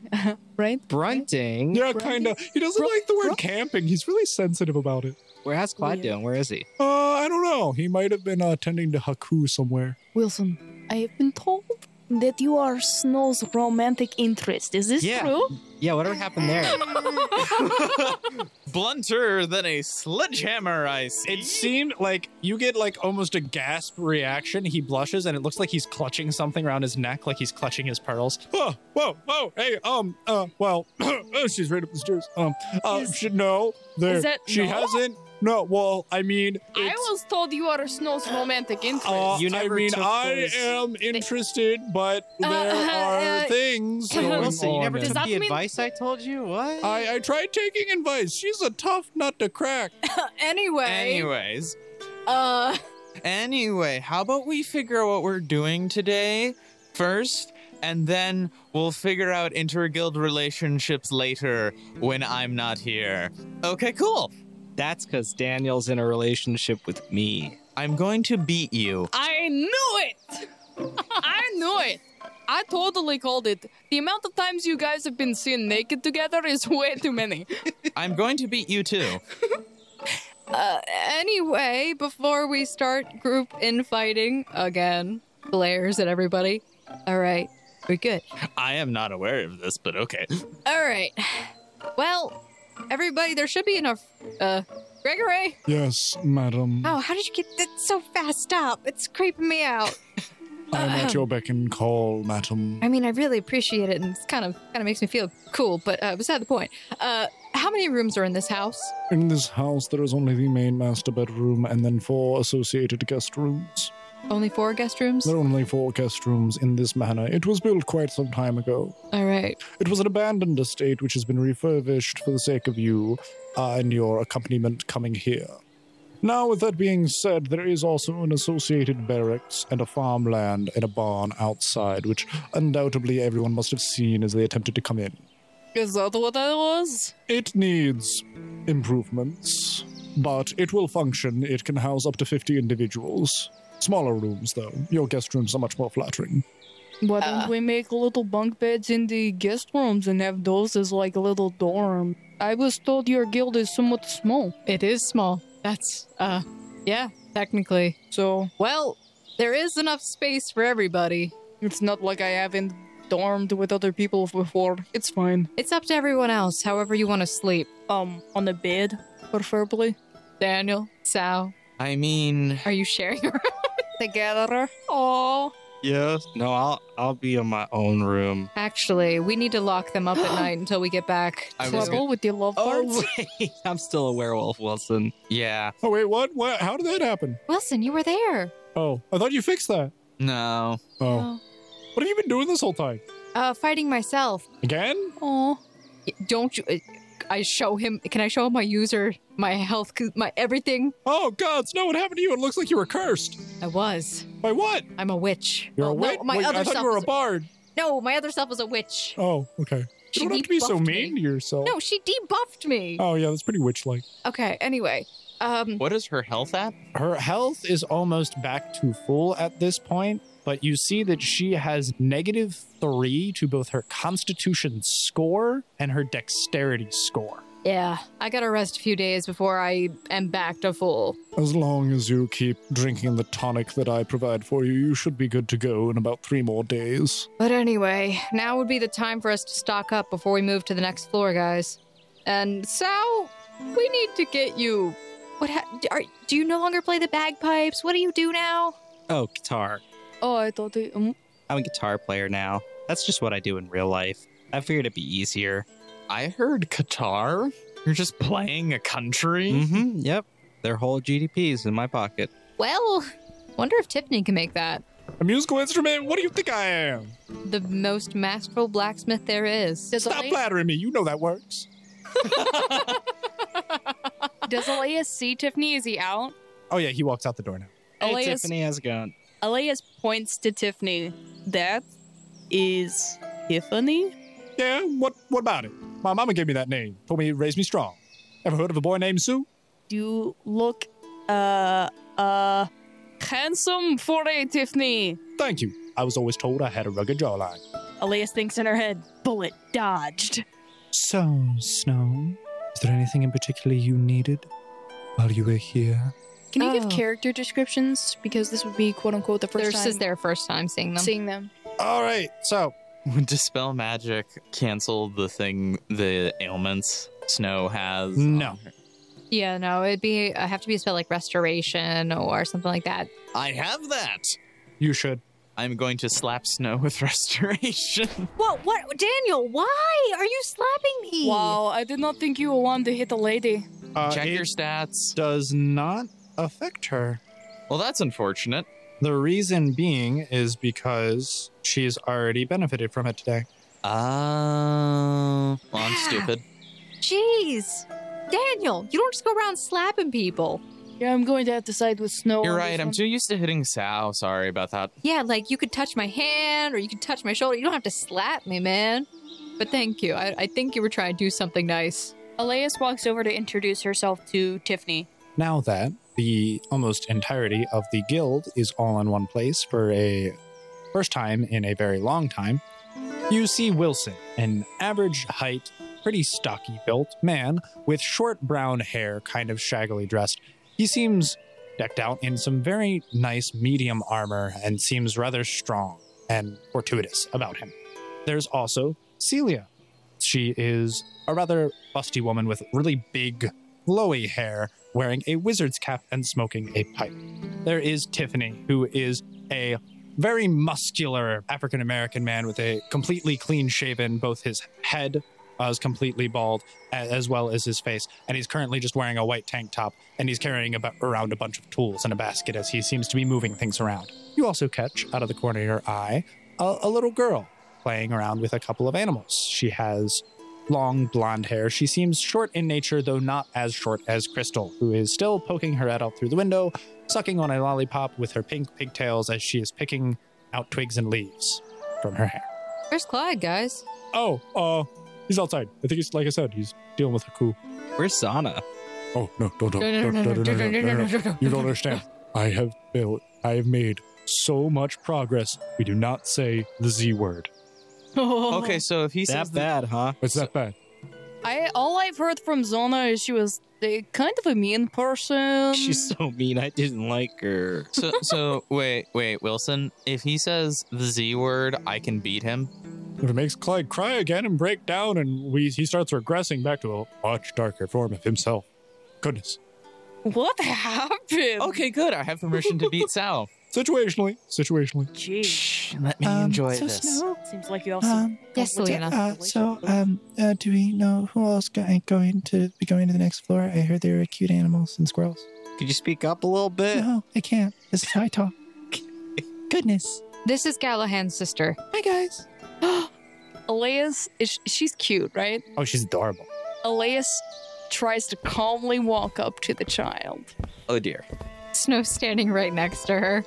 S1: right?
S6: Brunting.
S13: Yeah, kind of. He doesn't like the word camping. He's really sensitive about it.
S6: Where how's Clyde doing? Where is he?
S13: Uh, I don't know. He might have been uh, tending to Haku somewhere.
S1: Wilson, I have been told that you are Snow's romantic interest. Is this
S6: Yeah.
S1: true?
S6: Yeah, whatever happened there?
S8: Blunter than a sledgehammer, I see.
S7: It seemed like you get like almost a gasp reaction. He blushes, and it looks like he's clutching something around his neck, like he's clutching his pearls.
S13: Oh, whoa, whoa, hey, um, uh, well, oh, she's right up the stairs. Um, uh,
S1: Is-
S13: she, no, there,
S1: is that
S13: she
S1: no?
S13: hasn't. No, well, I mean,
S1: I
S13: it's-
S1: was told you are Snow's romantic interest.
S13: Uh,
S6: You never
S13: I mean,
S6: took
S13: I
S6: those-
S13: am interested, but
S1: Uh,
S13: there
S1: uh,
S13: are
S1: uh,
S13: things
S1: uh,
S13: going
S6: Wilson, you
S13: on.
S6: never
S13: and-
S6: took
S1: that
S6: the
S1: mean-
S6: advice I told you? What?
S13: I, I tried taking advice. She's a tough nut to crack.
S5: anyway.
S8: Anyways,
S5: Uh,
S8: anyway, how about we figure out what we're doing today first, and then we'll figure out interguild relationships later when I'm not here. Okay, cool.
S6: That's because Daniel's in a relationship with me.
S8: I'm going to beat you.
S1: I knew it! I knew it! I totally called it. The amount of times you guys have been seen naked together is way too many.
S8: I'm going to beat you too.
S5: uh, anyway, before we start group infighting again, glares at everybody. All right, we're good.
S8: I am not aware of this, but okay.
S5: All right. Well, everybody, there should be enough. Uh, Gregory.
S13: Yes, madam.
S5: Oh, how did you get that so fast? Stop. It's creeping me out.
S13: I am at your beck and call, madam.
S5: I mean, I really appreciate it, and it's kind of kind of makes me feel cool. But uh, beside the point, uh, how many rooms are in this house?
S13: In this house, there is only the main master bedroom and then four associated guest rooms.
S5: Only four guest rooms.
S13: There are only four guest rooms in this manor. It was built quite some time ago.
S5: All right.
S13: It was an abandoned estate which has been refurbished for the sake of you uh, and your accompaniment coming here. Now, with that being said, there is also an associated barracks and a farmland and a barn outside, which undoubtedly everyone must have seen as they attempted to come in.
S1: Is that what that was?
S13: It needs improvements, but it will function. It can house up to 50 individuals. Smaller rooms, though. Your guest rooms are much more flattering.
S1: Why don't
S13: Uh.
S1: we make little bunk beds in the guest rooms and have those as like a little dorm? I was told your guild is somewhat small.
S5: It is small. That's uh, yeah, technically.
S1: So
S5: Well, there is enough space for everybody.
S1: it's not like I haven't dormed with other people before. It's fine.
S5: It's up to everyone else, however you want to sleep.
S1: Um, on a bed, preferably.
S5: Daniel, Sal,
S8: I mean,
S5: are you sharing a room?
S1: Together. Oh.
S6: Yeah. No, I'll I'll be in my own room.
S5: Actually, we need to lock them up at night until we get back.
S8: I
S5: to-
S8: was Oh.
S1: Trouble with your love
S13: Oh,
S1: parts?
S6: wait, I'm still a werewolf, Wilson.
S8: yeah,
S13: Oh, wait, what? what? How did that happen?
S5: Wilson, you were there.
S13: Oh, I thought you fixed that.
S8: no.
S13: Oh.
S5: Oh.
S13: What have you been doing this whole time?
S5: Uh, fighting myself.
S13: Again?
S1: Oh.
S5: Don't you? uh, I show him. Can I show him my user, my health, my everything?
S13: Oh, gods, no, what happened to you? It looks like you were cursed.
S5: I was.
S13: By what?
S5: I'm a witch.
S13: You're
S5: Oh,
S13: a
S5: no,
S13: witch?
S5: my
S13: Wait,
S5: other
S13: I thought
S5: self
S13: you were a
S5: was-
S13: bard.
S5: No, my other self was a witch.
S13: Oh, okay.
S5: She
S13: you don't have to be so
S5: debuffed
S13: mean
S5: me.
S13: to yourself.
S5: No, she debuffed me.
S13: Oh, yeah, that's pretty witch like.
S5: Okay. Anyway, um,
S8: What is her health at?
S7: Her health is almost back to full at this point, but you see that she has negative three to both her constitution score and her dexterity score.
S5: yeah, I gotta rest a few days before I am back to full.
S13: As long as you keep drinking the tonic that I provide for you, you should be good to go in about three more days.
S5: But anyway, now would be the time for us to stock up before we move to the next floor, guys. And Sal, we need to get you. What ha- are, do you no longer play the bagpipes? What do you do now?
S6: Oh, guitar.
S1: Oh, I thought they. Um,
S6: I'm a guitar player now. That's just what I do in real life. I figured it'd be easier.
S8: I heard Qatar. You're just playing a country.
S6: Mm-hmm. Yep. Their whole GDP is in my pocket.
S5: Well, wonder if Tiffany can make that
S13: A musical instrument? What do you think I am?
S5: the most masterful blacksmith there is.
S1: does
S13: Stop
S1: Ale-
S13: flattering me. You know that works.
S12: Does Elias see Tiffany? Is he out?
S7: Oh, yeah, he walks out the door now.
S6: Hey,
S1: Elias-
S6: Tiffany, how's it going?
S1: Elias points to Tiffany. That is Tiffany?
S13: Yeah, what what about it? My mama gave me that name. Told me it raised me strong. Ever heard of a boy named Sue?
S1: You look, uh, uh, handsome for a Tiffany.
S13: Thank you. I was always told I had a rugged jawline.
S1: Elias thinks in her head, bullet dodged.
S3: So, Snow, is there anything in particular you needed while you were here?
S1: Can you give
S5: Oh.
S1: character descriptions? Because this would be quote unquote the first
S5: This
S1: time
S5: is their first time seeing them.
S1: seeing them.
S7: All right, so
S8: Dispel magic, cancel the thing, the ailments Snow has.
S7: No.
S8: on her.
S5: Yeah, no, it'd be I have to be a spell like restoration or something like that.
S8: I have that.
S7: you should.
S8: I'm going to slap Snow with restoration.
S5: What? What? Daniel, why are you slapping me?
S1: Wow, I did not think you were one to hit a lady.
S7: Uh,
S8: Check
S7: it
S8: your stats.
S7: does not affect her.
S8: Well, that's unfortunate.
S7: The reason being is because she's already benefited from it today.
S8: Uh, well, I'm stupid.
S5: Jeez, Daniel, you don't just go around slapping people.
S1: Yeah, I'm going to have to side with Snow.
S8: You're
S1: on Oh,
S8: right.
S1: this
S8: I'm
S1: one.
S8: too used to hitting Sal. Sorry about that.
S5: Yeah, like you could touch my hand or you could touch my shoulder. You don't have to slap me, man. But thank you. I, I think you were trying to do something nice.
S12: Elias walks over to introduce herself to Tiffany.
S7: Now that the almost entirety of the guild is all in one place for a first time in a very long time, you see Wilson, an average height, pretty stocky built man with short brown hair, kind of shaggily dressed. He seems decked out in some very nice medium armor and seems rather strong and fortuitous about him. There's also Celia. She is a rather busty woman with really big, flowy hair wearing a wizard's cap and smoking a pipe. There is Tiffany, who is a very muscular African American man with a completely clean shaven, both his head uh, is completely bald a- as well as his face. And he's currently just wearing a white tank top and he's carrying about, around a bunch of tools and a basket as he seems to be moving things around. You also catch out of the corner of your eye a, a little girl playing around with a couple of animals. She has long blonde hair. She seems short in nature, though not as short as Crystal, who is still poking her head out through the window, sucking on a lollipop with her pink pigtails as she is picking out twigs and leaves from her hair.
S5: Where's Clyde, guys?
S7: Oh, uh, he's outside. I think he's, like I said, he's dealing with a coup.
S6: Where's Sana?
S13: Oh no! Don't don't don't don't don't don't! don't, don't, don't. You don't understand. I have built. I have made so much progress. We do not say the Z word.
S8: Okay, so if he says
S6: That
S8: that,
S6: bad, huh?
S13: It's that bad.
S1: I all I've heard from Zona is she was a kind of a mean person.
S6: She's so mean. I didn't like her.
S8: so so wait wait Wilson, if he says the Z word, I can beat him.
S13: If it makes Clyde cry again and break down, and we he starts regressing back to a much darker form of himself. Goodness.
S1: what happened?
S8: Okay, good. I have permission to beat Sal.
S13: Situationally, situationally.
S1: Jeez.
S8: Let me
S3: Um,
S8: enjoy
S3: so
S8: this.
S3: Snow,
S1: Seems like you also
S3: um,
S5: Yes, Selena.
S3: uh, so, um, uh, do we know who else go- ain't going to be going to the next floor? I heard there were cute animals and squirrels.
S6: Could you speak up a little bit?
S13: Uh-huh.
S3: No, oh, I can't. This is how I talk. Goodness.
S5: This is Gallahan's sister.
S3: Hi, guys.
S1: Elias is she's cute, right?
S7: Oh, she's adorable.
S1: Elias tries to calmly walk up to the child.
S8: Oh dear.
S5: Snow standing right next to her.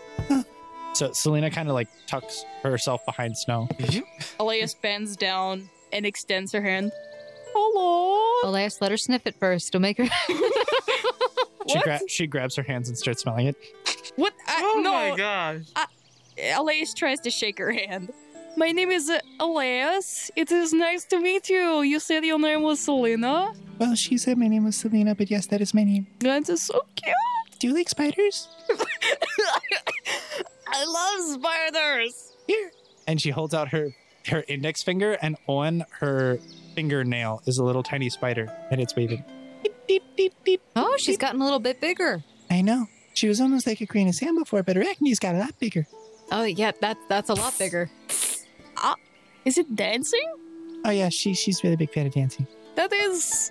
S7: So Selena kind of like tucks herself behind Snow.
S1: Elias bends down and extends her hand. Hello.
S5: Elias, let her sniff it first. It'll make her.
S7: She,
S1: What?
S7: gra- she grabs her hands and starts smelling it.
S1: What? I, no.
S8: gosh.
S1: Elias tries to shake her hand. My name is uh, Elias. It is nice to meet you. You said your name was Selena.
S3: Well, she said my name was Selena, but yes, that is my name.
S1: That is so cute.
S3: Do you like spiders?
S1: I love spiders.
S7: And she holds out her her index finger, and on her fingernail is a little tiny spider, and it's waving.
S3: Deep, deep, deep.
S5: Oh, she's gotten a little bit bigger.
S3: I know. She was almost like a grain of sand before, but her acne's got a lot bigger.
S5: Oh yeah, that that's a lot bigger.
S1: Is it dancing?
S3: Oh yeah, she she's really a big fan of dancing.
S1: That is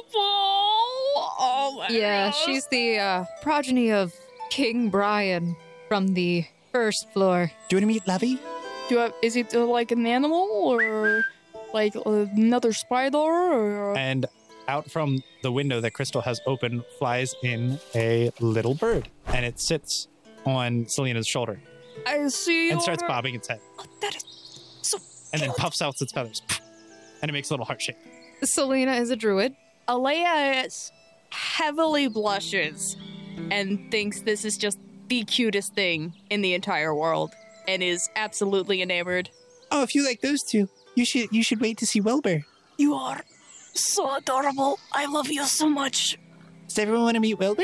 S1: adorable. Oh my
S5: Yeah,
S1: gosh.
S5: she's the uh, progeny of King Brian from the first floor.
S3: Do you want to meet Lovey?
S1: Do I, is it uh, like an animal or like another spider? Or...
S7: And out from the window that Crystal has open flies in a little bird, and it sits on Selena's shoulder
S1: I see.
S7: and starts
S1: your-
S7: bobbing its head,
S1: Oh, that is so.
S7: and then puffs out its feathers, and it makes a little heart shape.
S5: Selena is a druid.
S1: Elias heavily blushes and thinks this is just the cutest thing in the entire world and is absolutely enamored.
S3: Oh, if you like those two, you should you should wait to see Wilbur.
S1: You are so adorable. I love you so much.
S3: Does everyone want to meet Wilbur?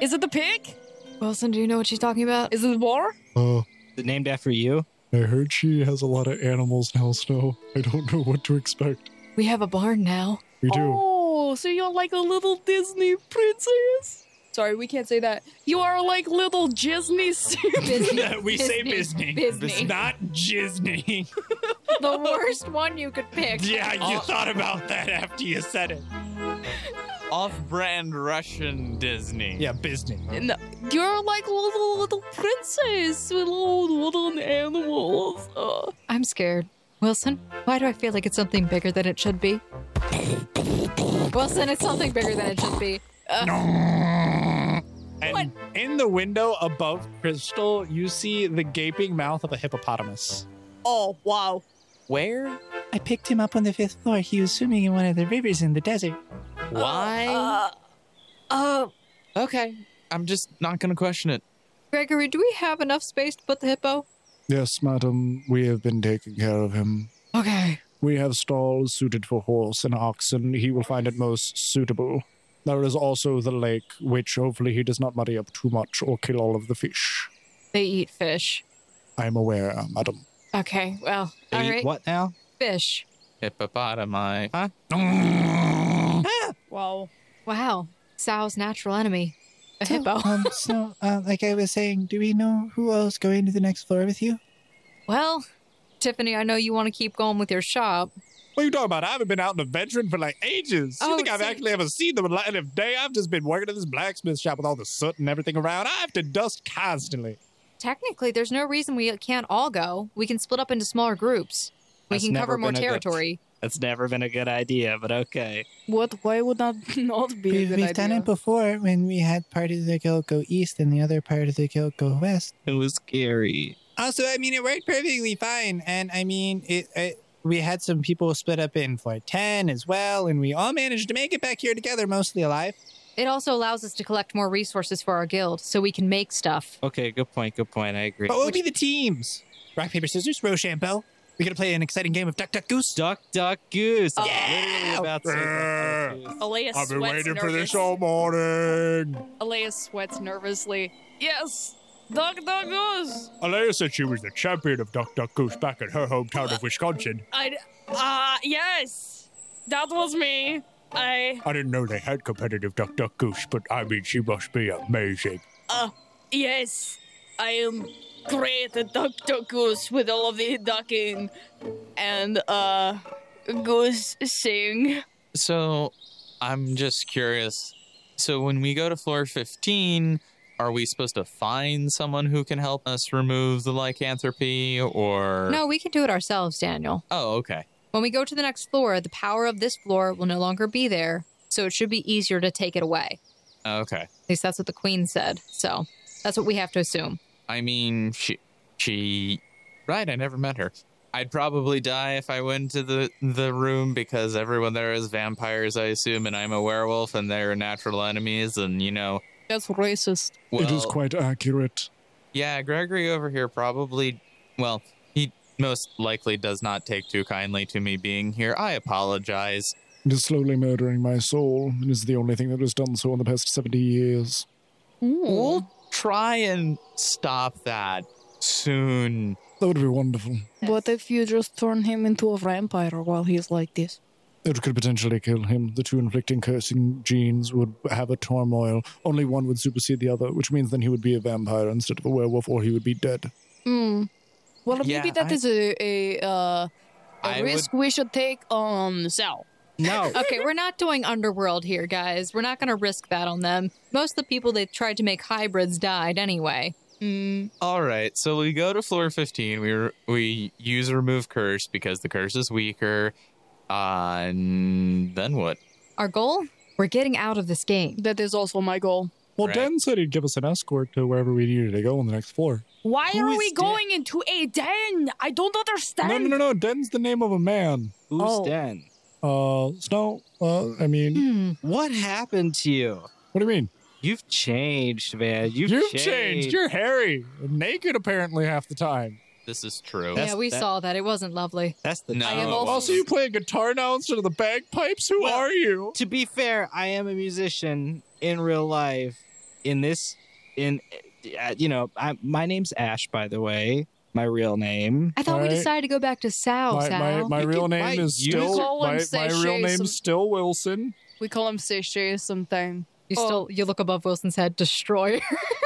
S1: Is it the pig?
S5: Wilson, do you know what she's talking about?
S1: Is it the boar?
S13: Oh,
S6: Is it named after you?
S13: I heard she has a lot of animals now, Snow. I don't know what to expect.
S5: We have a barn now.
S13: We do.
S1: Oh, so you're like a little Disney princess. Sorry, we can't say that. You are like little Disney.
S5: Disney.
S7: we say Bisney.
S5: Bisney.
S7: not Disney.
S5: the worst one you could pick.
S7: yeah, you
S8: Oh.
S7: thought about that after you said it.
S8: Off-brand Russian Disney.
S7: Yeah, Bisney.
S1: No, you're like little little princess with little little animals. Uh,
S5: I'm scared. Wilson, why do I feel like it's something bigger than it should be? Wilson, it's something bigger than it should be.
S7: And in the window above Crystal, you see the gaping mouth of a hippopotamus.
S1: oh wow!
S8: Where?
S3: I picked him up on the fifth floor. He was swimming in one of the rivers in the desert.
S8: Why?
S1: Uh, uh,
S8: okay. I'm just not gonna question it.
S5: Gregory, do we have enough space to put the hippo?
S13: Yes, madam, we have been taking care of him.
S5: Okay.
S13: We have stalls suited for horse and oxen. He will find it most suitable. There is also the lake, which hopefully he does not muddy up too much or kill all of the fish.
S5: They eat fish.
S13: I am aware, madam.
S5: Okay, well,
S6: They
S5: all
S6: eat
S5: right.
S6: What now?
S5: Fish.
S8: Hippopotami. Huh?
S1: wow!
S5: Wow. Sal's natural enemy. a hippo.
S10: Um, so, uh, like I was saying, do we know who else going to the next floor with you?
S5: Well, Tiffany, I know you want to keep going with your shop.
S7: What are you talking about? I haven't been out in the veteran for like ages.
S5: Oh,
S7: you think I've
S5: see-
S7: actually ever seen the light of day? I've just been working at this blacksmith shop with all the soot and everything around. I have to dust constantly.
S5: Technically, there's no reason we can't all go. We can split up into smaller groups. We
S6: That's
S5: can
S6: never
S5: cover more
S6: been a good-
S5: territory.
S6: That's never been a good idea, but okay.
S1: What? Why would that not be a
S10: We've,
S1: good
S10: we've
S1: idea?
S10: done it before when we had part of the guild go east and the other part of the guild go west.
S6: It was scary.
S10: Also, Oh, I mean, it worked perfectly fine, and I mean, it. it we had some people split up in floor 10 as well, and we all managed to make it back here together, mostly alive.
S5: It also allows us to collect more resources for our guild so we can make stuff.
S6: Okay, good point. Good point. I agree.
S10: But what would be the teams? Rock, paper, scissors, Rochambeau. We're going to play an exciting game of Duck, Duck, Goose.
S6: Duck, duck, goose. I was literally
S10: Yeah!
S6: about to say duck, duck, goose.
S1: Elias
S13: I've been
S1: sweats
S13: waiting for
S1: nervous.
S13: this all morning.
S1: Elias sweats nervously. Yes, Doug Doug Goose.
S13: Alea said she was the champion of Duck Duck Goose back in her hometown of Wisconsin.
S1: I ah yes, that was me. I
S13: I didn't know they had competitive Duck Duck Goose, but I mean, she must be amazing.
S1: yes, I am great at Duck Duck Goose with all of the ducking and uh goose sing.
S8: So I'm just curious. So when we go to floor 15, are we supposed to find someone who can help us remove the lycanthropy or
S5: No, we can do it ourselves, Daniel.
S8: Oh, okay.
S5: When we go to the next floor, the power of this floor will no longer be there, so it should be easier to take it away.
S8: Okay.
S5: At least that's what the queen said. So that's what we have to assume.
S8: I mean, she she right, I never met her. I'd probably die if I went to the the room because everyone there is vampires, I assume, and I'm a werewolf and they're natural enemies and you know,
S1: That's racist.
S8: well,
S13: It is quite accurate.
S8: Yeah, Gregory over here probably, well, he most likely does not take too kindly to me being here. I apologize.
S13: It is slowly murdering my soul, and is the only thing that has done so in the past 70 years.
S8: We'll try and stop that soon.
S13: That would be wonderful.
S1: What if you just turn him into a vampire while he's like this?
S13: It could potentially kill him. The two inflicting cursing genes would have a turmoil. Only one would supersede the other, which means then he would be a vampire instead of a werewolf, or he would be dead.
S1: Hmm. Well,
S8: Yeah,
S1: maybe that
S8: I-
S1: is a a, uh,
S8: I
S1: a
S8: would-
S1: risk we should take on Sal.
S6: No.
S5: Okay, we're not doing underworld here, guys. We're not going to risk that on them. Most of the people they tried to make hybrids died anyway.
S1: Mm.
S8: All right, so we go to floor 15. We re- we use remove curse because the curse is weaker. Uh, and then what?
S5: Our goal? We're getting out of this game.
S1: That is also my goal.
S13: Well,
S8: Right.
S13: Dan said he'd give us an escort to wherever we needed to go on the next floor.
S1: Why
S13: Who
S1: are
S13: is
S1: we
S13: dead?
S1: going into a den? I don't understand.
S13: No, no, no, no. Den's the name of a man.
S6: Who's
S1: Oh.
S6: den?
S13: Uh, Snow, uh, I mean,
S5: Hmm.
S6: What happened to you?
S13: what do you mean?
S6: You've changed, man. You've,
S13: You've changed. You're hairy. Naked, apparently, half the time.
S8: This is true.
S5: Yeah, we
S6: that-
S5: saw that. It wasn't lovely.
S6: That's the
S8: No. I am
S6: truth.
S8: also-
S13: Also, you play guitar now instead of the bagpipes? Who
S6: Well-
S13: are you?
S6: to be fair, I am a musician in real life. In this, in uh, you know, I, my name's Ash, by the way, my real name.
S5: I thought we
S13: Right.
S5: decided to go back to Sal,
S13: My, my,
S5: Oh, Sal.
S13: my
S6: You
S13: real
S6: can
S13: name
S6: fight
S13: is
S6: you.
S13: still
S1: Call and
S13: my,
S1: say
S13: my
S1: Shay
S13: real
S1: some-
S13: name's still Wilson.
S1: We call him Sashay sometime.
S5: you
S1: oh.
S5: still you look above Wilson's head, destroyer.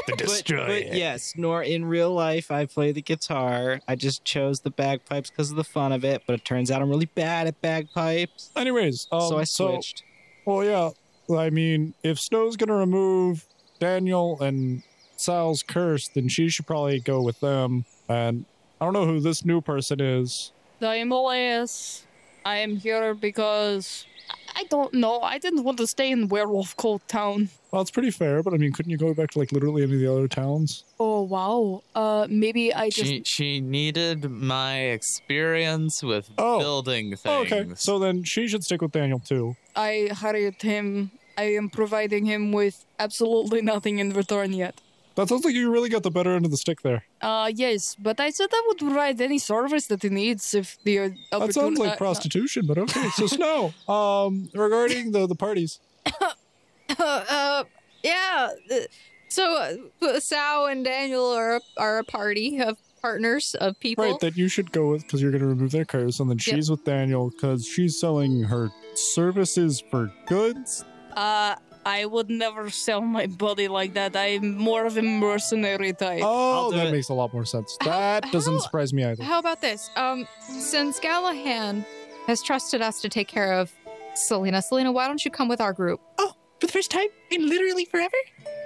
S13: The
S6: But- But, yes, nor in real life, I play the guitar. I just chose the bagpipes because of the fun of it. But it turns out I'm really bad at bagpipes,
S13: Anyways, um,
S6: so I switched.
S13: Well, yeah. I mean, if Snow's going to remove Daniel and Sal's curse, then she should probably go with them. And I don't know who this new person is.
S1: I am Elias. I am here because I- I don't know. I didn't want to stay in Werewolf Cold Town.
S13: Well, it's pretty fair, but I mean, couldn't you go back to like literally any of the other towns?
S1: Oh wow. Uh, maybe I just.
S8: she she needed my experience with
S13: Oh.
S8: building things.
S13: Oh, okay. So then she should stick with Daniel too.
S1: I hired him. I am providing him with absolutely nothing in return yet.
S13: That sounds like you really got the better end of the stick there.
S1: Uh, yes, but I said I would provide any service that he needs if the uh, opportunity.
S13: That sounds like
S1: uh,
S13: prostitution, but okay. So Snow, um, regarding the the parties,
S5: uh, uh, yeah. uh, So uh, Sal and Daniel are a, are a party of partners of people.
S13: right? That you should go with because you're going to remove their curse, and then
S5: Yep.
S13: she's with Daniel because she's selling her services for goods.
S1: Uh, I would never sell my body like that. I'm more of a mercenary type.
S13: Oh,
S6: do
S13: that
S6: it.
S13: makes a lot more sense.
S5: How-
S13: That doesn't
S5: how-
S13: surprise me either.
S5: How about this? Um, since Gallahan has trusted us to take care of Selena, Selena, why don't you come with our group?
S7: For the first time in literally forever?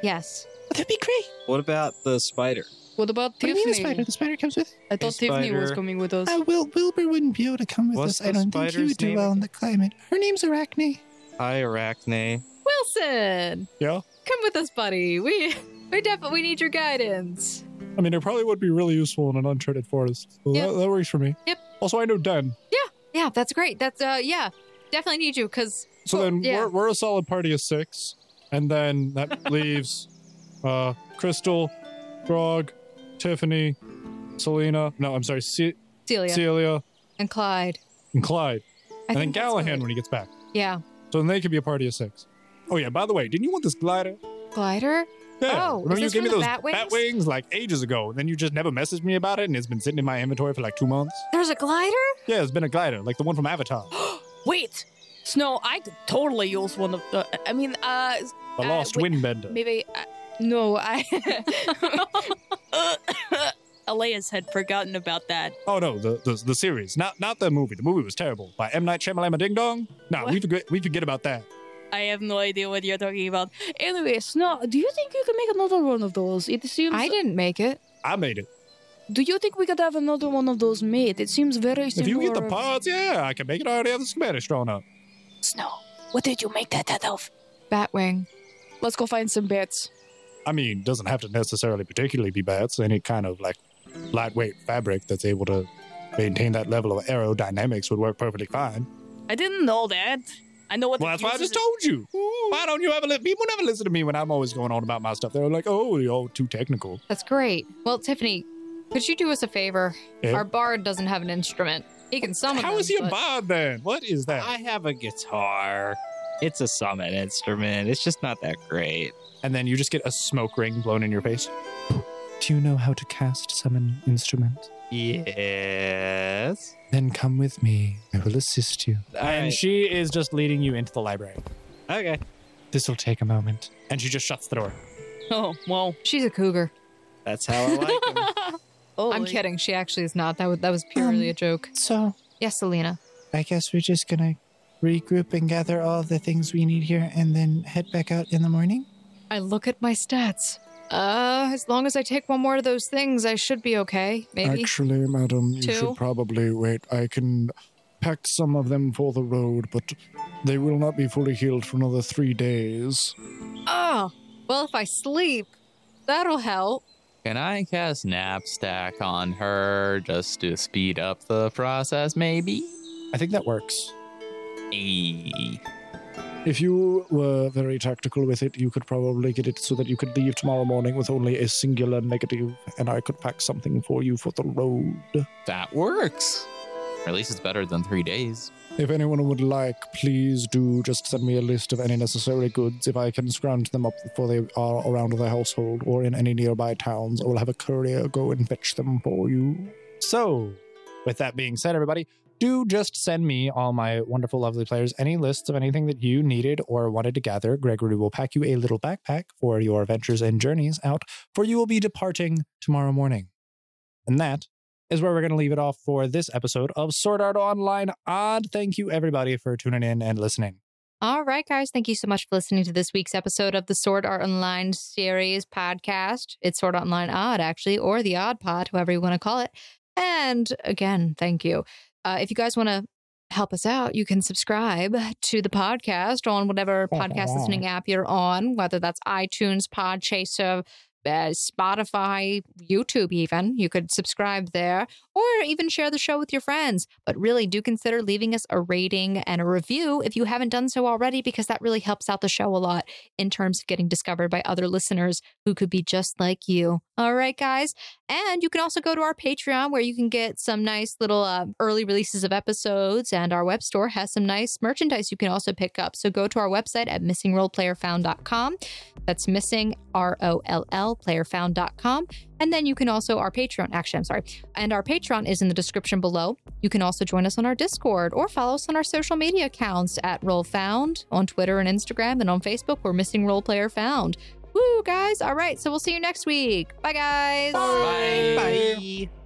S5: Yes.
S7: That'd be great.
S6: What about the spider?
S1: What about
S7: What do you mean
S1: Tiffany?
S7: the spider? The spider comes with?
S1: I thought
S6: Hey,
S1: Tiffany was
S6: spider.
S1: coming with us.
S7: Uh, Wil- Wilbur wouldn't be able to come with
S6: What's
S7: us. I
S6: the
S7: don't think he
S6: spider's
S7: would do
S6: name
S7: well in the climate. Her name's Arachne.
S6: Hi, Arachne.
S5: Wilson.
S13: Yeah?
S5: Come with us, buddy. We we definitely need your guidance.
S13: I mean, it probably would be really useful in an uncharted forest. So
S5: Yeah.
S13: that, that works for me.
S5: Yep.
S13: Also, I know Den.
S5: Yeah, that's great. That's uh, yeah, definitely need you because
S13: So
S5: Cool,
S13: then
S5: yeah.
S13: we're, we're a solid party of six. And then that leaves uh, Crystal, Grog, Tiffany, Selena. No, I'm sorry, Ce-
S5: Celia
S13: Celia,
S5: and Clyde.
S13: and Clyde.
S5: I
S13: and then
S5: that's
S13: Gallahan
S5: good.
S13: when he gets back.
S5: Yeah,
S13: So then they could be a party of six. Oh, yeah. By the way, didn't you want this glider?
S5: glider.
S13: Yeah.
S5: Oh, is
S13: Remember you
S5: this
S13: gave
S5: for
S13: me
S5: the
S13: those
S5: bat wings?
S13: like ages ago. And then you just never messaged me about it. And it's been sitting in my inventory for like two months.
S5: There's a glider.
S13: Yeah, it's been a glider, like the one from Avatar.
S1: Wait, Snow, I could totally use one of the. I mean, uh,
S13: The
S1: Uh,
S13: Lost
S1: wait-
S13: Windbender.
S1: maybe. Uh, no, I. Elias had forgotten about that.
S13: Oh no, the, the the series, not not the movie. The movie was terrible by M Night Shyamalan. Ding dong. Nah, we forget we forget about that.
S1: I have no idea what you're talking about. Anyway, Snow, do you think you can make another one of those? It seems.
S5: I didn't make it.
S13: I made it.
S1: do you think we could have another one of those made? It seems very
S13: If
S1: similar.
S13: you get the parts, yeah, I can make it. I already have the schematic drawn up.
S1: Snow, what did you make that out of?
S5: Batwing.
S1: Let's go find some bats.
S13: I mean, doesn't have to necessarily particularly be bats. Any kind of like lightweight fabric that's able to maintain that level of aerodynamics would work perfectly fine.
S1: I didn't know that. I know what.
S13: Well,
S1: it
S13: that's why I
S1: uses
S13: just told you. Why don't you ever listen? People never listen to me when I'm always going on about my stuff. They're like, "Oh, you're too technical."
S5: That's great. Well, Tiffany, could you do us a favor?
S13: Yeah?
S5: Our bard doesn't have an instrument. He can summon.
S13: How
S5: them,
S13: is he a
S5: but-
S13: bard then? What is that?
S6: I have a guitar. It's a summon instrument. It's just not that great.
S13: and then you just get a smoke ring blown in your face. Do you know how to cast summon instrument?
S6: Yes.
S13: Then come with me. I will assist you.
S6: All
S13: and
S6: right.
S13: she is just leading you into the library.
S6: okay.
S13: This will take a moment. And she just shuts the door.
S1: Oh well.
S5: She's a cougar.
S6: That's how I like them.
S1: Oh,
S5: I'm kidding. She actually is not. That was, that was purely a joke.
S7: So,
S5: Yes, Selena.
S7: I guess we're just gonna regroup and gather all the things we need here and then head back out in the morning?
S5: I look at my stats. Uh, as long as I take one more of those things, I should be okay. Maybe.
S10: Actually, madam, you
S5: Two?
S10: should probably wait. I can pack some of them for the road, but they will not be fully healed for another three days.
S5: Oh, well, if I sleep, that'll help.
S8: Can I cast Knapstack on her just to speed up the process, maybe?
S13: I think that works.
S8: Hey.
S10: If you were very tactical with it, you could probably get it so that you could leave tomorrow morning with only a singular negative, and I could pack something for you for the road.
S8: That works. Or at least it's better than three days.
S10: If anyone would like, please do just send me a list of any necessary goods. If I can scrounge them up before they are around the household or in any nearby towns, I will have a courier go and fetch them for you.
S13: So, with that being said, everybody, do just send me, all my wonderful, lovely players, any lists of anything that you needed or wanted to gather. Gregory will pack you a little backpack for your adventures and journeys out, for you will be departing tomorrow morning. And that is where we're going to leave it off for this episode of Sword Art Online Odd. Thank you, everybody, for tuning in and listening.
S5: All right, guys. Thank you so much for listening to this week's episode of the Sword Art Online series podcast. It's Sword Art Online Odd, actually, or the Odd Pod, however you want to call it. And again, thank you. Uh, if you guys want to help us out, you can subscribe to the podcast on whatever podcast listening app you're on, whether that's iTunes, Podchaser, uh, Spotify, YouTube, even. You could subscribe there or even share the show with your friends but really do consider leaving us a rating and a review if you haven't done so already, because that really helps out the show a lot in terms of getting discovered by other listeners who could be just like you All right, guys. And you can also go to our Patreon where you can get some nice little uh, early releases of episodes. And our web store has some nice merchandise you can also pick up. So go to our website at missingroleplayerfound.com. That's missing, R O L L, playerfound.com. And then you can also, our Patreon, actually, I'm sorry. And our Patreon is in the description below. You can also join us on our Discord or follow us on our social media accounts at RollFound on Twitter and Instagram and on Facebook. We're Missing Role Player Found. Woo, guys. All right. So we'll see you next week. Bye, guys.
S8: Bye.
S10: Bye.